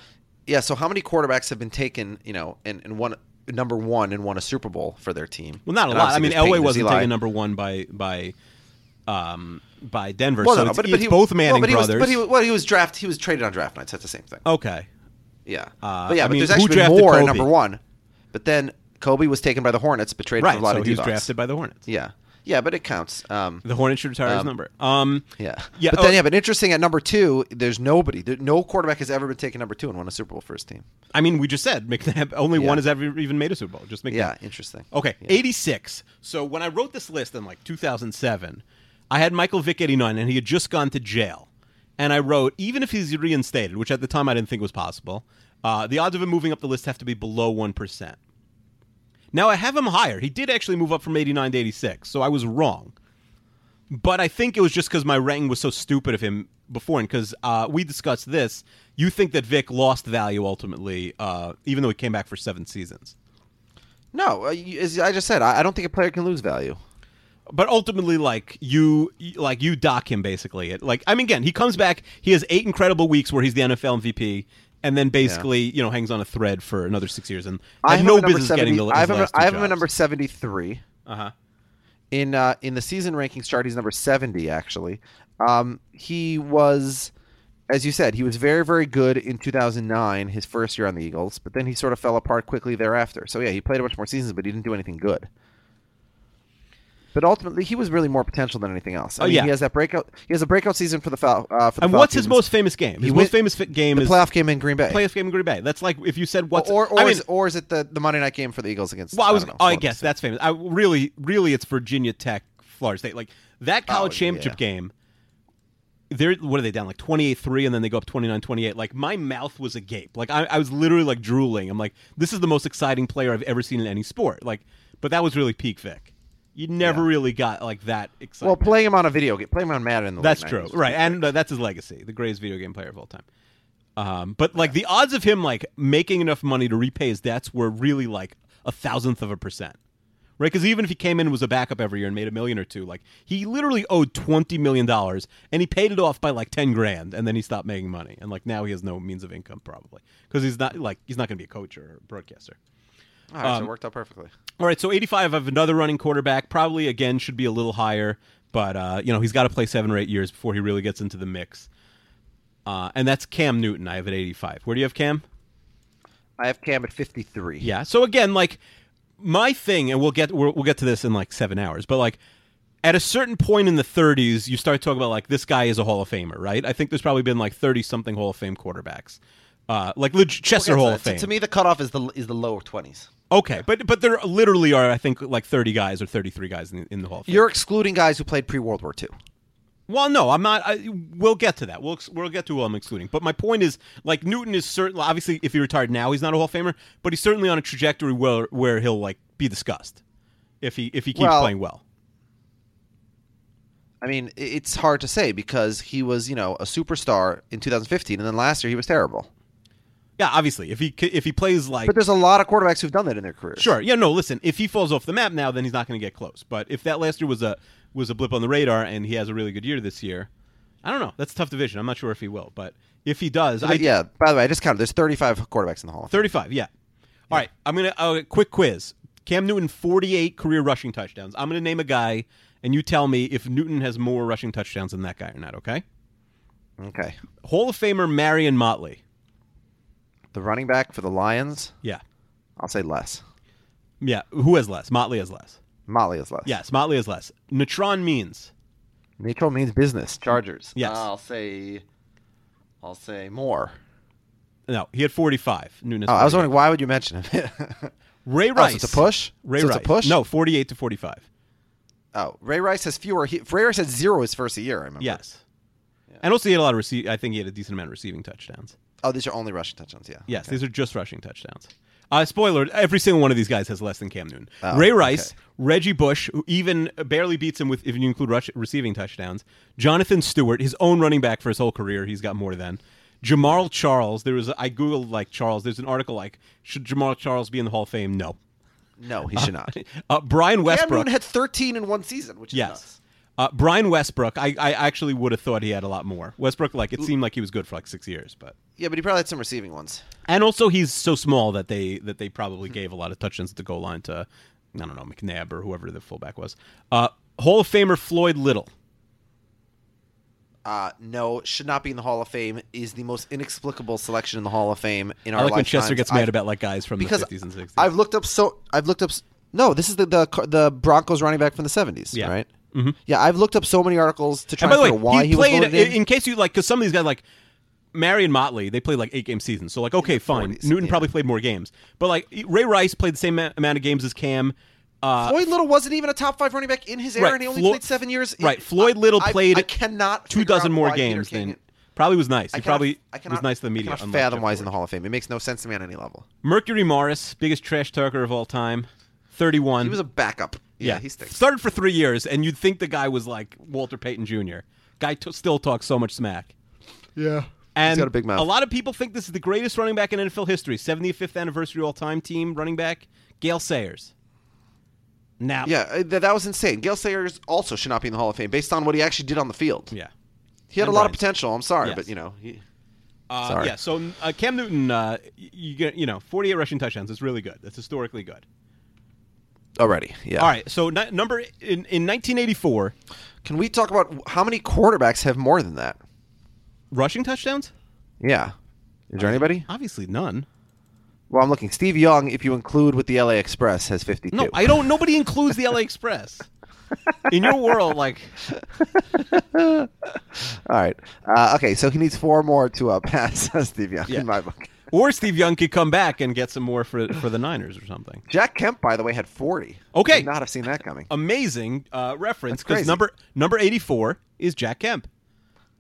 S2: yeah, so how many quarterbacks have been taken? You know, and and one number one and won a Super Bowl for their team?
S3: Well, not a
S2: And
S3: lot. I
S2: obviously
S3: mean,
S2: there's Peyton,
S3: Elway
S2: there's
S3: wasn't
S2: Eli.
S3: taken number one by by um, by Denver.
S2: Well,
S3: so
S2: no, no,
S3: it's,
S2: but,
S3: it's
S2: but he,
S3: both
S2: no,
S3: Manning
S2: but he was-
S3: brothers.
S2: but he, was- well, he was draft. He was traded on draft nights. That's the same thing.
S3: okay,
S2: Yeah.
S3: Uh,
S2: but yeah,
S3: I
S2: but
S3: mean,
S2: there's
S3: who
S2: actually
S3: drafted
S2: more at
S3: Kobe?
S2: number one. But then Kobe was taken by the Hornets, but traded
S3: right.
S2: for a lot
S3: So
S2: of
S3: he was
S2: Dudoks.
S3: drafted by the Hornets.
S2: Yeah. Yeah, but it counts. Um,
S3: The Hornets should retire his
S2: Um,
S3: number. Um,
S2: yeah.
S3: yeah.
S2: But
S3: oh,
S2: then, yeah, but interesting at number two, there's nobody. There, no quarterback has ever been taken number two and won a Super Bowl first team.
S3: I mean, we just said McNabb. Only
S2: Yeah.
S3: one has ever even made a Super Bowl. Just McNabb.
S2: Yeah, interesting.
S3: Okay,
S2: Yeah.
S3: 86. So when I wrote this list in like 2007, I had Michael Vick 89, and he had just gone to jail. And I wrote, even if he's reinstated, which at the time I didn't think was possible, uh, the odds of him moving up the list have to be below 1%. Now I have him higher. He did actually move up from 89 to 86, so I was wrong. But I think it was just because my ranking was so stupid of him before, and because uh, we discussed this, you think that Vic lost value ultimately, uh, even though he came back for seven seasons.
S2: No, uh, you- as I just said, I, I don't think a player can lose value.
S3: but ultimately like you like you dock him basically it like i mean again he comes back he has eight incredible weeks where he's the nfl mvp and then basically you know hangs on a thread for another six years and
S2: I
S3: had
S2: have him
S3: no
S2: at number
S3: business getting
S2: 70
S3: the
S2: I have him,
S3: last two
S2: I have him at
S3: jobs.
S2: number 73.
S3: uh-huh
S2: in uh, in the season rankings chart. He's number seventy actually. Um, he was, as you said, he was very very good in two thousand nine, his first year on the Eagles. But then he sort of fell apart quickly thereafter. So yeah, he played a bunch more seasons, but he didn't do anything good. But ultimately, he was really more potential than anything else. I
S3: Oh,
S2: mean,
S3: yeah.
S2: he has that breakout. He has a breakout season for the Fal- uh, for the
S3: and what's his
S2: Falcons.
S3: most famous game his
S2: He
S3: most
S2: went-
S3: famous fit game
S2: the
S3: is
S2: playoff game in Green Bay?
S3: playoff game in green bay that's like if you said what's
S2: or or,
S3: I mean,
S2: is, or is it the, the Monday night game for the Eagles against?
S3: Well, I was.
S2: don't know,
S3: oh, I
S2: Columbus.
S3: guess that's famous. I really, really, it's Virginia Tech, Florida State. Like that college
S2: Oh, yeah.
S3: championship game. They're what are they down like 28-3 and then they go up 29-28. Like my mouth was agape. Like I, I was literally like drooling. I'm like, this is the most exciting player I've ever seen in any sport. Like, but that was really peak Vic. You never really got like that excited.
S2: Well, playing him on a video game, playing him on Madden. In the
S3: That's
S2: late
S3: true,
S2: 90s.
S3: right? And uh, that's his legacy, the greatest video game player of all time. Um, but like the odds of him like making enough money to repay his debts were really like a thousandth of a percent, right? Because even if he came in and was a backup every year and made a million or two, like he literally owed twenty million dollars and he paid it off by like ten grand, and then he stopped making money, and like now he has no means of income probably because he's not like he's not going to be a coach or a broadcaster.
S2: All right,
S3: Um,
S2: so it worked out perfectly.
S3: All right, so 85 of another running quarterback probably again should be a little higher, but uh, you know he's got to play seven or eight years before he really gets into the mix. Uh, and that's Cam Newton. I have at 85. Where do you have Cam?
S2: I have Cam at fifty three.
S3: Yeah. So again, like my thing, and we'll get we'll, we'll get to this in like seven hours, but like at a certain point in the 30s, you start talking about like this guy is a Hall of Famer, right? I think there's probably been like 30 something Hall of Fame quarterbacks, uh, like leg- Chester
S2: Yeah,
S3: Hall
S2: to-
S3: of Fame.
S2: To, to me, the cutoff is the is the lower twenties.
S3: okay, but but there literally are I think like 30 guys or 33 guys in, in the Hall of Fame.
S2: You're excluding guys who played pre World War II.
S3: Well, no, I'm not. I, we'll get to that. We'll ex- we'll get to who I'm excluding. But my point is, like Newton is certainly obviously if he retired now, he's not a Hall of Famer, but he's certainly on a trajectory where where he'll like be discussed if he if he keeps
S2: Well-
S3: playing well.
S2: I mean, i- it's hard to say because he was you know a superstar in 2015, and then last year he was terrible.
S3: Yeah, obviously, if he c- if he plays like
S2: But there's a lot of quarterbacks who've done that in their careers.
S3: sure, yeah, no, listen, if he falls off the map now, then he's not going to get close. But if that last year was a was a blip on the radar and he has a really good year this year, I don't know. That's a tough division. I'm not sure if he will, but if he does, I
S2: But yeah. By the way, I just counted. There's 35 quarterbacks in the Hall of Fame.
S3: 35, yeah. All right, I'm going to uh, quick quiz. Cam Newton 48 career rushing touchdowns. I'm going to name a guy and you tell me if Newton has more rushing touchdowns than that guy or not, okay?
S2: Okay.
S3: Hall of Famer Marion Motley.
S2: The running back for the Lions,
S3: Yeah.
S2: I'll say less.
S3: Yeah, who has less? Motley has less.
S2: Motley is less.
S3: Yes, Motley has less. Natron means.
S2: Neutral means business. Chargers.
S3: Yes.
S2: I'll say. I'll say more.
S3: No, he had 45. Newton has
S2: Oh, I was
S3: 48.
S2: wondering why would you mention him?
S3: Ray
S2: Oh,
S3: Rice.
S2: so it's a push?
S3: Ray
S2: So
S3: Rice.
S2: it's a push?
S3: No, 48 to 45.
S2: oh, Ray Rice has fewer. He, Ray Rice had zero his first year. I remember.
S3: Yes. And also he had a lot of rece- I think he had a decent amount of receiving touchdowns.
S2: Oh, these are only rushing touchdowns. Yeah.
S3: Yes,
S2: Okay.
S3: these are just rushing touchdowns. Uh, spoiler: Every single one of these guys has less than Cam Newton.
S2: Oh,
S3: Ray Rice,
S2: okay.
S3: Reggie Bush, who even barely beats him with if you include rush, receiving touchdowns. Jonathan Stewart, his own running back for his whole career, he's got more than. Jamal Charles. There was I googled like Charles. There's an article like should Jamal Charles be in the Hall of Fame? No.
S2: No, he should not.
S3: Uh, Brian
S2: Cam
S3: Westbrook.
S2: Newton had 13 in one season, which is nuts.
S3: yes. Uh, Brian Westbrook. I, I actually would have thought he had a lot more. Westbrook, like it seemed like he was good for like six years, but
S2: Yeah, but he probably had some receiving ones.
S3: and also he's so small that they that they probably gave a lot of touchdowns at the goal line to I don't know McNabb or whoever the fullback was. Uh, Hall of Famer Floyd Little.
S2: Uh, no, should not be in the Hall of Fame. Is the most inexplicable selection in the Hall of Fame in
S3: I
S2: our
S3: like when
S2: lifetimes.
S3: Chester gets mad
S2: I've-
S3: about like guys from the
S2: because
S3: fifties and sixties.
S2: I've looked up so I've looked up. s- No, this is the the, Car- the Broncos running back from the seventies,
S3: Yeah.
S2: right? Mm-hmm. Yeah, I've looked up so many articles to try
S3: And
S2: to
S3: by the way,
S2: figure why
S3: he,
S2: he,
S3: played
S2: was voted
S3: in. in case you like because some of these guys like Marion Motley, they played like eight game seasons. So like okay, fine.
S2: 40s,
S3: Newton
S2: yeah.
S3: probably played more games, but like Ray Rice played the same ma- amount of games as Cam. Uh,
S2: Floyd Little wasn't even a top five running back in his era,
S3: Right,
S2: and he only
S3: Flo-
S2: played seven years.
S3: right,
S2: It-
S3: Floyd Little
S2: I-
S3: played
S2: I cannot
S3: two
S2: figure out
S3: dozen more
S2: why Peter
S3: games
S2: King-
S3: than probably was nice.
S2: I
S3: He
S2: cannot-
S3: probably
S2: I cannot,
S3: was nice to the media.
S2: I cannot
S3: unlike
S2: fathom
S3: Jeff
S2: why he's in
S3: Gordon.
S2: the Hall of Fame. It makes no sense to me on any level.
S3: Mercury Morris, biggest trash talker of all time, thirty-one.
S2: He was a backup. Yeah,
S3: Mm-hmm. yeah,
S2: he stinks.
S3: started for three years, and you'd think the guy was like Walter Payton Jr. Guy t- still talks so much smack.
S2: yeah,
S3: And
S2: got a big mouth.
S3: lot of people think this is the greatest running back in NFL history. 75th anniversary all time team running back, Gail Sayers. Now,
S2: yeah. uh, That, that was insane. Gail Sayers also should not be in the Hall of Fame based on what he actually did on the field.
S3: yeah,
S2: he had a
S3: and
S2: lot of
S3: Bryant.
S2: potential. I'm sorry,
S3: Yes.
S2: but you know, he,
S3: Uh,
S2: Sorry.
S3: yeah. So uh, Cam Newton, uh, you get you know 48 rushing touchdowns. It's really good. That's historically good.
S2: already. Yeah.
S3: All right. So n- number in, in 1984,
S2: Can we talk about how many quarterbacks have more than that?
S3: rushing touchdowns?
S2: Yeah. Is there anybody?
S3: Obviously none.
S2: Well, I'm looking. Steve Young, if you include with the LA Express, has 52.
S3: No, I don't. Nobody includes the LA Express. In your world, like
S2: All right. Uh, okay, so he needs four more to uh, pass Steve Young
S3: Yeah.
S2: in my book.
S3: or Steve Young could come back and get some more for for the Niners or something.
S2: Jack Kemp, by the way, had 40.
S3: Okay.
S2: Would not have seen that coming.
S3: amazing uh, reference
S2: That's
S3: because
S2: crazy.
S3: number number eighty four is Jack Kemp.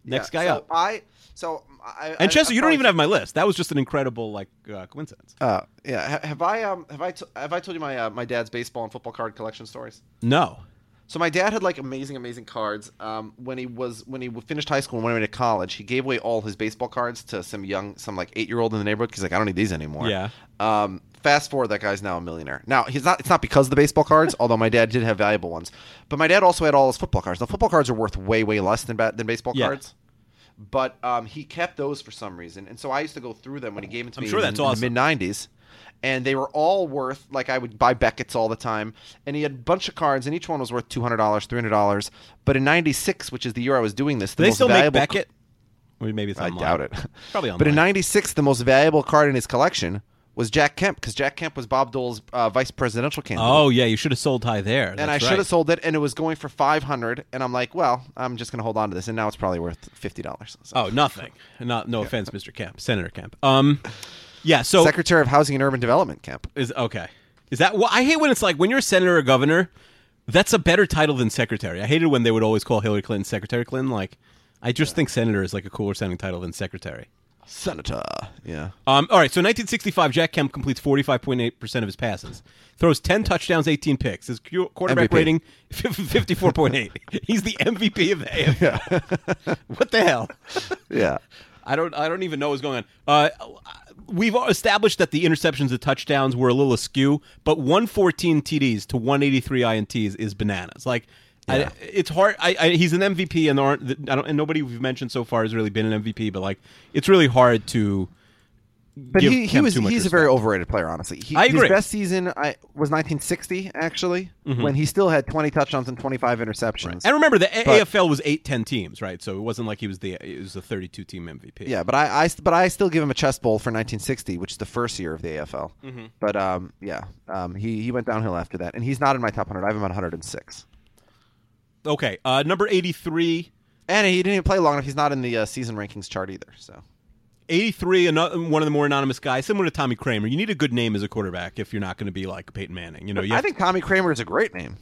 S3: Next
S2: Yeah,
S3: guy
S2: so
S3: up.
S2: I. So I.
S3: and
S2: I-
S3: Chester,
S2: I
S3: you don't
S2: probably-
S3: even have my list. That was just an incredible like uh, coincidence.
S2: Uh, yeah. ha- Have I um have I t- have I told you my uh, my dad's baseball and football card collection stories?
S3: No,
S2: So my dad had like amazing, amazing cards. Um, when he was when he finished high school and went away to college, he gave away all his baseball cards to some young, some like eight year old in the neighborhood. He's like, I don't need these anymore.
S3: Yeah.
S2: Um, fast forward, that guy's now a millionaire. Now he's not. It's not because of the baseball cards, although my dad did have valuable ones. But my dad also had all his football cards. Now football cards are worth way, way less than ba- than baseball
S3: Yeah.
S2: cards. But um, he kept those for some reason, and so I used to go through them when he gave them to
S3: I'm
S2: me
S3: sure
S2: in-
S3: that's
S2: in the mid
S3: awesome.
S2: '90s, and they were all worth like I would buy Beckett's all the time, and he had a bunch of cards, and each one was worth two hundred dollars, three hundred dollars. But in '96, which is the year I was doing this, the
S3: do they
S2: most
S3: still make
S2: valuable
S3: Beckett? Or maybe it's
S2: I
S3: online.
S2: doubt it.
S3: Probably
S2: But in
S3: online.
S2: '96, the most valuable card in his collection was Jack Kemp because Jack Kemp was Bob Dole's uh, vice presidential candidate.
S3: Oh yeah, you should have sold high there.
S2: And I should have sold it, and it was going for five hundred. And I'm like, well, I'm just gonna hold on to this, and now it's probably worth fifty dollars.
S3: Oh, nothing. Not no offense, Mr. Kemp, Senator Kemp. Um, yeah. So
S2: Secretary of Housing and Urban Development, Kemp.
S3: is okay. Is that? Well, I hate when it's like when you're a senator or governor. That's a better title than secretary. I hated when they would always call Hillary Clinton Secretary Clinton. Like, I just think senator is like a cooler sounding title than secretary.
S2: Senator. Yeah.
S3: Um, all right, so 1965, Jack Kemp completes 45.8% of his passes, throws 10 touchdowns, 18 picks. His Q- quarterback
S2: MVP.
S3: rating, 54.8. He's the MVP of the AFL. what the hell?
S2: Yeah.
S3: I don't, I don't even know what's going on. Uh, we've all established that the interceptions and touchdowns were a little askew, but 114 TDs to 183 INTs is bananas. Like, I, it's hard. I, I, he's an MVP, and there aren't, I don't, and nobody we've mentioned so far has really been an MVP. But like, it's really hard to
S2: But
S3: give
S2: he, he
S3: Kemp
S2: was
S3: too much
S2: he's a
S3: respect.
S2: very overrated player, honestly. He,
S3: I agree. Mm-hmm.
S2: His best season I was 1960, actually, when he still had 20 touchdowns and 25 interceptions.
S3: And remember, the A-
S2: But-
S3: AFL was eight, ten teams, right? So it wasn't like he was the it was the thirty-two team MVP.
S2: yeah, but I, I st- but I still give him a chest bowl for 1960, which is the first year of the AFL.
S3: Mm-hmm.
S2: But um, yeah, um, he he went downhill after that, and he's not in my top 100. I have him at 106,
S3: Okay. Uh, number 83.
S2: and he didn't even play long enough. He's not in the uh, season rankings chart either. So
S3: 83, another, one of the more anonymous guys, similar to Tommy Kramer. You need a good name as a quarterback if you're not going to be like Peyton Manning. You know, you
S2: I
S3: have-
S2: think Tommy Kramer is a great name.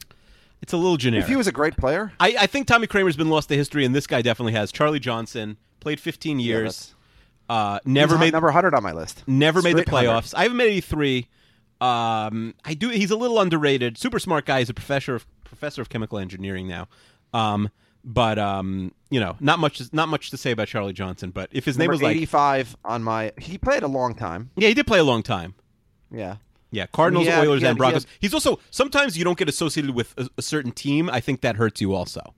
S3: it's a little generic.
S2: If he was a great player,
S3: I, I think Tommy Kramer's been lost to history, and this guy definitely has. Charlie Johnson played 15 years, uh, never
S2: he's
S3: made
S2: number 100 on my list.
S3: Never made the
S2: Straight 100.
S3: playoffs. I haven't made 83. Um, I do. He's a little underrated. Super smart guy. He's a professor of professor of chemical engineering now. Um, but um, you know, not much not much to say about Charlie Johnson. But if his name
S2: Number
S3: was like,
S2: 85 on my. He played a long time.
S3: yeah, he did play a long time.
S2: Yeah.
S3: Yeah, Cardinals,
S2: Yeah,
S3: Oilers,
S2: yeah,
S3: and Broncos.
S2: yeah.
S3: He's also sometimes you don't get associated with a, a certain team. I think that hurts you also.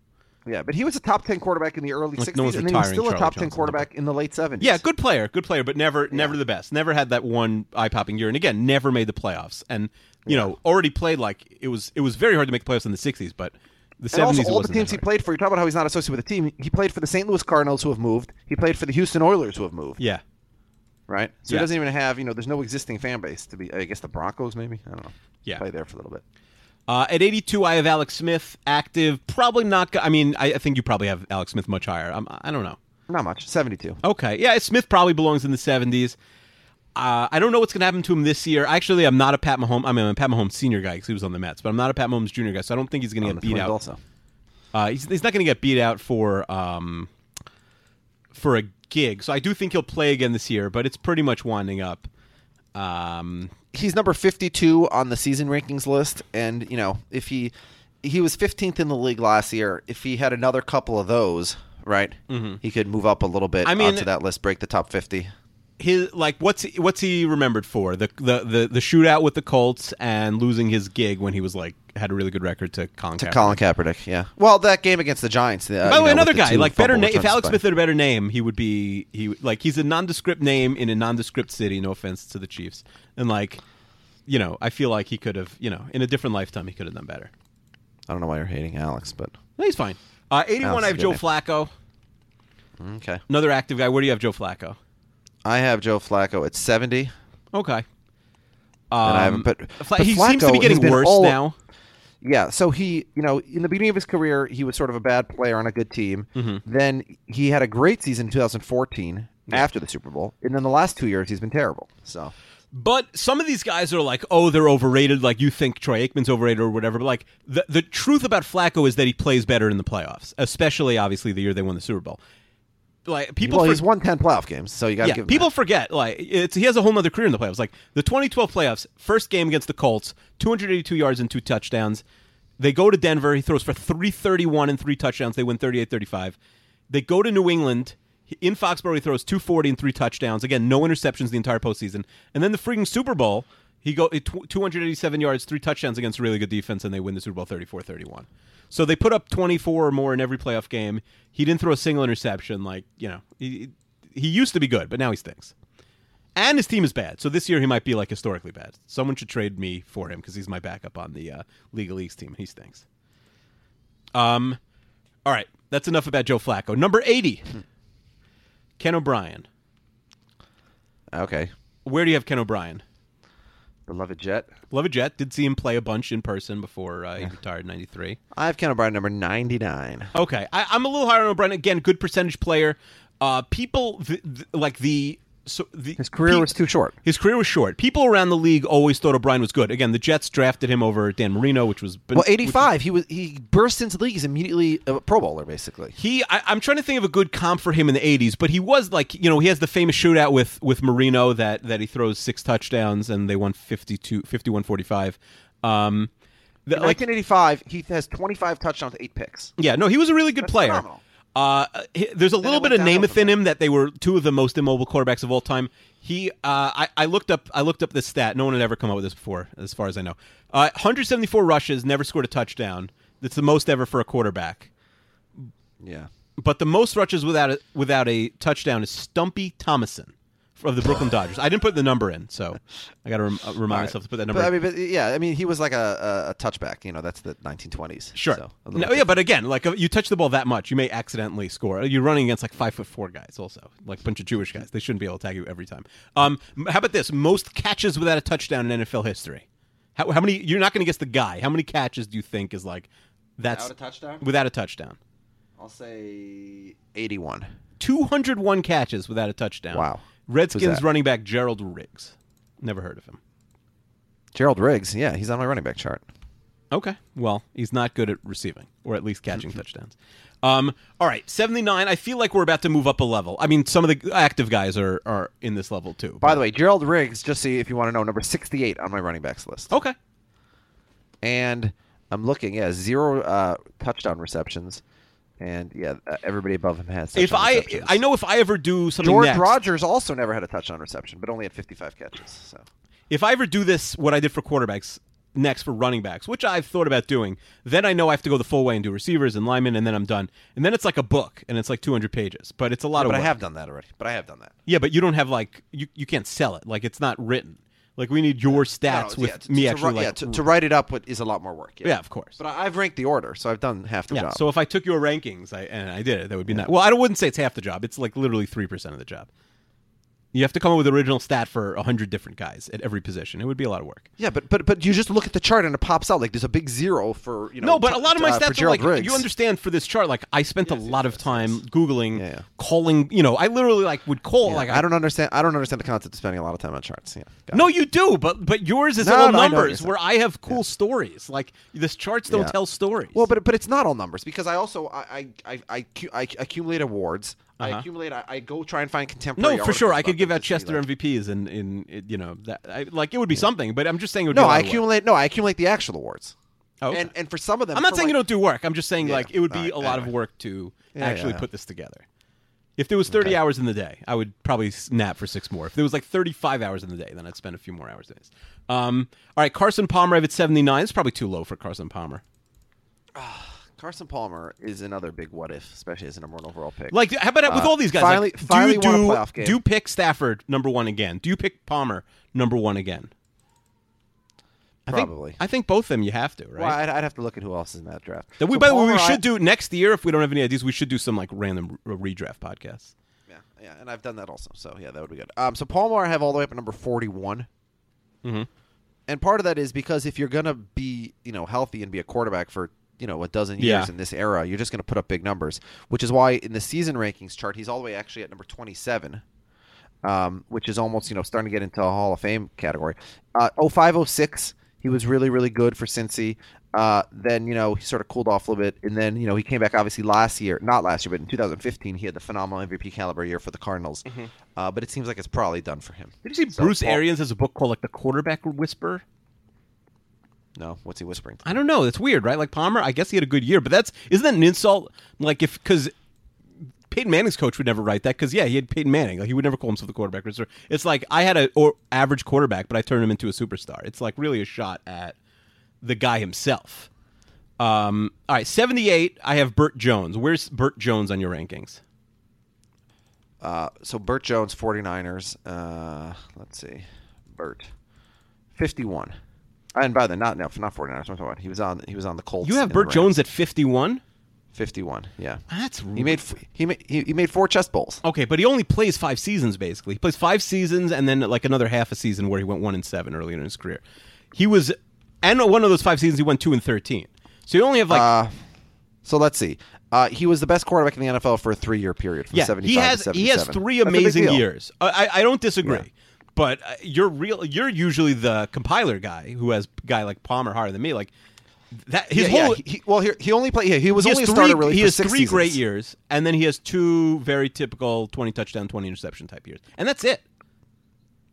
S2: Yeah, but he was a top ten quarterback in the early
S3: Like,
S2: '60s,
S3: no one's
S2: and then he was
S3: retiring
S2: still a
S3: Charlie
S2: top ten
S3: Johnson.
S2: quarterback in the late '70s.
S3: Yeah, good player, good player, but never, never the best. Never had that one eye popping year, and again, never made the playoffs. And you know, already played like it was. It was very hard to make playoffs in the '60s, but the
S2: And also,
S3: '70s
S2: all the
S3: wasn't that
S2: teams he
S3: hard.
S2: played for, you talk about how he's not associated with a team. He played for the St. Louis Cardinals, who have moved. He played for the Houston Oilers, who have moved.
S3: Yeah,
S2: Right? So
S3: Yeah.
S2: he doesn't even have, you know, there's no existing fan base to be, I guess the Broncos, maybe? I don't know.
S3: Yeah.
S2: Play there for a little bit.
S3: Uh, at 82, I have Alex Smith active. Probably not. go- I mean, I, I think you probably have Alex Smith much higher. I'm, I don't know.
S2: Not much. 72.
S3: Okay. Yeah, Smith probably belongs in the 70s. Uh, I don't know what's going to happen to him this year. Actually, I'm not a Pat Mahomes. I mean, I'm a Pat Mahomes senior guy because he was on the Mets, but I'm not a Pat Mahomes junior guy, so I don't think he's going to
S2: On
S3: get
S2: the
S3: beat
S2: Twins
S3: out.
S2: Also.
S3: Uh, he's, he's not going to get beat out for um, for a gig. So I do think he'll play again this year, but it's pretty much winding up. Um,
S2: He's number 52 on the season rankings list. And, you know, if he, he was 15th in the league last year. If he had another couple of those, right, he could move up a little bit
S3: Mm-hmm. I mean-
S2: onto that list, break the top 50.
S3: his like what's he, what's he remembered for the, the the the shootout with the Colts and losing his gig when he was like had a really good record to Colin.
S2: To
S3: Kaepernick.
S2: Colin Kaepernick, yeah. Well, that game against the Giants. Uh, you
S3: By the way,
S2: know,
S3: another
S2: with the
S3: guy
S2: two
S3: like better.
S2: fumble
S3: Na- if
S2: returns
S3: Alex
S2: by-
S3: Smith had a better name, he would be he like he's a nondescript name in a nondescript city. No offense to the Chiefs, and like you know, I feel like he could have you know in a different lifetime he could have done better.
S2: I don't know why you're hating Alex, but
S3: No, he's fine. Uh, Eighty-one.
S2: Alex
S3: I
S2: is
S3: have
S2: a good
S3: Joe
S2: name.
S3: Flacco,
S2: okay.
S3: another active guy. Where do you have Joe Flacco?
S2: I have Joe Flacco at 70,
S3: Okay, Um,
S2: and I haven't put.
S3: Fla-
S2: but
S3: he seems to
S2: Flacco
S3: be
S2: has
S3: getting
S2: been
S3: worse
S2: all-
S3: now.
S2: Yeah, so he, you know, in the beginning of his career, he was sort of a bad player on a good team.
S3: Mm-hmm.
S2: Then he had a great season in 2014 after the Super Bowl, and then the last two years he's been terrible. So
S3: But some of these guys are like, oh, they're overrated. Like you think Troy Aikman's overrated or whatever. But like the the truth about Flacco is that he plays better in the playoffs, especially obviously the year they won the Super Bowl. Like people,
S2: well,
S3: for-
S2: he's won 10 playoff games, so you got to
S3: yeah,
S2: give him
S3: people
S2: that.
S3: forget. Like it's he has a whole other career in the playoffs. Like the 2012 playoffs, first game against the Colts, 282 yards and two touchdowns. They go to Denver. He throws for 331 and three touchdowns. They win 38-35. They go to New England. He- In Foxborough, he throws 240 and three touchdowns. Again, no interceptions the entire postseason. And then the freaking Super Bowl, he go he tw- 287 yards, three touchdowns against a really good defense, and they win the Super Bowl 34-31. So they put up 24 or more in every playoff game. He didn't throw a single interception. Like you know, he, he used to be good, but now he stinks. And his team is bad, so this year he might be like historically bad. Someone should trade me for him because he's my backup on the uh, League of Leagues team. He stinks. Um, all right, that's enough about Joe Flacco. Number eighty, Ken O'Brien.
S2: Okay,
S3: Where do you have Ken O'Brien?
S2: beloved Jet.
S3: Love a Jet did see him play a bunch in person before uh, he retired in '93.
S2: I have Ken O'Brien number 99.
S3: Okay, I, I'm a little higher on O'Brien. Again, good percentage player. Uh, people th- th- like the so the
S2: His career
S3: pe-
S2: was too short.
S3: His career was short. People around the league always thought O'Brien was good. Again, the Jets drafted him over Dan Marino, which was
S2: Well, 85, he was he burst into the league. He's immediately a Pro Bowler, basically.
S3: He, I, I'm trying to think of a good comp for him in the '80s, but he was like, you know, he has the famous shootout with with Marino that that he throws six touchdowns and they won 52, 51, 45. Um, the-
S2: In
S3: like,
S2: 1985, he has 25 touchdowns, eight picks.
S3: Yeah, no, he was a really good player.
S2: phenomenal.
S3: Uh, he- there's a little
S2: it
S3: bit
S2: went
S3: of
S2: downhill
S3: Namath
S2: from
S3: in him that they were two of the most immobile quarterbacks of all time. He, uh, I, I looked up, I looked up this stat. No one had ever come up with this before, as far as I know. Uh, 174 rushes, never scored a touchdown. That's the most ever for a quarterback.
S2: Yeah.
S3: But the most rushes without a, without a touchdown is Stumpy Thomason of the Brooklyn Dodgers. I didn't put the number in, so I got to rem- uh, remind myself to put that number.
S2: But, I
S3: in.
S2: mean, but, yeah, I mean, he was like a, a, a touchback. You know, that's the 1920s.
S3: Sure.
S2: So, a little
S3: no,
S2: bit
S3: yeah, but again, like uh, you touch the ball that much, you may accidentally score. You're running against like five foot four guys, also like a bunch of Jewish guys. They shouldn't be able to tag you every time. Um, m- how about this? Most catches without a touchdown in NFL history. How, how many? You're not going to guess the guy. How many catches do you think is like that's
S2: Without a touchdown?
S3: Without a touchdown.
S2: I'll say 81.
S3: 201 catches without a touchdown.
S2: Wow. Who's
S3: Redskins
S2: that?
S3: running back Gerald Riggs. Never heard of him.
S2: Gerald Riggs, yeah, he's on my running back chart.
S3: Okay. Well, he's not good at receiving, or at least catching touchdowns. Um, all right, seventy nine. I feel like we're about to move up a level. I mean, some of the active guys are are in this level too.
S2: By the way, Gerald Riggs, just see if you want to know, number 68 on my running backs list.
S3: okay.
S2: And I'm looking, yeah, zero uh, touchdown receptions. And yeah, uh, everybody above him has.
S3: If
S2: touchdown
S3: I
S2: receptions.
S3: I know if I ever do something
S2: George
S3: next,
S2: Rogers also never had a touchdown reception, but only had 55 catches. So
S3: if I ever do this, what I did for quarterbacks next for running backs, which I've thought about doing, then I know I have to go the full way and do receivers and linemen, and then I'm done. And then it's like a book, and it's like 200 pages, but it's a lot of.
S2: But I
S3: work.
S2: have done that already. But I have done that.
S3: Yeah, but you don't have like you, you can't sell it. Like it's not written. Like we need your stats
S2: No,
S3: with
S2: yeah, to-
S3: me
S2: to
S3: actually.
S2: write-
S3: like,
S2: yeah, to, to write it up what is a lot more work.
S3: yeah, of course.
S2: But I- I've ranked the order, so I've done half the
S3: yeah.
S2: job.
S3: So if I took your rankings I, and I did it, that would be nice. Well, I don't- wouldn't say it's half the job. It's like literally three percent of the job. You have to come up with original stat for hundred different guys at every position. It would be a lot of work.
S2: yeah, but but but you just look at the chart and it pops out like there's a big zero for you know.
S3: No, but a
S2: t-
S3: lot of my
S2: uh, for
S3: stats are
S2: Gerald
S3: like
S2: Riggs.
S3: you understand for this chart. Like I spent a lot of time googling,
S2: Yeah, yeah.
S3: calling. You know, I literally like would call.
S2: Yeah,
S3: like
S2: I don't understand. I don't understand the concept of spending a lot of time on charts. Yeah. got
S3: No,
S2: it.
S3: you do, but but yours is
S2: No,
S3: all
S2: no, I know what
S3: numbers
S2: you're
S3: where I have cool stories. Like this charts don't
S2: Yeah.
S3: tell stories.
S2: Well, but but it's not all numbers because I also I I I, I, cu- I accumulate awards. I accumulate. I, I go try and find contemporary.
S3: Uh-huh. no, for
S2: articles
S3: sure, I could
S2: about
S3: give
S2: them
S3: out
S2: to see,
S3: Chester
S2: like-
S3: MVPs and in it, you know that I, like it would be something. But I'm just saying it would be
S2: No,
S3: a lot
S2: I
S3: of work.
S2: accumulate. No, I accumulate the actual awards.
S3: Oh, okay.
S2: And and for some of them,
S3: I'm not
S2: for,
S3: saying
S2: like,
S3: you don't do work. I'm just saying
S2: Yeah,
S3: like it would
S2: alright,
S3: be a lot of
S2: anyway.
S3: work to
S2: Yeah,
S3: actually
S2: yeah, yeah.
S3: put this together. If there was 30
S2: Okay.
S3: hours in the day, I would probably nap for six more. If there was like 35 hours in the day, then I'd spend a few more hours doing this. Um, all right, Carson Palmer I have at 79. It's probably too low for Carson Palmer.
S2: Carson Palmer is another big what if, especially as a number one overall pick.
S3: Like, how about with
S2: Uh,
S3: all these guys?
S2: finally-
S3: like,
S2: finally
S3: do
S2: won a
S3: you
S2: playoff
S3: do,
S2: game.
S3: do you pick Stafford number one again? Do you pick Palmer number one again? I think-
S2: Probably.
S3: I think both of them you have to, right?
S2: well, I'd, I'd have to look at who else is in that draft.
S3: That we,
S2: So
S3: by the way, we
S2: Palmer, I-
S3: should do next year if we don't have any ideas. We should do some like random r- redraft podcasts.
S2: Yeah, yeah, and I've done that also. So yeah, that would be good. Um, so Palmer I have all the way up at number forty-one. Mm-hmm. And part of that is because if you're gonna be you know healthy and be a quarterback for you know a dozen years
S3: Yeah.
S2: in this era, you're just gonna put up big numbers, which is why in the season rankings chart he's all the way actually at number twenty-seven. Um, which is almost you know starting to get into a Hall of Fame category. Uh, 0506, he was really really good for Cincy. Uh, then you know he sort of cooled off a little bit, and then you know he came back obviously last year, not last year, but in 2015 he had the phenomenal MVP caliber year for the Cardinals. Uh, but it seems like it's probably done for him.
S3: Did you see
S2: So,
S3: Bruce
S2: Paul-
S3: Arians has a book called like The Quarterback Whisper?
S2: No, what's he whispering?
S3: I don't know. That's weird, right? Like Palmer, I guess he had a good year, but that's isn't that an insult? Like if because Peyton Manning's coach would never write that because yeah, he had Peyton Manning. Like he would never call himself the quarterback. whisperer. It's like I had a or average quarterback, but I turned him into a superstar. It's like really a shot at the guy himself. Um, all right, seventy-eight. I have Burt Jones. Where's Burt Jones on your rankings?
S2: So Burt Jones, 49ers. Uh, let's see, Burt, 51. And by the not no, not 49ers. I'm talking about he was on he was on the Colts.
S3: You have
S2: and the
S3: Burt
S2: Rams.
S3: Jones at fifty-one.
S2: 51. Yeah.
S3: That's
S2: He made f- he made he, he made four chest bowls.
S3: Okay, but he only plays five seasons basically. He plays five seasons and then like another half a season where he went one and seven earlier in his career. He was and one of those five seasons he went two and thirteen. So you only have like
S2: Uh, So let's see. Uh, he was the best quarterback in the NFL for a three-year period. From
S3: yeah,
S2: 75
S3: he has
S2: to
S3: he has
S2: 77.
S3: three
S2: That's a big
S3: amazing
S2: deal.
S3: years. I, I I don't disagree,
S2: Yeah.
S3: but uh, you're real. You're usually the compiler guy who has guy like Palmer higher than me. Like that his
S2: Yeah, yeah,
S3: whole
S2: he- he- well, he, he only played. Yeah, he was
S3: he
S2: only
S3: has
S2: a starter
S3: three-
S2: really
S3: he
S2: for
S3: has
S2: six
S3: three great
S2: seasons.
S3: years, and then he has two very typical twenty touchdown, twenty interception type years, and that's it.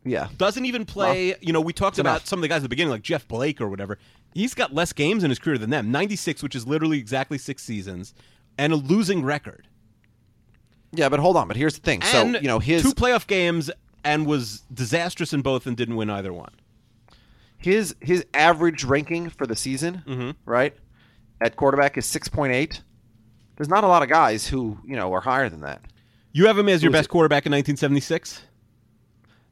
S2: Yeah,
S3: doesn't even play. you know, we talked about
S2: enough.
S3: some of the guys at the beginning, like Jeff Blake or whatever. He's got less games in his career than them. Ninety six, which is literally exactly six seasons, and a losing record.
S2: yeah, but hold on. But here's the thing.
S3: And
S2: so you know his
S3: two playoff games and was disastrous in both and didn't win either one.
S2: his his average ranking for the season,
S3: Mm-hmm.
S2: right, at quarterback is 6.8. There's not a lot of guys who you know are higher than that.
S3: You have him as your
S2: Who is
S3: best
S2: it?
S3: quarterback in nineteen seventy six.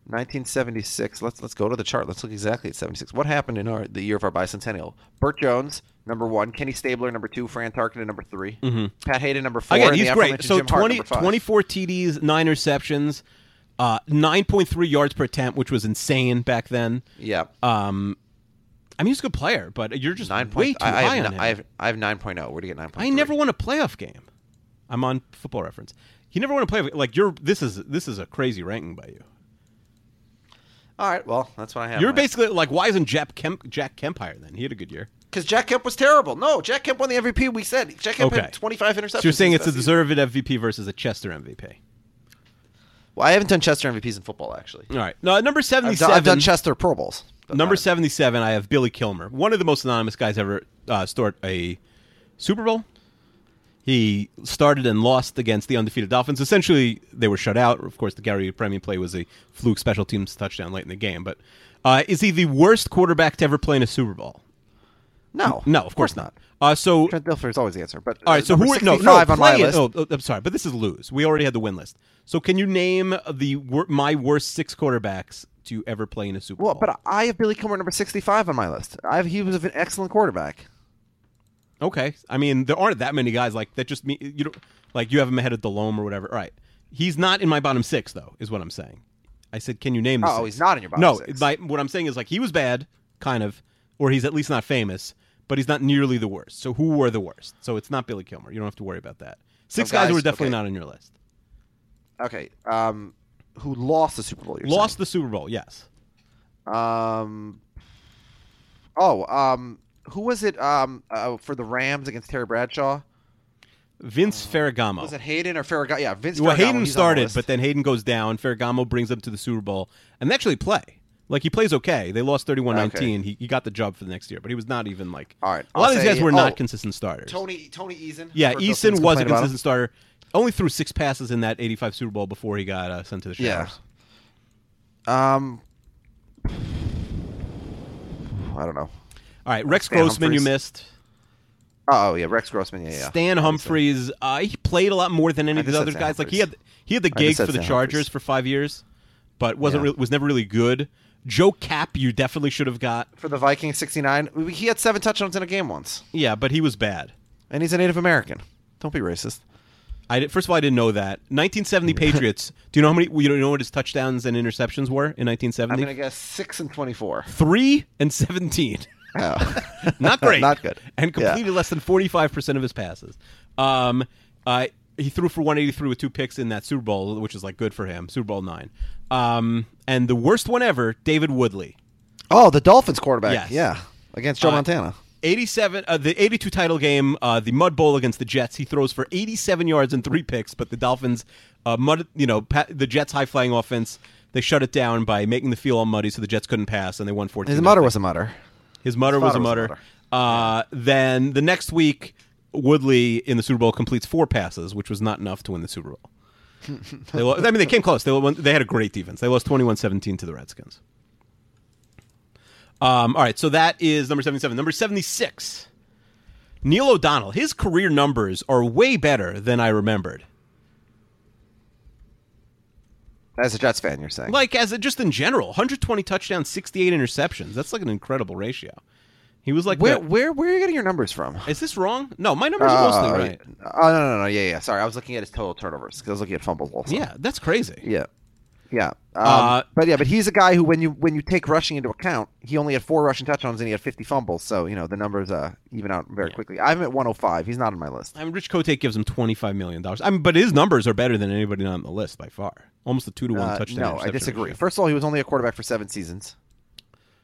S2: 1976. Let's let's go to the chart. Let's look exactly at 76. What happened in our the year of our bicentennial? Burt Jones, number one. Kenny Stabler, number two. Fran Tarkenton, number 3 Pat Hayden, number four.
S3: Mm-hmm. Again,
S2: and the
S3: he's great.
S2: aforementioned
S3: So
S2: Jim Hart,
S3: 20,
S2: number five.
S3: 24 TDs, nine receptions, uh, nine point three yards per attempt, which was insane back then.
S2: Yeah.
S3: Um, I mean, he's a good player, but you're just
S2: Nine
S3: way
S2: point.
S3: too
S2: I, I
S3: high
S2: have,
S3: on
S2: ni-
S3: him.
S2: I have I have 9.0. Where do you get 9.0?
S3: I never won a playoff game. I'm on Football Reference. He never won a playoff. Like you're this is this is a crazy ranking by you.
S2: All right. Well, that's what I have.
S3: You're basically like why isn't Jack Kemp Jack Kemp higher then? He had a good year.
S2: because Jack Kemp was terrible. No, Jack Kemp won the MVP. We said Jack Kemp
S3: Okay,
S2: had 25 interceptions.
S3: So you're saying
S2: in
S3: it's
S2: his
S3: a
S2: best season.
S3: deserved MVP versus a Chester MVP.
S2: Well, I haven't done Chester MVPs in football actually.
S3: All right, no number
S2: I've,
S3: 77
S2: done, I've done Chester Pro Bowls. But
S3: Number
S2: I-
S3: seventy-seven, I have Billy Kilmer, one of the most anonymous guys ever uh, start a Super Bowl. He started and lost against the undefeated Dolphins. Essentially, they were shut out. Of course, the Gary Premium play was a fluke special teams touchdown late in the game. But uh, is he the worst quarterback to ever play in a Super Bowl?
S2: No,
S3: No, of course not. Uh, so
S2: Trent Dilfer is always the answer. But
S3: all right, so
S2: number
S3: who are no, no
S2: 65 on my
S3: play it-
S2: list.
S3: oh, oh, I'm sorry, but this is lose. We already had the win list. So can you name the wor- my worst six quarterbacks to ever play in a Super
S2: Well,
S3: Bowl?
S2: but I have Billy Kilmer number sixty-five on my list. I have, he was an excellent quarterback.
S3: okay, I mean there aren't that many guys like that. Just me, you don't like you have him ahead of Delhomme or whatever. All right, he's not in my bottom six though, is what I'm saying. I said, can you name? The
S2: Oh,
S3: six?
S2: he's not in your bottom
S3: No,
S2: six.
S3: my- what I'm saying is like he was bad, kind of, or he's at least not famous, but he's not nearly the worst. So who were the worst? So it's not Billy Kilmer. You don't have to worry about that. Six
S2: Of
S3: guys, who
S2: guys-
S3: were definitely
S2: okay.
S3: not on your list.
S2: Okay, um, who lost the Super Bowl? You're
S3: Lost the Super Bowl, yes.
S2: saying. Um, oh, um, who was it? Um, uh, for the Rams against Terry Bradshaw.
S3: Vince
S2: Oh.
S3: Ferragamo.
S2: Was it Hayden or Farragut? Yeah, Vince.
S3: well,
S2: Ferragamo,
S3: Hayden
S2: he's on the
S3: started,
S2: list.
S3: but then Hayden goes down. Ferragamo brings him to the Super Bowl, and they actually play. Like he plays okay. They lost 31-19.
S2: Okay.
S3: He, he got the job for the next year, but he was not even like.
S2: All right,
S3: a lot
S2: I'll
S3: of these guys
S2: say-
S3: were not
S2: oh,
S3: consistent starters.
S2: Tony Tony Eason.
S3: yeah,
S2: for Bill Simmons
S3: Eason was
S2: complained
S3: a
S2: about him.
S3: consistent starter. Only threw six passes in that 85 Super Bowl before he got uh, sent to the
S2: Yeah.
S3: showers.
S2: Um, I don't know.
S3: All right, Rex
S2: Stan
S3: Grossman, you
S2: Humphries.
S3: missed.
S2: Oh yeah, Rex Grossman. Yeah, yeah.
S3: Stan Humphries, uh, he played a lot more than any
S2: I
S3: of these
S2: just said
S3: other
S2: Stan
S3: guys. Like he had
S2: Humphries.
S3: he had the
S2: I just
S3: gig
S2: said
S3: for the
S2: Stan
S3: Chargers
S2: Humphries.
S3: for five years, but wasn't
S2: Yeah.
S3: real- was never really good. Joe Cap, you definitely should have got.
S2: for the Vikings, sixty-nine. We- He had seven touchdowns in a game once,
S3: Yeah, but he was bad.
S2: and he's a Native American. Don't be racist.
S3: I did, first of all, I didn't know that. 1970 Patriots. Do you know how many? You know what his touchdowns and interceptions were in
S2: I'm
S3: 1970?
S2: gonna guess six and twenty-four.
S3: Three and 17. Not great.
S2: Oh. Not good.
S3: And
S2: Yeah.
S3: completed less than 45 percent of his passes. Um, uh, he threw for 183 with two picks in that Super Bowl, which is like good for him. Super Bowl nine. Um, and the worst one ever, David Woodley.
S2: Oh, the Dolphins quarterback.
S3: Yes.
S2: Yeah, against Joe
S3: Uh,
S2: Montana.
S3: 87 uh, the 82 title game uh, the mud bowl against the jets he throws for 87 yards and three picks but the dolphins uh, mud you know pa- the jets high flying offense they shut it down by making the field all muddy so the jets couldn't pass and they won 14
S2: His mutter was a mutter.
S3: his mutter was a
S2: mutter was a
S3: mutter uh, then the next week woodley in the super bowl completes four passes which was not enough to win the super bowl they lo- i mean they came close they, won- they had a great defense they lost 21-17 to the redskins um, all right, so that is number 77. Number 76, Neil O'Donnell. His career numbers are way better than I remembered.
S2: As a Jets fan, you're saying.
S3: Like, as a, just in general, 120 touchdowns, 68 interceptions. That's like an incredible ratio. He was like,
S2: where,
S3: the-
S2: where, where are you getting your numbers from?
S3: is this wrong? No, my numbers are mostly right.
S2: Oh no, no, no, yeah, yeah. Sorry, I was looking at his total turnovers because I was looking at fumbles also.
S3: Yeah, that's crazy.
S2: yeah, yeah. Um,
S3: Uh,
S2: but yeah, but he's a guy who, when you when you take rushing into account, he only had four rushing touchdowns and he had 50 fumbles. So you know the numbers uh, even out very quickly. I'm at 105. He's not on my list.
S3: I mean, Rich Kotate gives him $25 million. I mean, but his numbers are better than anybody on the list by far. Almost a two to one
S2: Uh,
S3: touchdown.
S2: no, I
S3: interception
S2: disagree.
S3: ratio.
S2: First of all, he was only a quarterback for seven seasons.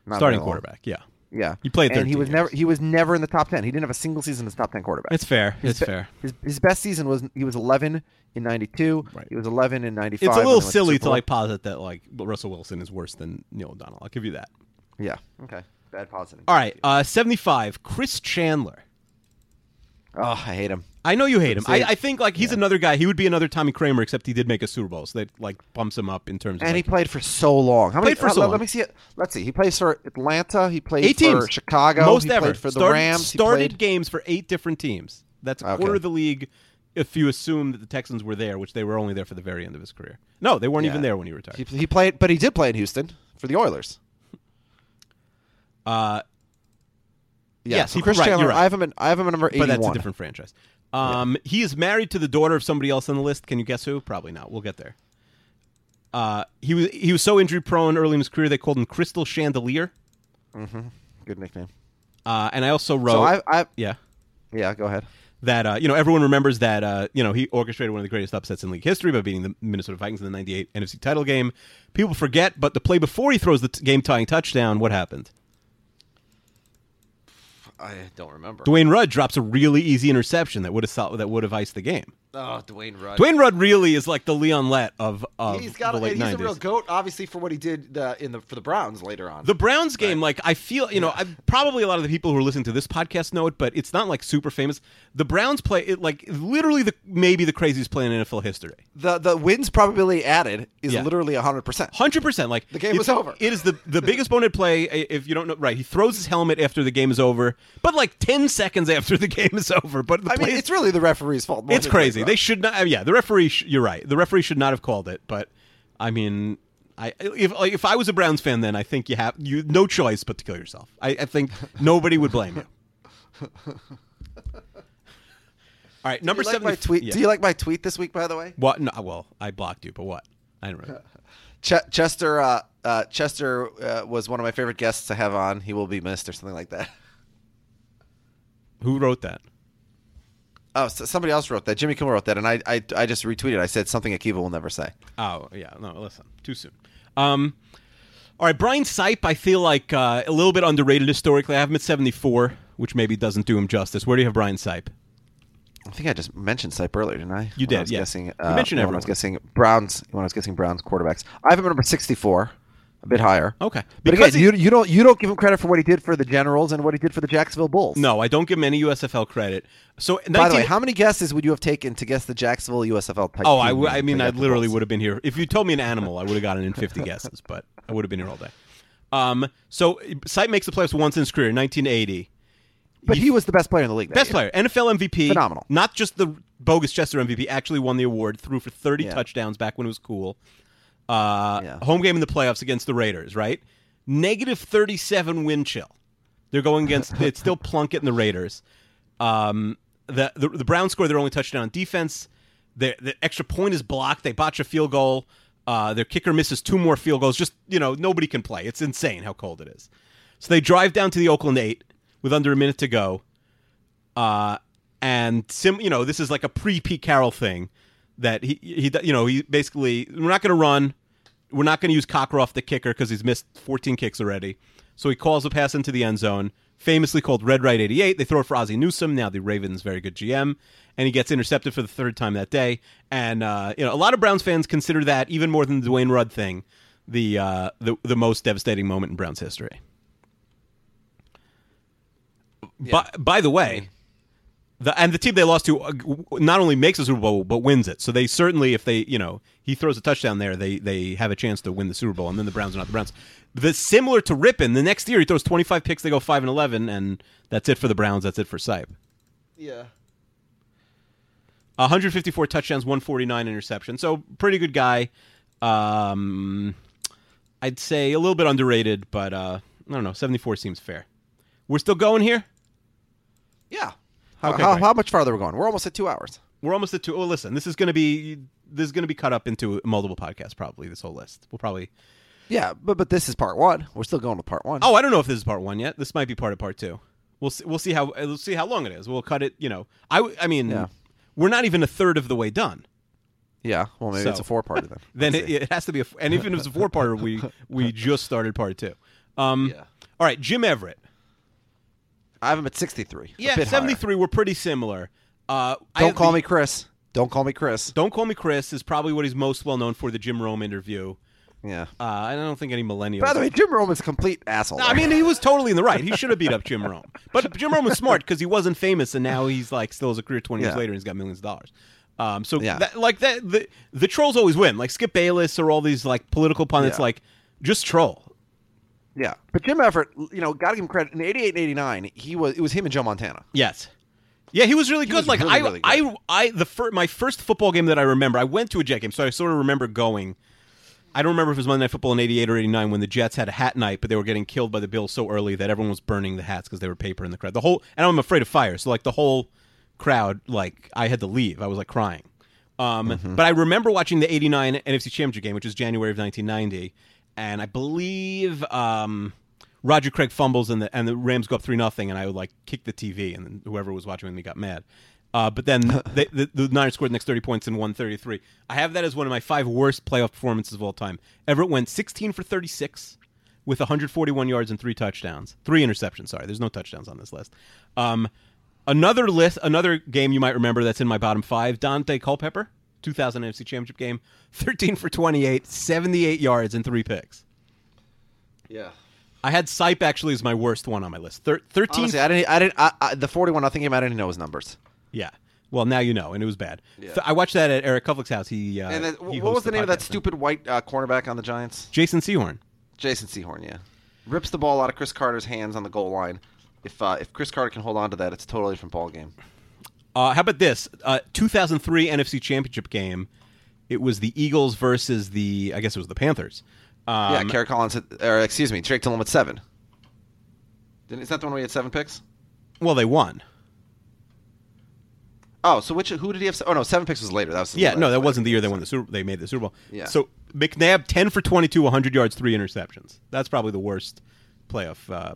S2: Not very
S3: Starting
S2: long.
S3: quarterback, yeah.
S2: Yeah,
S3: He played
S2: and he
S3: 13
S2: was never
S3: years.
S2: he was never in the top ten. He didn't have a single season as top ten quarterback.
S3: It's fair. It's
S2: His be-
S3: fair.
S2: His, his best season was he was 11 in 92.
S3: Right.
S2: He was 11 in 95.
S3: It's a
S2: when
S3: little
S2: they went
S3: silly
S2: Super
S3: to
S2: Bowl.
S3: like posit that like Russell Wilson is worse than Neil O'Donnell. I'll give you that.
S2: Yeah. Okay. Bad positive.
S3: All right, uh, seventy-five. Chris Chandler.
S2: Oh, I hate him.
S3: I know you hate him. I,
S2: See-
S3: I think like he's another guy. He would be another Tommy Kramer, except he did make a Super Bowl, so that like bumps him up in terms of.
S2: And he
S3: like-
S2: played for so long. How many? uh,
S3: Played for so
S2: let,
S3: long.
S2: let me see it. Let's see. He plays for Atlanta. He played
S3: eight teams.
S2: for Chicago.
S3: most
S2: he
S3: ever.
S2: played for the
S3: started,
S2: Rams. He
S3: Started
S2: played-
S3: games for eight different teams. That's a
S2: Okay.
S3: quarter of the league. If you assume that the Texans were there, which they were only there for the very end of his career. No, they weren't even there when he retired.
S2: He, he played, but he did play in Houston for the Oilers.
S3: uh,
S2: Yeah,
S3: Yes,
S2: so
S3: he-
S2: Chris
S3: right, you're
S2: Chandler.
S3: right.
S2: I have him. At, I have him at number eighty-one.
S3: But that's a different franchise. Um, He is married to the daughter of somebody else on the list. Can you guess who? Probably not. We'll get there. Uh, he was he was so injury prone early in his career they called him Crystal Chandelier.
S2: Good nickname.
S3: Uh, and I also wrote,
S2: So I, I,
S3: yeah,
S2: yeah. Go ahead.
S3: that uh, you know everyone remembers that uh, you know he orchestrated one of the greatest upsets in league history by beating the Minnesota Vikings in the '98 NFC title game. People forget, but the play before he throws the t- game tying touchdown, what happened?
S2: I don't remember.
S3: Dwayne Rudd drops a really easy interception that would have that would have iced the game.
S2: Oh, Dwayne Rudd.
S3: Dwayne Rudd really is like the Leon Lett of, of
S2: he's got.
S3: the
S2: A,
S3: late
S2: he's
S3: 90s.
S2: a real goat, obviously, for what he did uh, in the for the Browns later on.
S3: The Browns game, like I feel, you know, I, probably a lot of the people who are listening to this podcast know it, but it's not like super famous. The Browns play it like literally the maybe the craziest play in NFL history.
S2: the the wins probability added is
S3: Yeah.
S2: literally hundred percent.
S3: Hundred percent. Like
S2: The game
S3: it's-
S2: was over.
S3: It is the the biggest bonehead play. i- If you don't know, right? He throws his helmet after the game is over, but like ten seconds after the game is over. But the
S2: I mean,
S3: play-
S2: it's really the referee's fault. more
S3: it's
S2: than
S3: crazy.
S2: Dwayne
S3: They
S2: Rudd.
S3: should not. uh, Yeah, the referee. Sh- you're right. The referee should not have called it. But I mean, I if like, if I was a Browns fan, then I think you have you no choice but to kill yourself. I, I think nobody would blame you. All right, number
S2: Do you like
S3: seven.
S2: my tweet?
S3: Yeah.
S2: Do you like my tweet this week? By the way,
S3: what? No, well, I blocked you, but what? I don't know.
S2: Ch- Chester uh, uh, Chester uh, was one of my favorite guests to have on. He will be missed, or something like that.
S3: Who wrote that?
S2: Oh, s somebody else wrote that. Jimmy Kimmel wrote that, and I, I, I just retweeted. I said something Akiva will never say.
S3: Oh yeah, no, listen, too soon. Um, all right, Brian Sipe, I feel like uh, a little bit underrated historically. I have him at seventy four, which maybe doesn't do him justice. Where do you have Brian Sipe?
S2: I think I just mentioned Sipe earlier, didn't I?
S3: You
S2: When
S3: did,
S2: I was
S3: yeah.
S2: guessing,
S3: You
S2: uh,
S3: mentioned
S2: when I
S3: everyone.
S2: was guessing Browns. When I was guessing Browns quarterbacks, I have him at number sixty-four, a bit higher.
S3: Okay.
S2: but
S3: Because
S2: again, you, you don't you don't give him credit for what he did for the Generals and what he did for the Jacksonville Bulls.
S3: No, I don't give him any USFL credit. So, 19-
S2: By the way, how many guesses would you have taken to guess the Jacksonville USFL? Type
S3: Oh, I,
S2: team
S3: w-
S2: name
S3: I mean,
S2: to
S3: I
S2: get the
S3: literally
S2: Bulls?
S3: would have been here. If you told me an animal, I would have gotten in 50 guesses, but I would have been here all day. Um, so, Sipe makes the playoffs once in his career, 1980.
S2: But he was the best player in the league. that
S3: Best
S2: year.
S3: player, NFL MVP.
S2: Phenomenal.
S3: Not just the bogus Chester MVP, actually won the award, threw for 30
S2: Yeah.
S3: touchdowns back when it was cool. Uh,
S2: Yeah.
S3: Home game in the playoffs against the Raiders, right? Negative 37 wind chill. They're going against, it's still Plunkett and the Raiders. Um, the, the, the Browns score their only touchdown on defense. The, the extra point is blocked. They botch a field goal. Uh, their kicker misses two more field goals. Just, you know, nobody can play. It's insane how cold it is. So they drive down to the Oakland 8 with under a minute to go. Uh, and sim, you know, this is like a pre Pete Carroll thing that he he you know he basically we're not going to run, we're not going to use Cockcroft the kicker because he's missed 14 kicks already. So he calls a pass into the end zone, famously called Red Right 88. They throw it for Ozzie Newsome, now the Ravens' very good GM, and he gets intercepted for the third time that day. And uh, you know, a lot of Browns fans consider that even more than the Dwayne Rudd thing, the uh, the the most devastating moment in Browns history. By, by the way, the, and the team they lost to uh, w- w- not only makes the Super Bowl but wins it. So they certainly, if they, you know, he throws a touchdown there, they they have a chance to win the Super Bowl. And then the Browns are not the Browns. The similar to Rippon, the next year he throws twenty five picks, they go five and eleven, and that's it for the Browns. That's it for Sipe.
S2: Yeah.
S3: 154 touchdowns, 149 interceptions. So pretty good guy. Um, I'd say a little bit underrated, but uh, I don't know. 74 seems fair. We're still going here.
S2: Yeah. How,
S3: Okay,
S2: how,
S3: great.
S2: how much farther we're going? We're almost at two hours.
S3: We're almost at two. Oh, listen, this is going to be this is going to be cut up into multiple podcasts. Probably this whole list. We'll probably.
S2: Yeah, but but this is part one. We're still going with part one.
S3: Oh, I don't know if this is part one yet. This might be part of part two. We'll see, we'll see how we'll see how long it is. We'll cut it. You know, I w- I mean,
S2: Yeah.
S3: we're not even a third of the way done.
S2: yeah. Well, maybe
S3: So-
S2: it's a four parter then.
S3: Then
S2: Let's
S3: it,
S2: see.
S3: it has to be a f- and even if it's a four parter, we we just started part two. Um,
S2: Yeah.
S3: All right, Jim Everett.
S2: I have him at sixty three.
S3: Yeah, seventy three. We're pretty similar. Uh, I
S2: Don't
S3: have
S2: call
S3: the-
S2: me Chris. Don't call me Chris.
S3: Don't call me Chris is probably what he's most well known for. The Jim Rome interview.
S2: Yeah.
S3: Uh, I don't think any millennials.
S2: By the way, Jim Rome is a complete asshole.
S3: No, I mean, he was totally in the right. He should have beat up Jim Rome. But Jim Rome was smart because he wasn't famous, and now he's like still has a career twenty years
S2: Yeah.
S3: later, and he's got millions of dollars. Um, so
S2: Yeah.
S3: that, like that, the the trolls always win. Like Skip Bayless or all these like political pundits,
S2: Yeah.
S3: like just troll.
S2: yeah. But Jim Everett, you know, gotta give him credit. In eighty eight and eighty nine, he was it was him and Joe Montana.
S3: Yes. Yeah, he was really good.
S2: was
S3: like
S2: really,
S3: I,
S2: really
S3: I, I, the fir- my first football game that I remember, I went to a Jet game, so I sort of remember going. I don't remember if it was Monday Night Football in '88 or '89 when the Jets had a hat night, but they were getting killed by the Bills so early that everyone was burning the hats because they were paper in the crowd. The whole, and I'm afraid of fire, so like the whole crowd, like I had to leave. I was like crying. Um,
S2: Mm-hmm.
S3: But I remember watching the '89 NFC Championship game, which was January of 1990, and I believe um, Roger Craig fumbles and the and the Rams go up three nothing, and I would like kick the TV, and then whoever was watching with me got mad. Uh, but then they, the, the Niners scored the next thirty points and won thirty three. I have that as one of my five worst playoff performances of all time. Everett went sixteen for thirty six with 141 yards and three touchdowns, three interceptions. Sorry, there's no touchdowns on this list. Um, Another list, another game you might remember that's in my bottom five Dante Culpepper, 2000 NFC Championship game, 13 for 28, 78 yards, and three picks.
S2: Yeah.
S3: I had Sipe actually as my worst one on my list. Thir- 13
S2: Honestly, I didn't. I didn't. I, I, the forty-one nothing game. I didn't know his numbers.
S3: Yeah. Well, now you know, and it was bad. Th- I watched that at Eric Kuflick's house. He uh,
S2: and then,
S3: he
S2: wh- what was
S3: hosts
S2: the name of that
S3: podcast.
S2: stupid white uh, cornerback on the Giants?
S3: Jason Sehorn.
S2: Jason Sehorn. Yeah, rips the ball out of Chris Carter's hands on the goal line. If uh, if Chris Carter can hold on to that, it's a totally different ball game.
S3: Uh, how about this? Uh, 2003 NFC Championship game. It was the Eagles versus the I guess it was the Panthers. Um,
S2: yeah, Kerry Collins. Had, or excuse me, Drake Dillon with seven. Didn't, is that the one where he had seven picks?
S3: well, they won.
S2: Oh, so which? Who did he have? se- Oh no, seven picks was later. That was the
S3: Yeah,
S2: one
S3: no,
S2: was
S3: that
S2: later.
S3: wasn't the year they won the Super. They made the Super Bowl.
S2: Yeah.
S3: So McNabb, ten for twenty-two, one hundred yards, three interceptions. That's probably the worst playoff uh,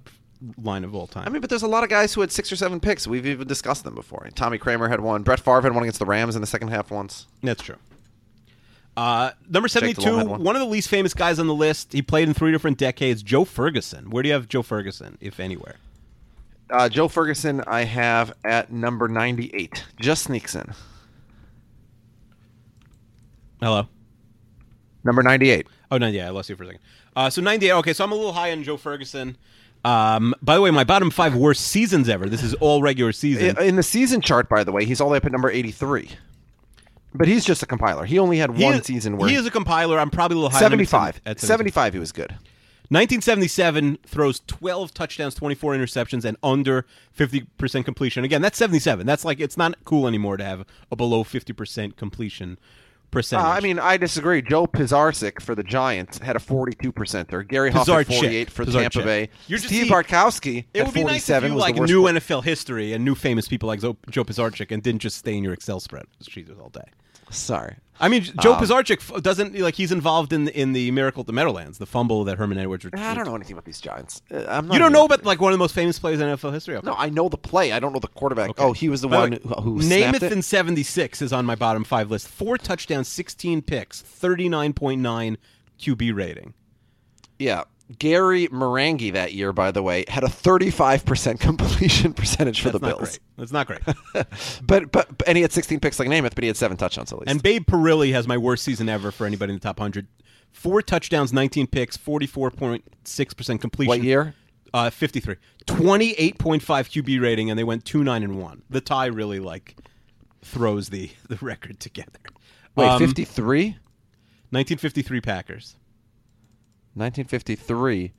S3: line of all time.
S2: I mean, but there's a lot of guys who had six or seven picks. We've even discussed them before. Tommy Kramer had one. Brett Favre had one against the Rams in the second half once.
S3: That's true. Uh, number
S2: Jake DeLong
S3: 72,
S2: had
S3: one.
S2: one.
S3: of the least famous guys on the list. He played in three different decades, Joe Ferguson. Where do you have Joe Ferguson, if anywhere?
S2: Uh, Joe Ferguson, I have at number 98. Just sneaks in.
S3: Hello.
S2: Number 98.
S3: Oh, no, yeah, I lost you for a second. Uh, so 98. Okay, so I'm a little high on Joe Ferguson. Um, by the way, my bottom five worst seasons ever. This is all regular season.
S2: In, in the season chart, by the way, he's all the way up at number 83. But he's just a compiler. He only had
S3: He
S2: one
S3: is-
S2: season where
S3: he is a compiler. I'm probably a little high. on him at
S2: 75.
S3: seven- at
S2: 75, he was good.
S3: 1977 throws 12 touchdowns, 24 interceptions, and under 50% completion. Again, that's 77. That's like it's not cool anymore to have a below 50% completion
S2: Uh,
S3: percentage.
S2: I mean, I disagree. Joe Pizarcik for the Giants had a 42 percenter. Gary Huff
S3: Bizarre
S2: had
S3: chick.
S2: 48 for
S3: Bizarre
S2: Tampa
S3: chick.
S2: Bay.
S3: You're just-
S2: Steve
S3: see,
S2: Bartkowski
S3: it
S2: at
S3: would be
S2: 47
S3: nice if you
S2: was
S3: like
S2: the worst
S3: knew
S2: player.
S3: NFL history and knew famous people like Zo- Joe Pizarchik and didn't just stay in your Excel spreadsheets all day.
S2: Sorry.
S3: I mean, Joe
S2: Um,
S3: Pizarchik f- doesn't like he's involved in in the miracle at the Meadowlands, the fumble that Herman Edwards. ret-
S2: I don't know anything about these Giants. Uh, I'm not
S3: You don't
S2: even-
S3: know about like one of the most famous players in NFL history. Okay.
S2: No, I know the play. I don't know the quarterback.
S3: Okay.
S2: Oh, he was the
S3: By
S2: one
S3: way,
S2: who, who snapped
S3: Namath
S2: it?
S3: in '76 is on my bottom five list. Four touchdowns, 16 picks, 39.9 QB rating.
S2: Yeah. Gary Marangi that year, by the way, had a 35% completion percentage for
S3: That's
S2: the
S3: not
S2: Bills.
S3: great. That's not great.
S2: But, but and he had 16 picks like Namath, but he had seven touchdowns at least.
S3: and Babe Perilli has my worst season ever for anybody in the top 100. Four touchdowns, 19 picks, 44.6% completion.
S2: what year?
S3: Uh, 53. 28.5 QB rating, and they went 2 9 and 1. The tie really, like, throws the, the record together.
S2: Wait,
S3: Um,
S2: 53?
S3: 1953 Packers.
S2: 1953.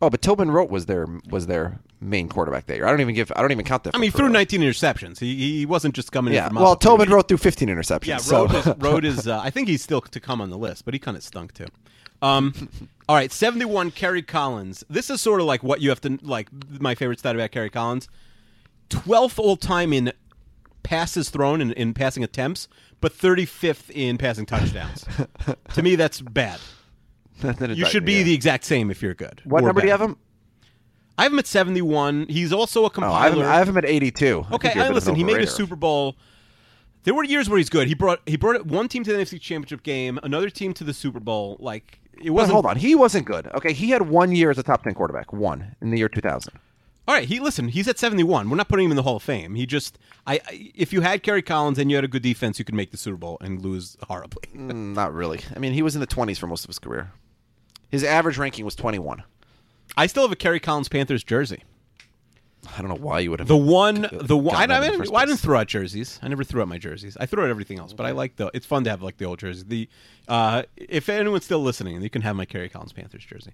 S2: Oh, but Tobin Rote was their was their main quarterback that year. I don't even give. I don't even count that.
S3: I mean,
S2: for
S3: threw
S2: Rote.
S3: 19 interceptions. He, he wasn't just coming
S2: Yeah.
S3: in for
S2: Well,
S3: opportunity.
S2: Tobin Rote threw 15 interceptions.
S3: Yeah,
S2: so-
S3: Road is, Road is uh, I think he's still to come on the list, but he kind of stunk too. Um, all right, 71, Kerry Collins. This is sort of like what you have to, like, my favorite stat about Kerry Collins. 12th all time in passes thrown in, in passing attempts, but 35th in passing touchdowns. to me, that's bad. You should be the exact same if you're good.
S2: What
S3: or
S2: number do you have
S3: better.
S2: him?
S3: I have him at 71. He's
S2: Oh,
S3: also a
S2: I have
S3: compiler.
S2: him, I have him at 82. I
S3: Okay,
S2: think you're a
S3: I
S2: bit of
S3: listen.
S2: an
S3: He made a
S2: overrater.
S3: Super Bowl. There were years where he's good. He brought he brought one team to the NFC Championship game, another team to the Super Bowl. Like it
S2: But
S3: wasn't.
S2: hold on, he wasn't good. Okay, he had one year as a top 10 quarterback, one in the year 2000.
S3: All right, he listen. He's at seventy one. We're not putting him in the Hall of Fame. He just I, I if you had Kerry Collins and you had a good defense, you could make the Super Bowl and lose horribly.
S2: Mm, Not really. I mean, he was in the 20s for most of his career. His average ranking was 21.
S3: I still have a Kerry Collins Panthers jersey.
S2: I don't know why you would have
S3: The one, the one. I,
S2: Gotten that
S3: I,
S2: in the
S3: didn't,
S2: first
S3: well, I
S2: place.
S3: didn't throw out jerseys. I never threw out my jerseys. I threw out everything else. But I like the. It's fun to have like the old jersey. The uh, if anyone's still listening, you can have my Kerry Collins Panthers jersey.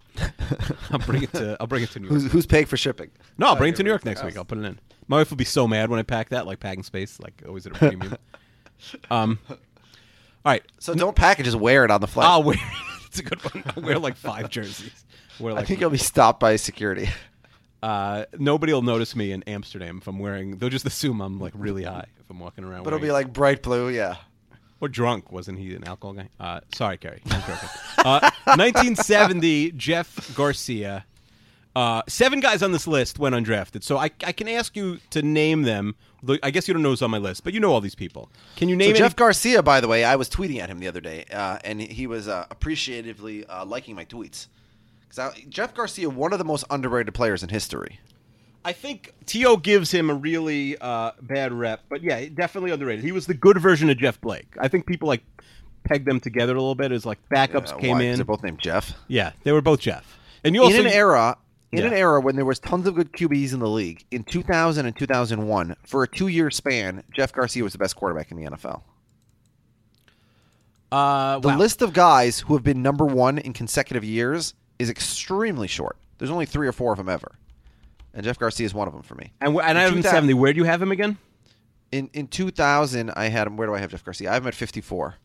S3: I'll bring it to. I'll bring it to New York.
S2: Who's, who's paying for shipping?
S3: No, I'll bring it to New York next week. I'll put it in. My wife will be so mad when I pack that, like packing space, like always at a premium. um, all right,
S2: So don't package, just wear it on the flight.
S3: I'll wear. It's a good one. I'll wear like five jerseys. Wear
S2: I
S3: like
S2: think you'll be stopped by security.
S3: uh, nobody will notice me in Amsterdam if I'm wearing. They'll just assume I'm like really high if I'm walking around.
S2: But it'll
S3: wearing-
S2: be like bright blue, yeah.
S3: Or drunk, wasn't he an alcohol guy? Uh, sorry, Kerry. I'm joking. Uh, 1970, Jeff Garcia. Uh, seven guys on this list went undrafted, so I, I can ask you to name them. Look, I guess you don't know who's on my list, but you know all these people. Can you name
S2: So
S3: any-
S2: Jeff Garcia, by the way, I was tweeting at him the other day, uh, and he was uh, appreciatively uh, liking my tweets. 'Cause I- Jeff Garcia, one of the most underrated players in history.
S3: I think T.O. gives him a really uh, bad rep, but yeah, definitely underrated. He was the good version of Jeff Blake. I think people like pegged them together a little bit. As like backups
S2: Uh,
S3: came
S2: why? 'Cause
S3: in.
S2: They're both named Jeff.
S3: yeah, they were both Jeff. And you also
S2: in an era in an
S3: Yeah.
S2: era when there was tons of good QBs in the league in 2000 and 2001 for a two-year span Jeff Garcia was the best quarterback in the NFL
S3: uh,
S2: the
S3: wow.
S2: list of guys who have been number 1 in consecutive years is extremely short there's only 3 or 4 of them ever and Jeff Garcia is one of them for me
S3: and, wh- and I have him
S2: 2000
S3: seventy. Where do you have him again?
S2: in in 2000 I had him where do I have Jeff Garcia I have him at 54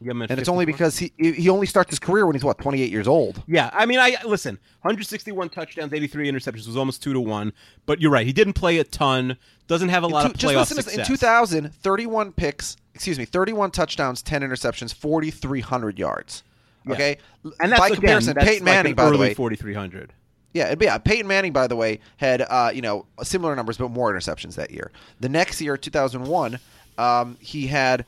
S3: You have him at
S2: and it's only
S3: 54?
S2: because he he only starts his career when he's what 28 years old
S3: Yeah, I mean, I listen. 161 touchdowns, 83 interceptions was almost two to one. But you're right; he didn't play a ton. Doesn't have a lot
S2: two-
S3: of playoff
S2: just listen
S3: success.
S2: To this, in 2000, 31 picks, excuse me, 31 touchdowns, 10 interceptions, 4,300 yards. Okay, L-
S3: and that's
S2: by
S3: again,
S2: comparison,
S3: that's
S2: Peyton
S3: like
S2: Manning,
S3: an
S2: by the
S3: early
S2: way,
S3: 4,300.
S2: yeah, and yeah, Peyton Manning, by the way, had uh, you know similar numbers but more interceptions that year. The next year, 2001, um, he had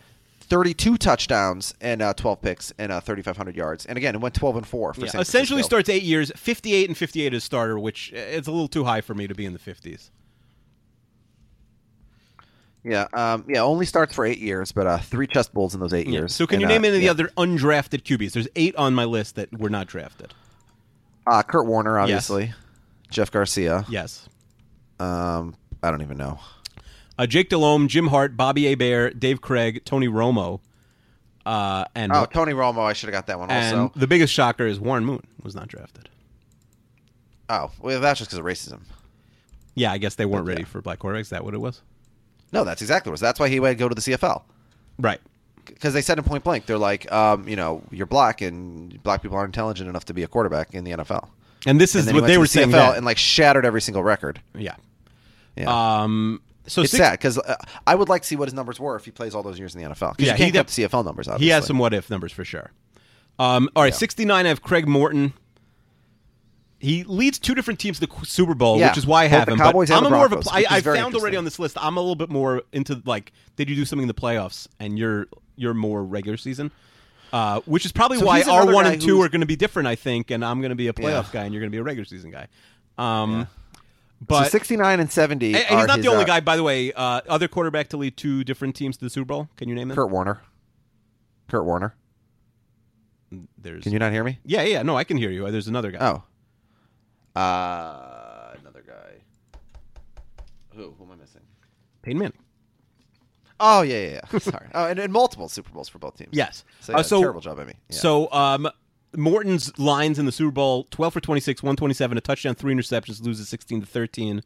S2: 32 touchdowns and uh, 12 picks and uh, 3,500 yards, and again, it went 12 and four for
S3: Yeah,
S2: San
S3: essentially,
S2: Francisco.
S3: starts eight years, 58 and 58 as starter, which uh, it's a little too high for me to be in the 50s.
S2: Yeah, um, yeah, only starts for eight years, but uh, three chest bowls in those eight years.
S3: So, can
S2: And,
S3: you
S2: uh,
S3: name any of the
S2: yeah.
S3: other undrafted QBs? There's eight on my list that were not drafted.
S2: Uh, Kurt Warner, obviously. Jeff Garcia.
S3: Yes,
S2: Um, I don't even know.
S3: uh, Jake Delhomme, Jim Hart, Bobby Bear, Dave Craig, Tony Romo, uh, and
S2: Oh, Tony Romo. I should have got that one
S3: and
S2: also.
S3: the biggest shocker is Warren Moon was not drafted.
S2: Oh, well, that's just because of racism.
S3: Yeah, I guess they weren't ready for black quarterbacks. Is that what it was?
S2: No, that's exactly what it was. That's why he went to go to the CFL.
S3: Right.
S2: Because they said in point blank, they're like, um, you know, you're black and black people aren't intelligent enough to be a quarterback in the NFL.
S3: And this
S2: And
S3: is
S2: then he
S3: what
S2: went
S3: they
S2: to
S3: were
S2: the
S3: saying.
S2: CFL
S3: then.
S2: and like shattered every single record.
S3: yeah.
S2: Yeah.
S3: Um. So
S2: it's
S3: six-
S2: sad because uh, I would like to see what his numbers were if he plays all those years in the NFL. 'Cause
S3: Yeah,
S2: you
S3: he
S2: can't get
S3: def-
S2: the CFL numbers. Obviously.
S3: he has some what if numbers for sure. Um. All right. Sixty nine. I have Craig Morton. He leads two different teams to the Qu- Super Bowl,
S2: Yeah,
S3: which is why I
S2: both
S3: have
S2: the
S3: him.
S2: Cowboys
S3: but
S2: and
S3: I'm
S2: the
S3: a more of a.
S2: Broncos,
S3: I,
S2: which is
S3: I
S2: very
S3: found already
S2: interesting.
S3: on this list. I'm a little bit more into like, did you do something in the playoffs? And you're you're more regular season, uh, which is probably
S2: So
S3: why
S2: he's
S3: R
S2: another
S3: one
S2: guy
S3: and two
S2: who's-
S3: are going to be different. I think, and I'm going to be a playoff
S2: Yeah.
S3: guy, and you're going to be a regular season guy. Um,
S2: So
S3: but
S2: 69 and 70.
S3: And, and he's
S2: are
S3: not
S2: his,
S3: the only
S2: uh,
S3: guy, by the way. Uh, other quarterback to lead two different teams to the Super Bowl. Can you name him?
S2: Kurt Warner. Kurt Warner.
S3: There's.
S2: Can you not hear me?
S3: Yeah, yeah. No, I can hear you. There's another guy.
S2: Oh. Uh, another guy. Who? Who am I missing?
S3: Peyton Manning.
S2: Oh yeah, yeah, yeah. Sorry. Oh, and, and multiple Super Bowls for both teams.
S3: Yes.
S2: So, yeah,
S3: Uh, so-
S2: terrible job by me. Yeah.
S3: So, um, Morton's lines in the Super Bowl: twelve for twenty-six, one twenty-seven, a touchdown, three interceptions, loses sixteen to thirteen.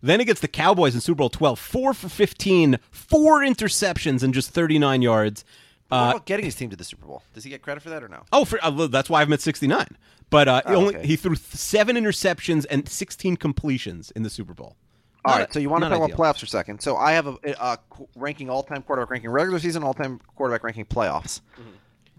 S3: Then against the Cowboys in Super Bowl 12, four for 15, four interceptions and just 39 yards.
S2: what
S3: Uh,
S2: about getting his team to the Super Bowl? Does he get credit for that or no?
S3: Oh, for, uh, that's why I'm at 69. But uh,
S2: Oh,
S3: only
S2: okay.
S3: he threw th- seven interceptions and 16 completions in the Super Bowl.
S2: All
S3: Not-
S2: right. So you want to
S3: not
S2: talk about
S3: ideal.
S2: playoffs for a second? So I have a, a, uh, qu- ranking all-time quarterback ranking regular season, all-time quarterback ranking playoffs.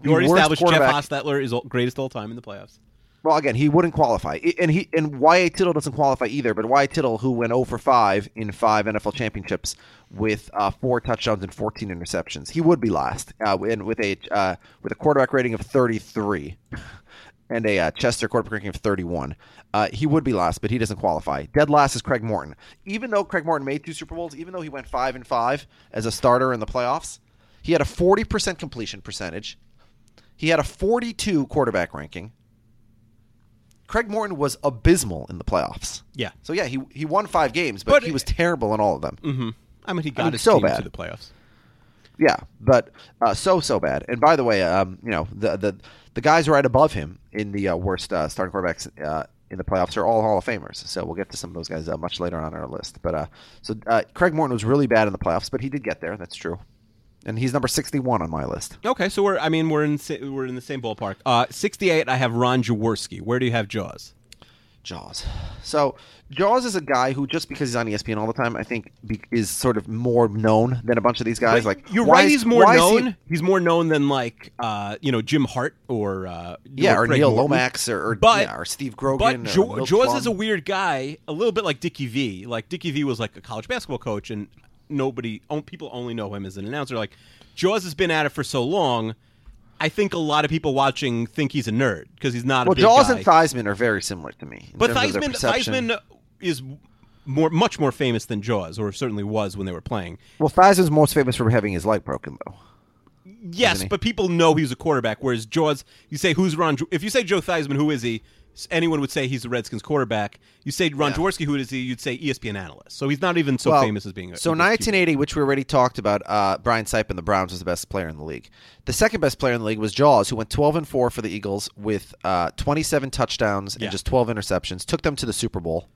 S3: You already
S2: The worst
S3: established Jeff
S2: quarterback-
S3: Hostetler is all, greatest all time in the playoffs.
S2: Well, again, he wouldn't qualify, I- and he and Y.A. Tittle doesn't qualify either. But Y.A. Tittle, who went 0 for 5 in five NFL championships with uh, four touchdowns and 14 interceptions, he would be last, uh, and with a uh, with a quarterback rating of 33 and a uh, Chester quarterback ranking of 31, uh, he would be last, but he doesn't qualify. Dead last is Craig Morton. Even though Craig Morton made two Super Bowls, even though he went five and five as a starter in the playoffs, he had a 40% completion percentage. He had a 42 quarterback ranking. Craig Morton was abysmal in the playoffs.
S3: Yeah.
S2: So yeah, he he won five games, but,
S3: But-
S2: he was terrible in all of them.
S3: I mean, he got
S2: mean,
S3: his
S2: so
S3: team
S2: bad.
S3: to the playoffs.
S2: Yeah, but uh, so so bad. And by the way, um, you know the the the guys right above him in the uh, worst uh, starting quarterbacks uh, in the playoffs are all Hall of Famers. So we'll get to some of those guys uh, much later on in our list. But uh, so uh, Craig Morton was really bad in the playoffs, but he did get there. That's true. And he's number sixty-one on my list.
S3: Okay, so we're I mean we're in sa- we're in the same ballpark. Uh, 68. I have Ron Jaworski. Where do you have Jaws?
S2: Jaws. So Jaws is a guy who just because he's on E ESPN all the time, I think be- is sort of more known than a bunch of these guys.
S3: Wait,
S2: like
S3: you're
S2: why
S3: right.
S2: is-
S3: He's more
S2: why is he-
S3: known. he's more known than like uh, you know Jim Hart or uh,
S2: yeah, or
S3: Craig
S2: Neil
S3: Morton.
S2: Lomax or or,
S3: but
S2: yeah, or Steve Grogan.
S3: But
S2: or
S3: jo-
S2: Milt
S3: Jaws
S2: Plum.
S3: is a weird guy, a little bit like Dickie V. Like Dickie V was like a college basketball coach, and nobody, on- people only know him as an announcer. Like Jaws has been at it for so long. I think a lot of people watching think he's a nerd because he's not.
S2: Well,
S3: a big
S2: Jaws
S3: guy.
S2: and Theismann are very similar to me. in
S3: but
S2: terms of their
S3: Theismann,
S2: perception.
S3: Theismann is more, much more famous than Jaws, or certainly was when they were playing.
S2: Well, Fazbear's most famous for having his leg broken, though.
S3: Yes, but people know he's a quarterback. Whereas Jaws, you say who's Ron? If you say Joe Theismann, who is he? S- Anyone would say he's the Redskins quarterback. You say Ron Jaworski, who is he? You'd say E ESPN analyst. So he's not even so
S2: Well,
S3: famous as being a
S2: so
S3: a-
S2: 1980, which we already talked about. Uh, Brian Sipe and the Browns was the best player in the league. The second best player in the league was Jaws, who went 12 and four for the Eagles with uh, 27 touchdowns
S3: Yeah.
S2: and just 12 interceptions. Took them to the Super Bowl.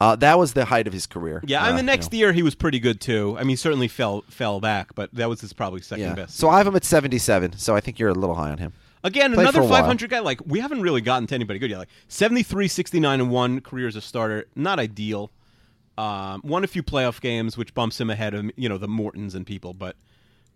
S2: Uh, that was the height of his career.
S3: Yeah,
S2: uh,
S3: and the
S2: you
S3: next
S2: know.
S3: year he was pretty good too. I mean, he certainly fell fell back, but that was his probably second
S2: Yeah.
S3: best.
S2: So I have him at 77. So I think you're a little high on him.
S3: Again,
S2: Played
S3: another
S2: for a while.
S3: 500 guy. Like, we haven't really gotten to anybody good yet. Like, 73, 69, and one career as a starter. Not ideal. Um, won a few playoff games, which bumps him ahead of, you know, the Mortons and people, but,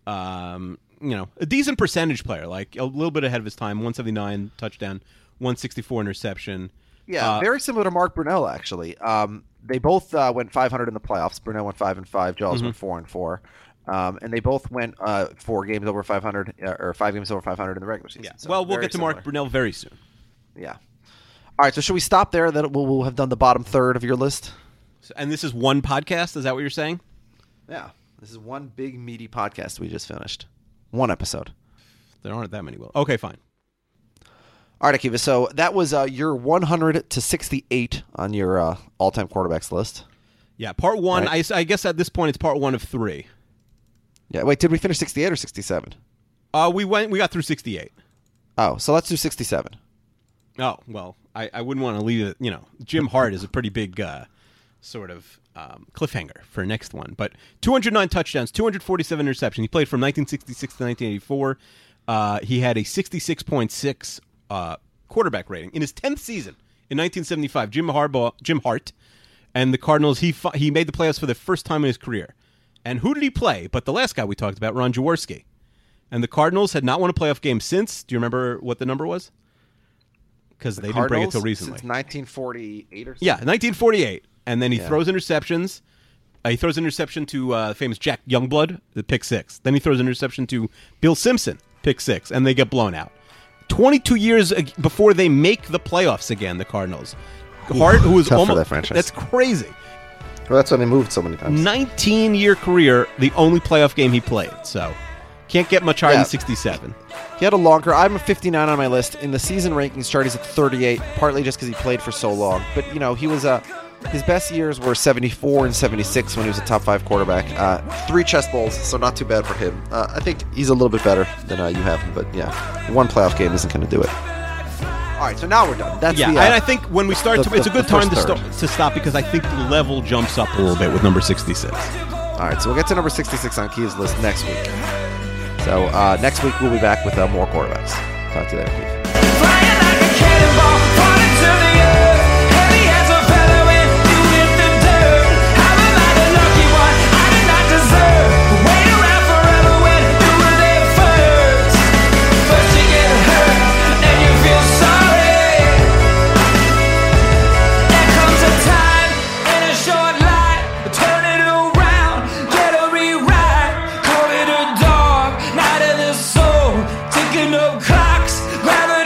S3: um, you know, a decent percentage player. Like, a little bit ahead of his time. 179 touchdown, 164 interception.
S2: Yeah,
S3: Uh,
S2: very similar to Mark Brunell actually. Um, they both uh, went 500 in the playoffs. Brunell went five and five. Jaws went four and four, um, and they both went uh, four games over 500 uh, or five games over 500 in the regular season.
S3: yeah.
S2: So
S3: well, we'll
S2: very
S3: get to Mark
S2: similar.
S3: Brunell very soon.
S2: yeah. All right, so should we stop there? That we'll, we'll have done the bottom third of your list.
S3: So, and this is one podcast? Is that what you're saying?
S2: Yeah, this is one big meaty podcast we just finished. One episode.
S3: There aren't that many. Will. Okay, fine.
S2: All right, Akiva. So that was uh, your 100 to 68 on your uh, all-time quarterbacks list.
S3: Yeah, part one.
S2: Right.
S3: I s I I guess at this point it's part one of three.
S2: Yeah. Wait, did we finish 68 or 67?
S3: Uh, we went. We got through sixty-eight.
S2: Oh, so let's do 67.
S3: Oh well, I, I wouldn't want to leave it. You know, Jim Hart is a pretty big uh, sort of um, cliffhanger for next one. But 209 touchdowns, 247 interceptions. He played from 1966 to 1984. Uh, he had a 66.6 uh, quarterback rating in his 10th season in 1975. Jim Harbaugh, Jim Hart, and the Cardinals. He fi- he made the playoffs for the first time in his career. And who did he play? But the last guy we talked about, Ron Jaworski. And the Cardinals had not won a playoff game since. Do you remember what the number was? Because they didn't bring it
S2: Cardinals
S3: till recently.
S2: Since 1948 or something.
S3: Yeah, 1948. And then he throws interceptions. Uh, he throws an interception to uh, famous Jack Youngblood, the pick six. Then he throws an interception to Bill Simpson, pick six, and they get blown out. 22 years ag- before they make the playoffs again, the Cardinals. Hart, who was
S2: Tough for
S3: almost
S2: that franchise.
S3: that's crazy.
S2: Well, that's when they moved so many times.
S3: 19 year career, the only playoff game he played. So can't get much higher
S2: Yeah.
S3: than 67.
S2: He had a longer. I'm a 59 on my list. In the season rankings chart, he's at 38, partly just because he played for so long. But you know, he was a. His best years were 74 and 76 when he was a top five quarterback. Uh, three chest bowls, so not too bad for him. Uh, I think he's a little bit better than uh, you have him, but yeah, one playoff game isn't going to do it. All right, so now we're done. That's
S3: Yeah,
S2: the, uh,
S3: and I think when we start,
S2: the-
S3: to, it's a
S2: the-
S3: good
S2: the first
S3: time to,
S2: third.
S3: sto- to stop because I think the level jumps up a little bit with number 66.
S2: All right, so we'll get to number 66 on Kiva's list next week. So uh, next week we'll be back with uh, more quarterbacks. Talk to you later, Keith.
S4: Flying like a cannonball, falling to the earth. Heavy as a feather when you hit the dirt. I'm not the lucky one, I did not deserve. Wait around forever when you were there first. First you get hurt, and you feel sorry. There comes a time and a short light. Turn it around, get a rewrite. Call it a dark night of the soul. Ticking up clocks, grabbing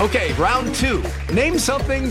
S4: Okay, round two. Name something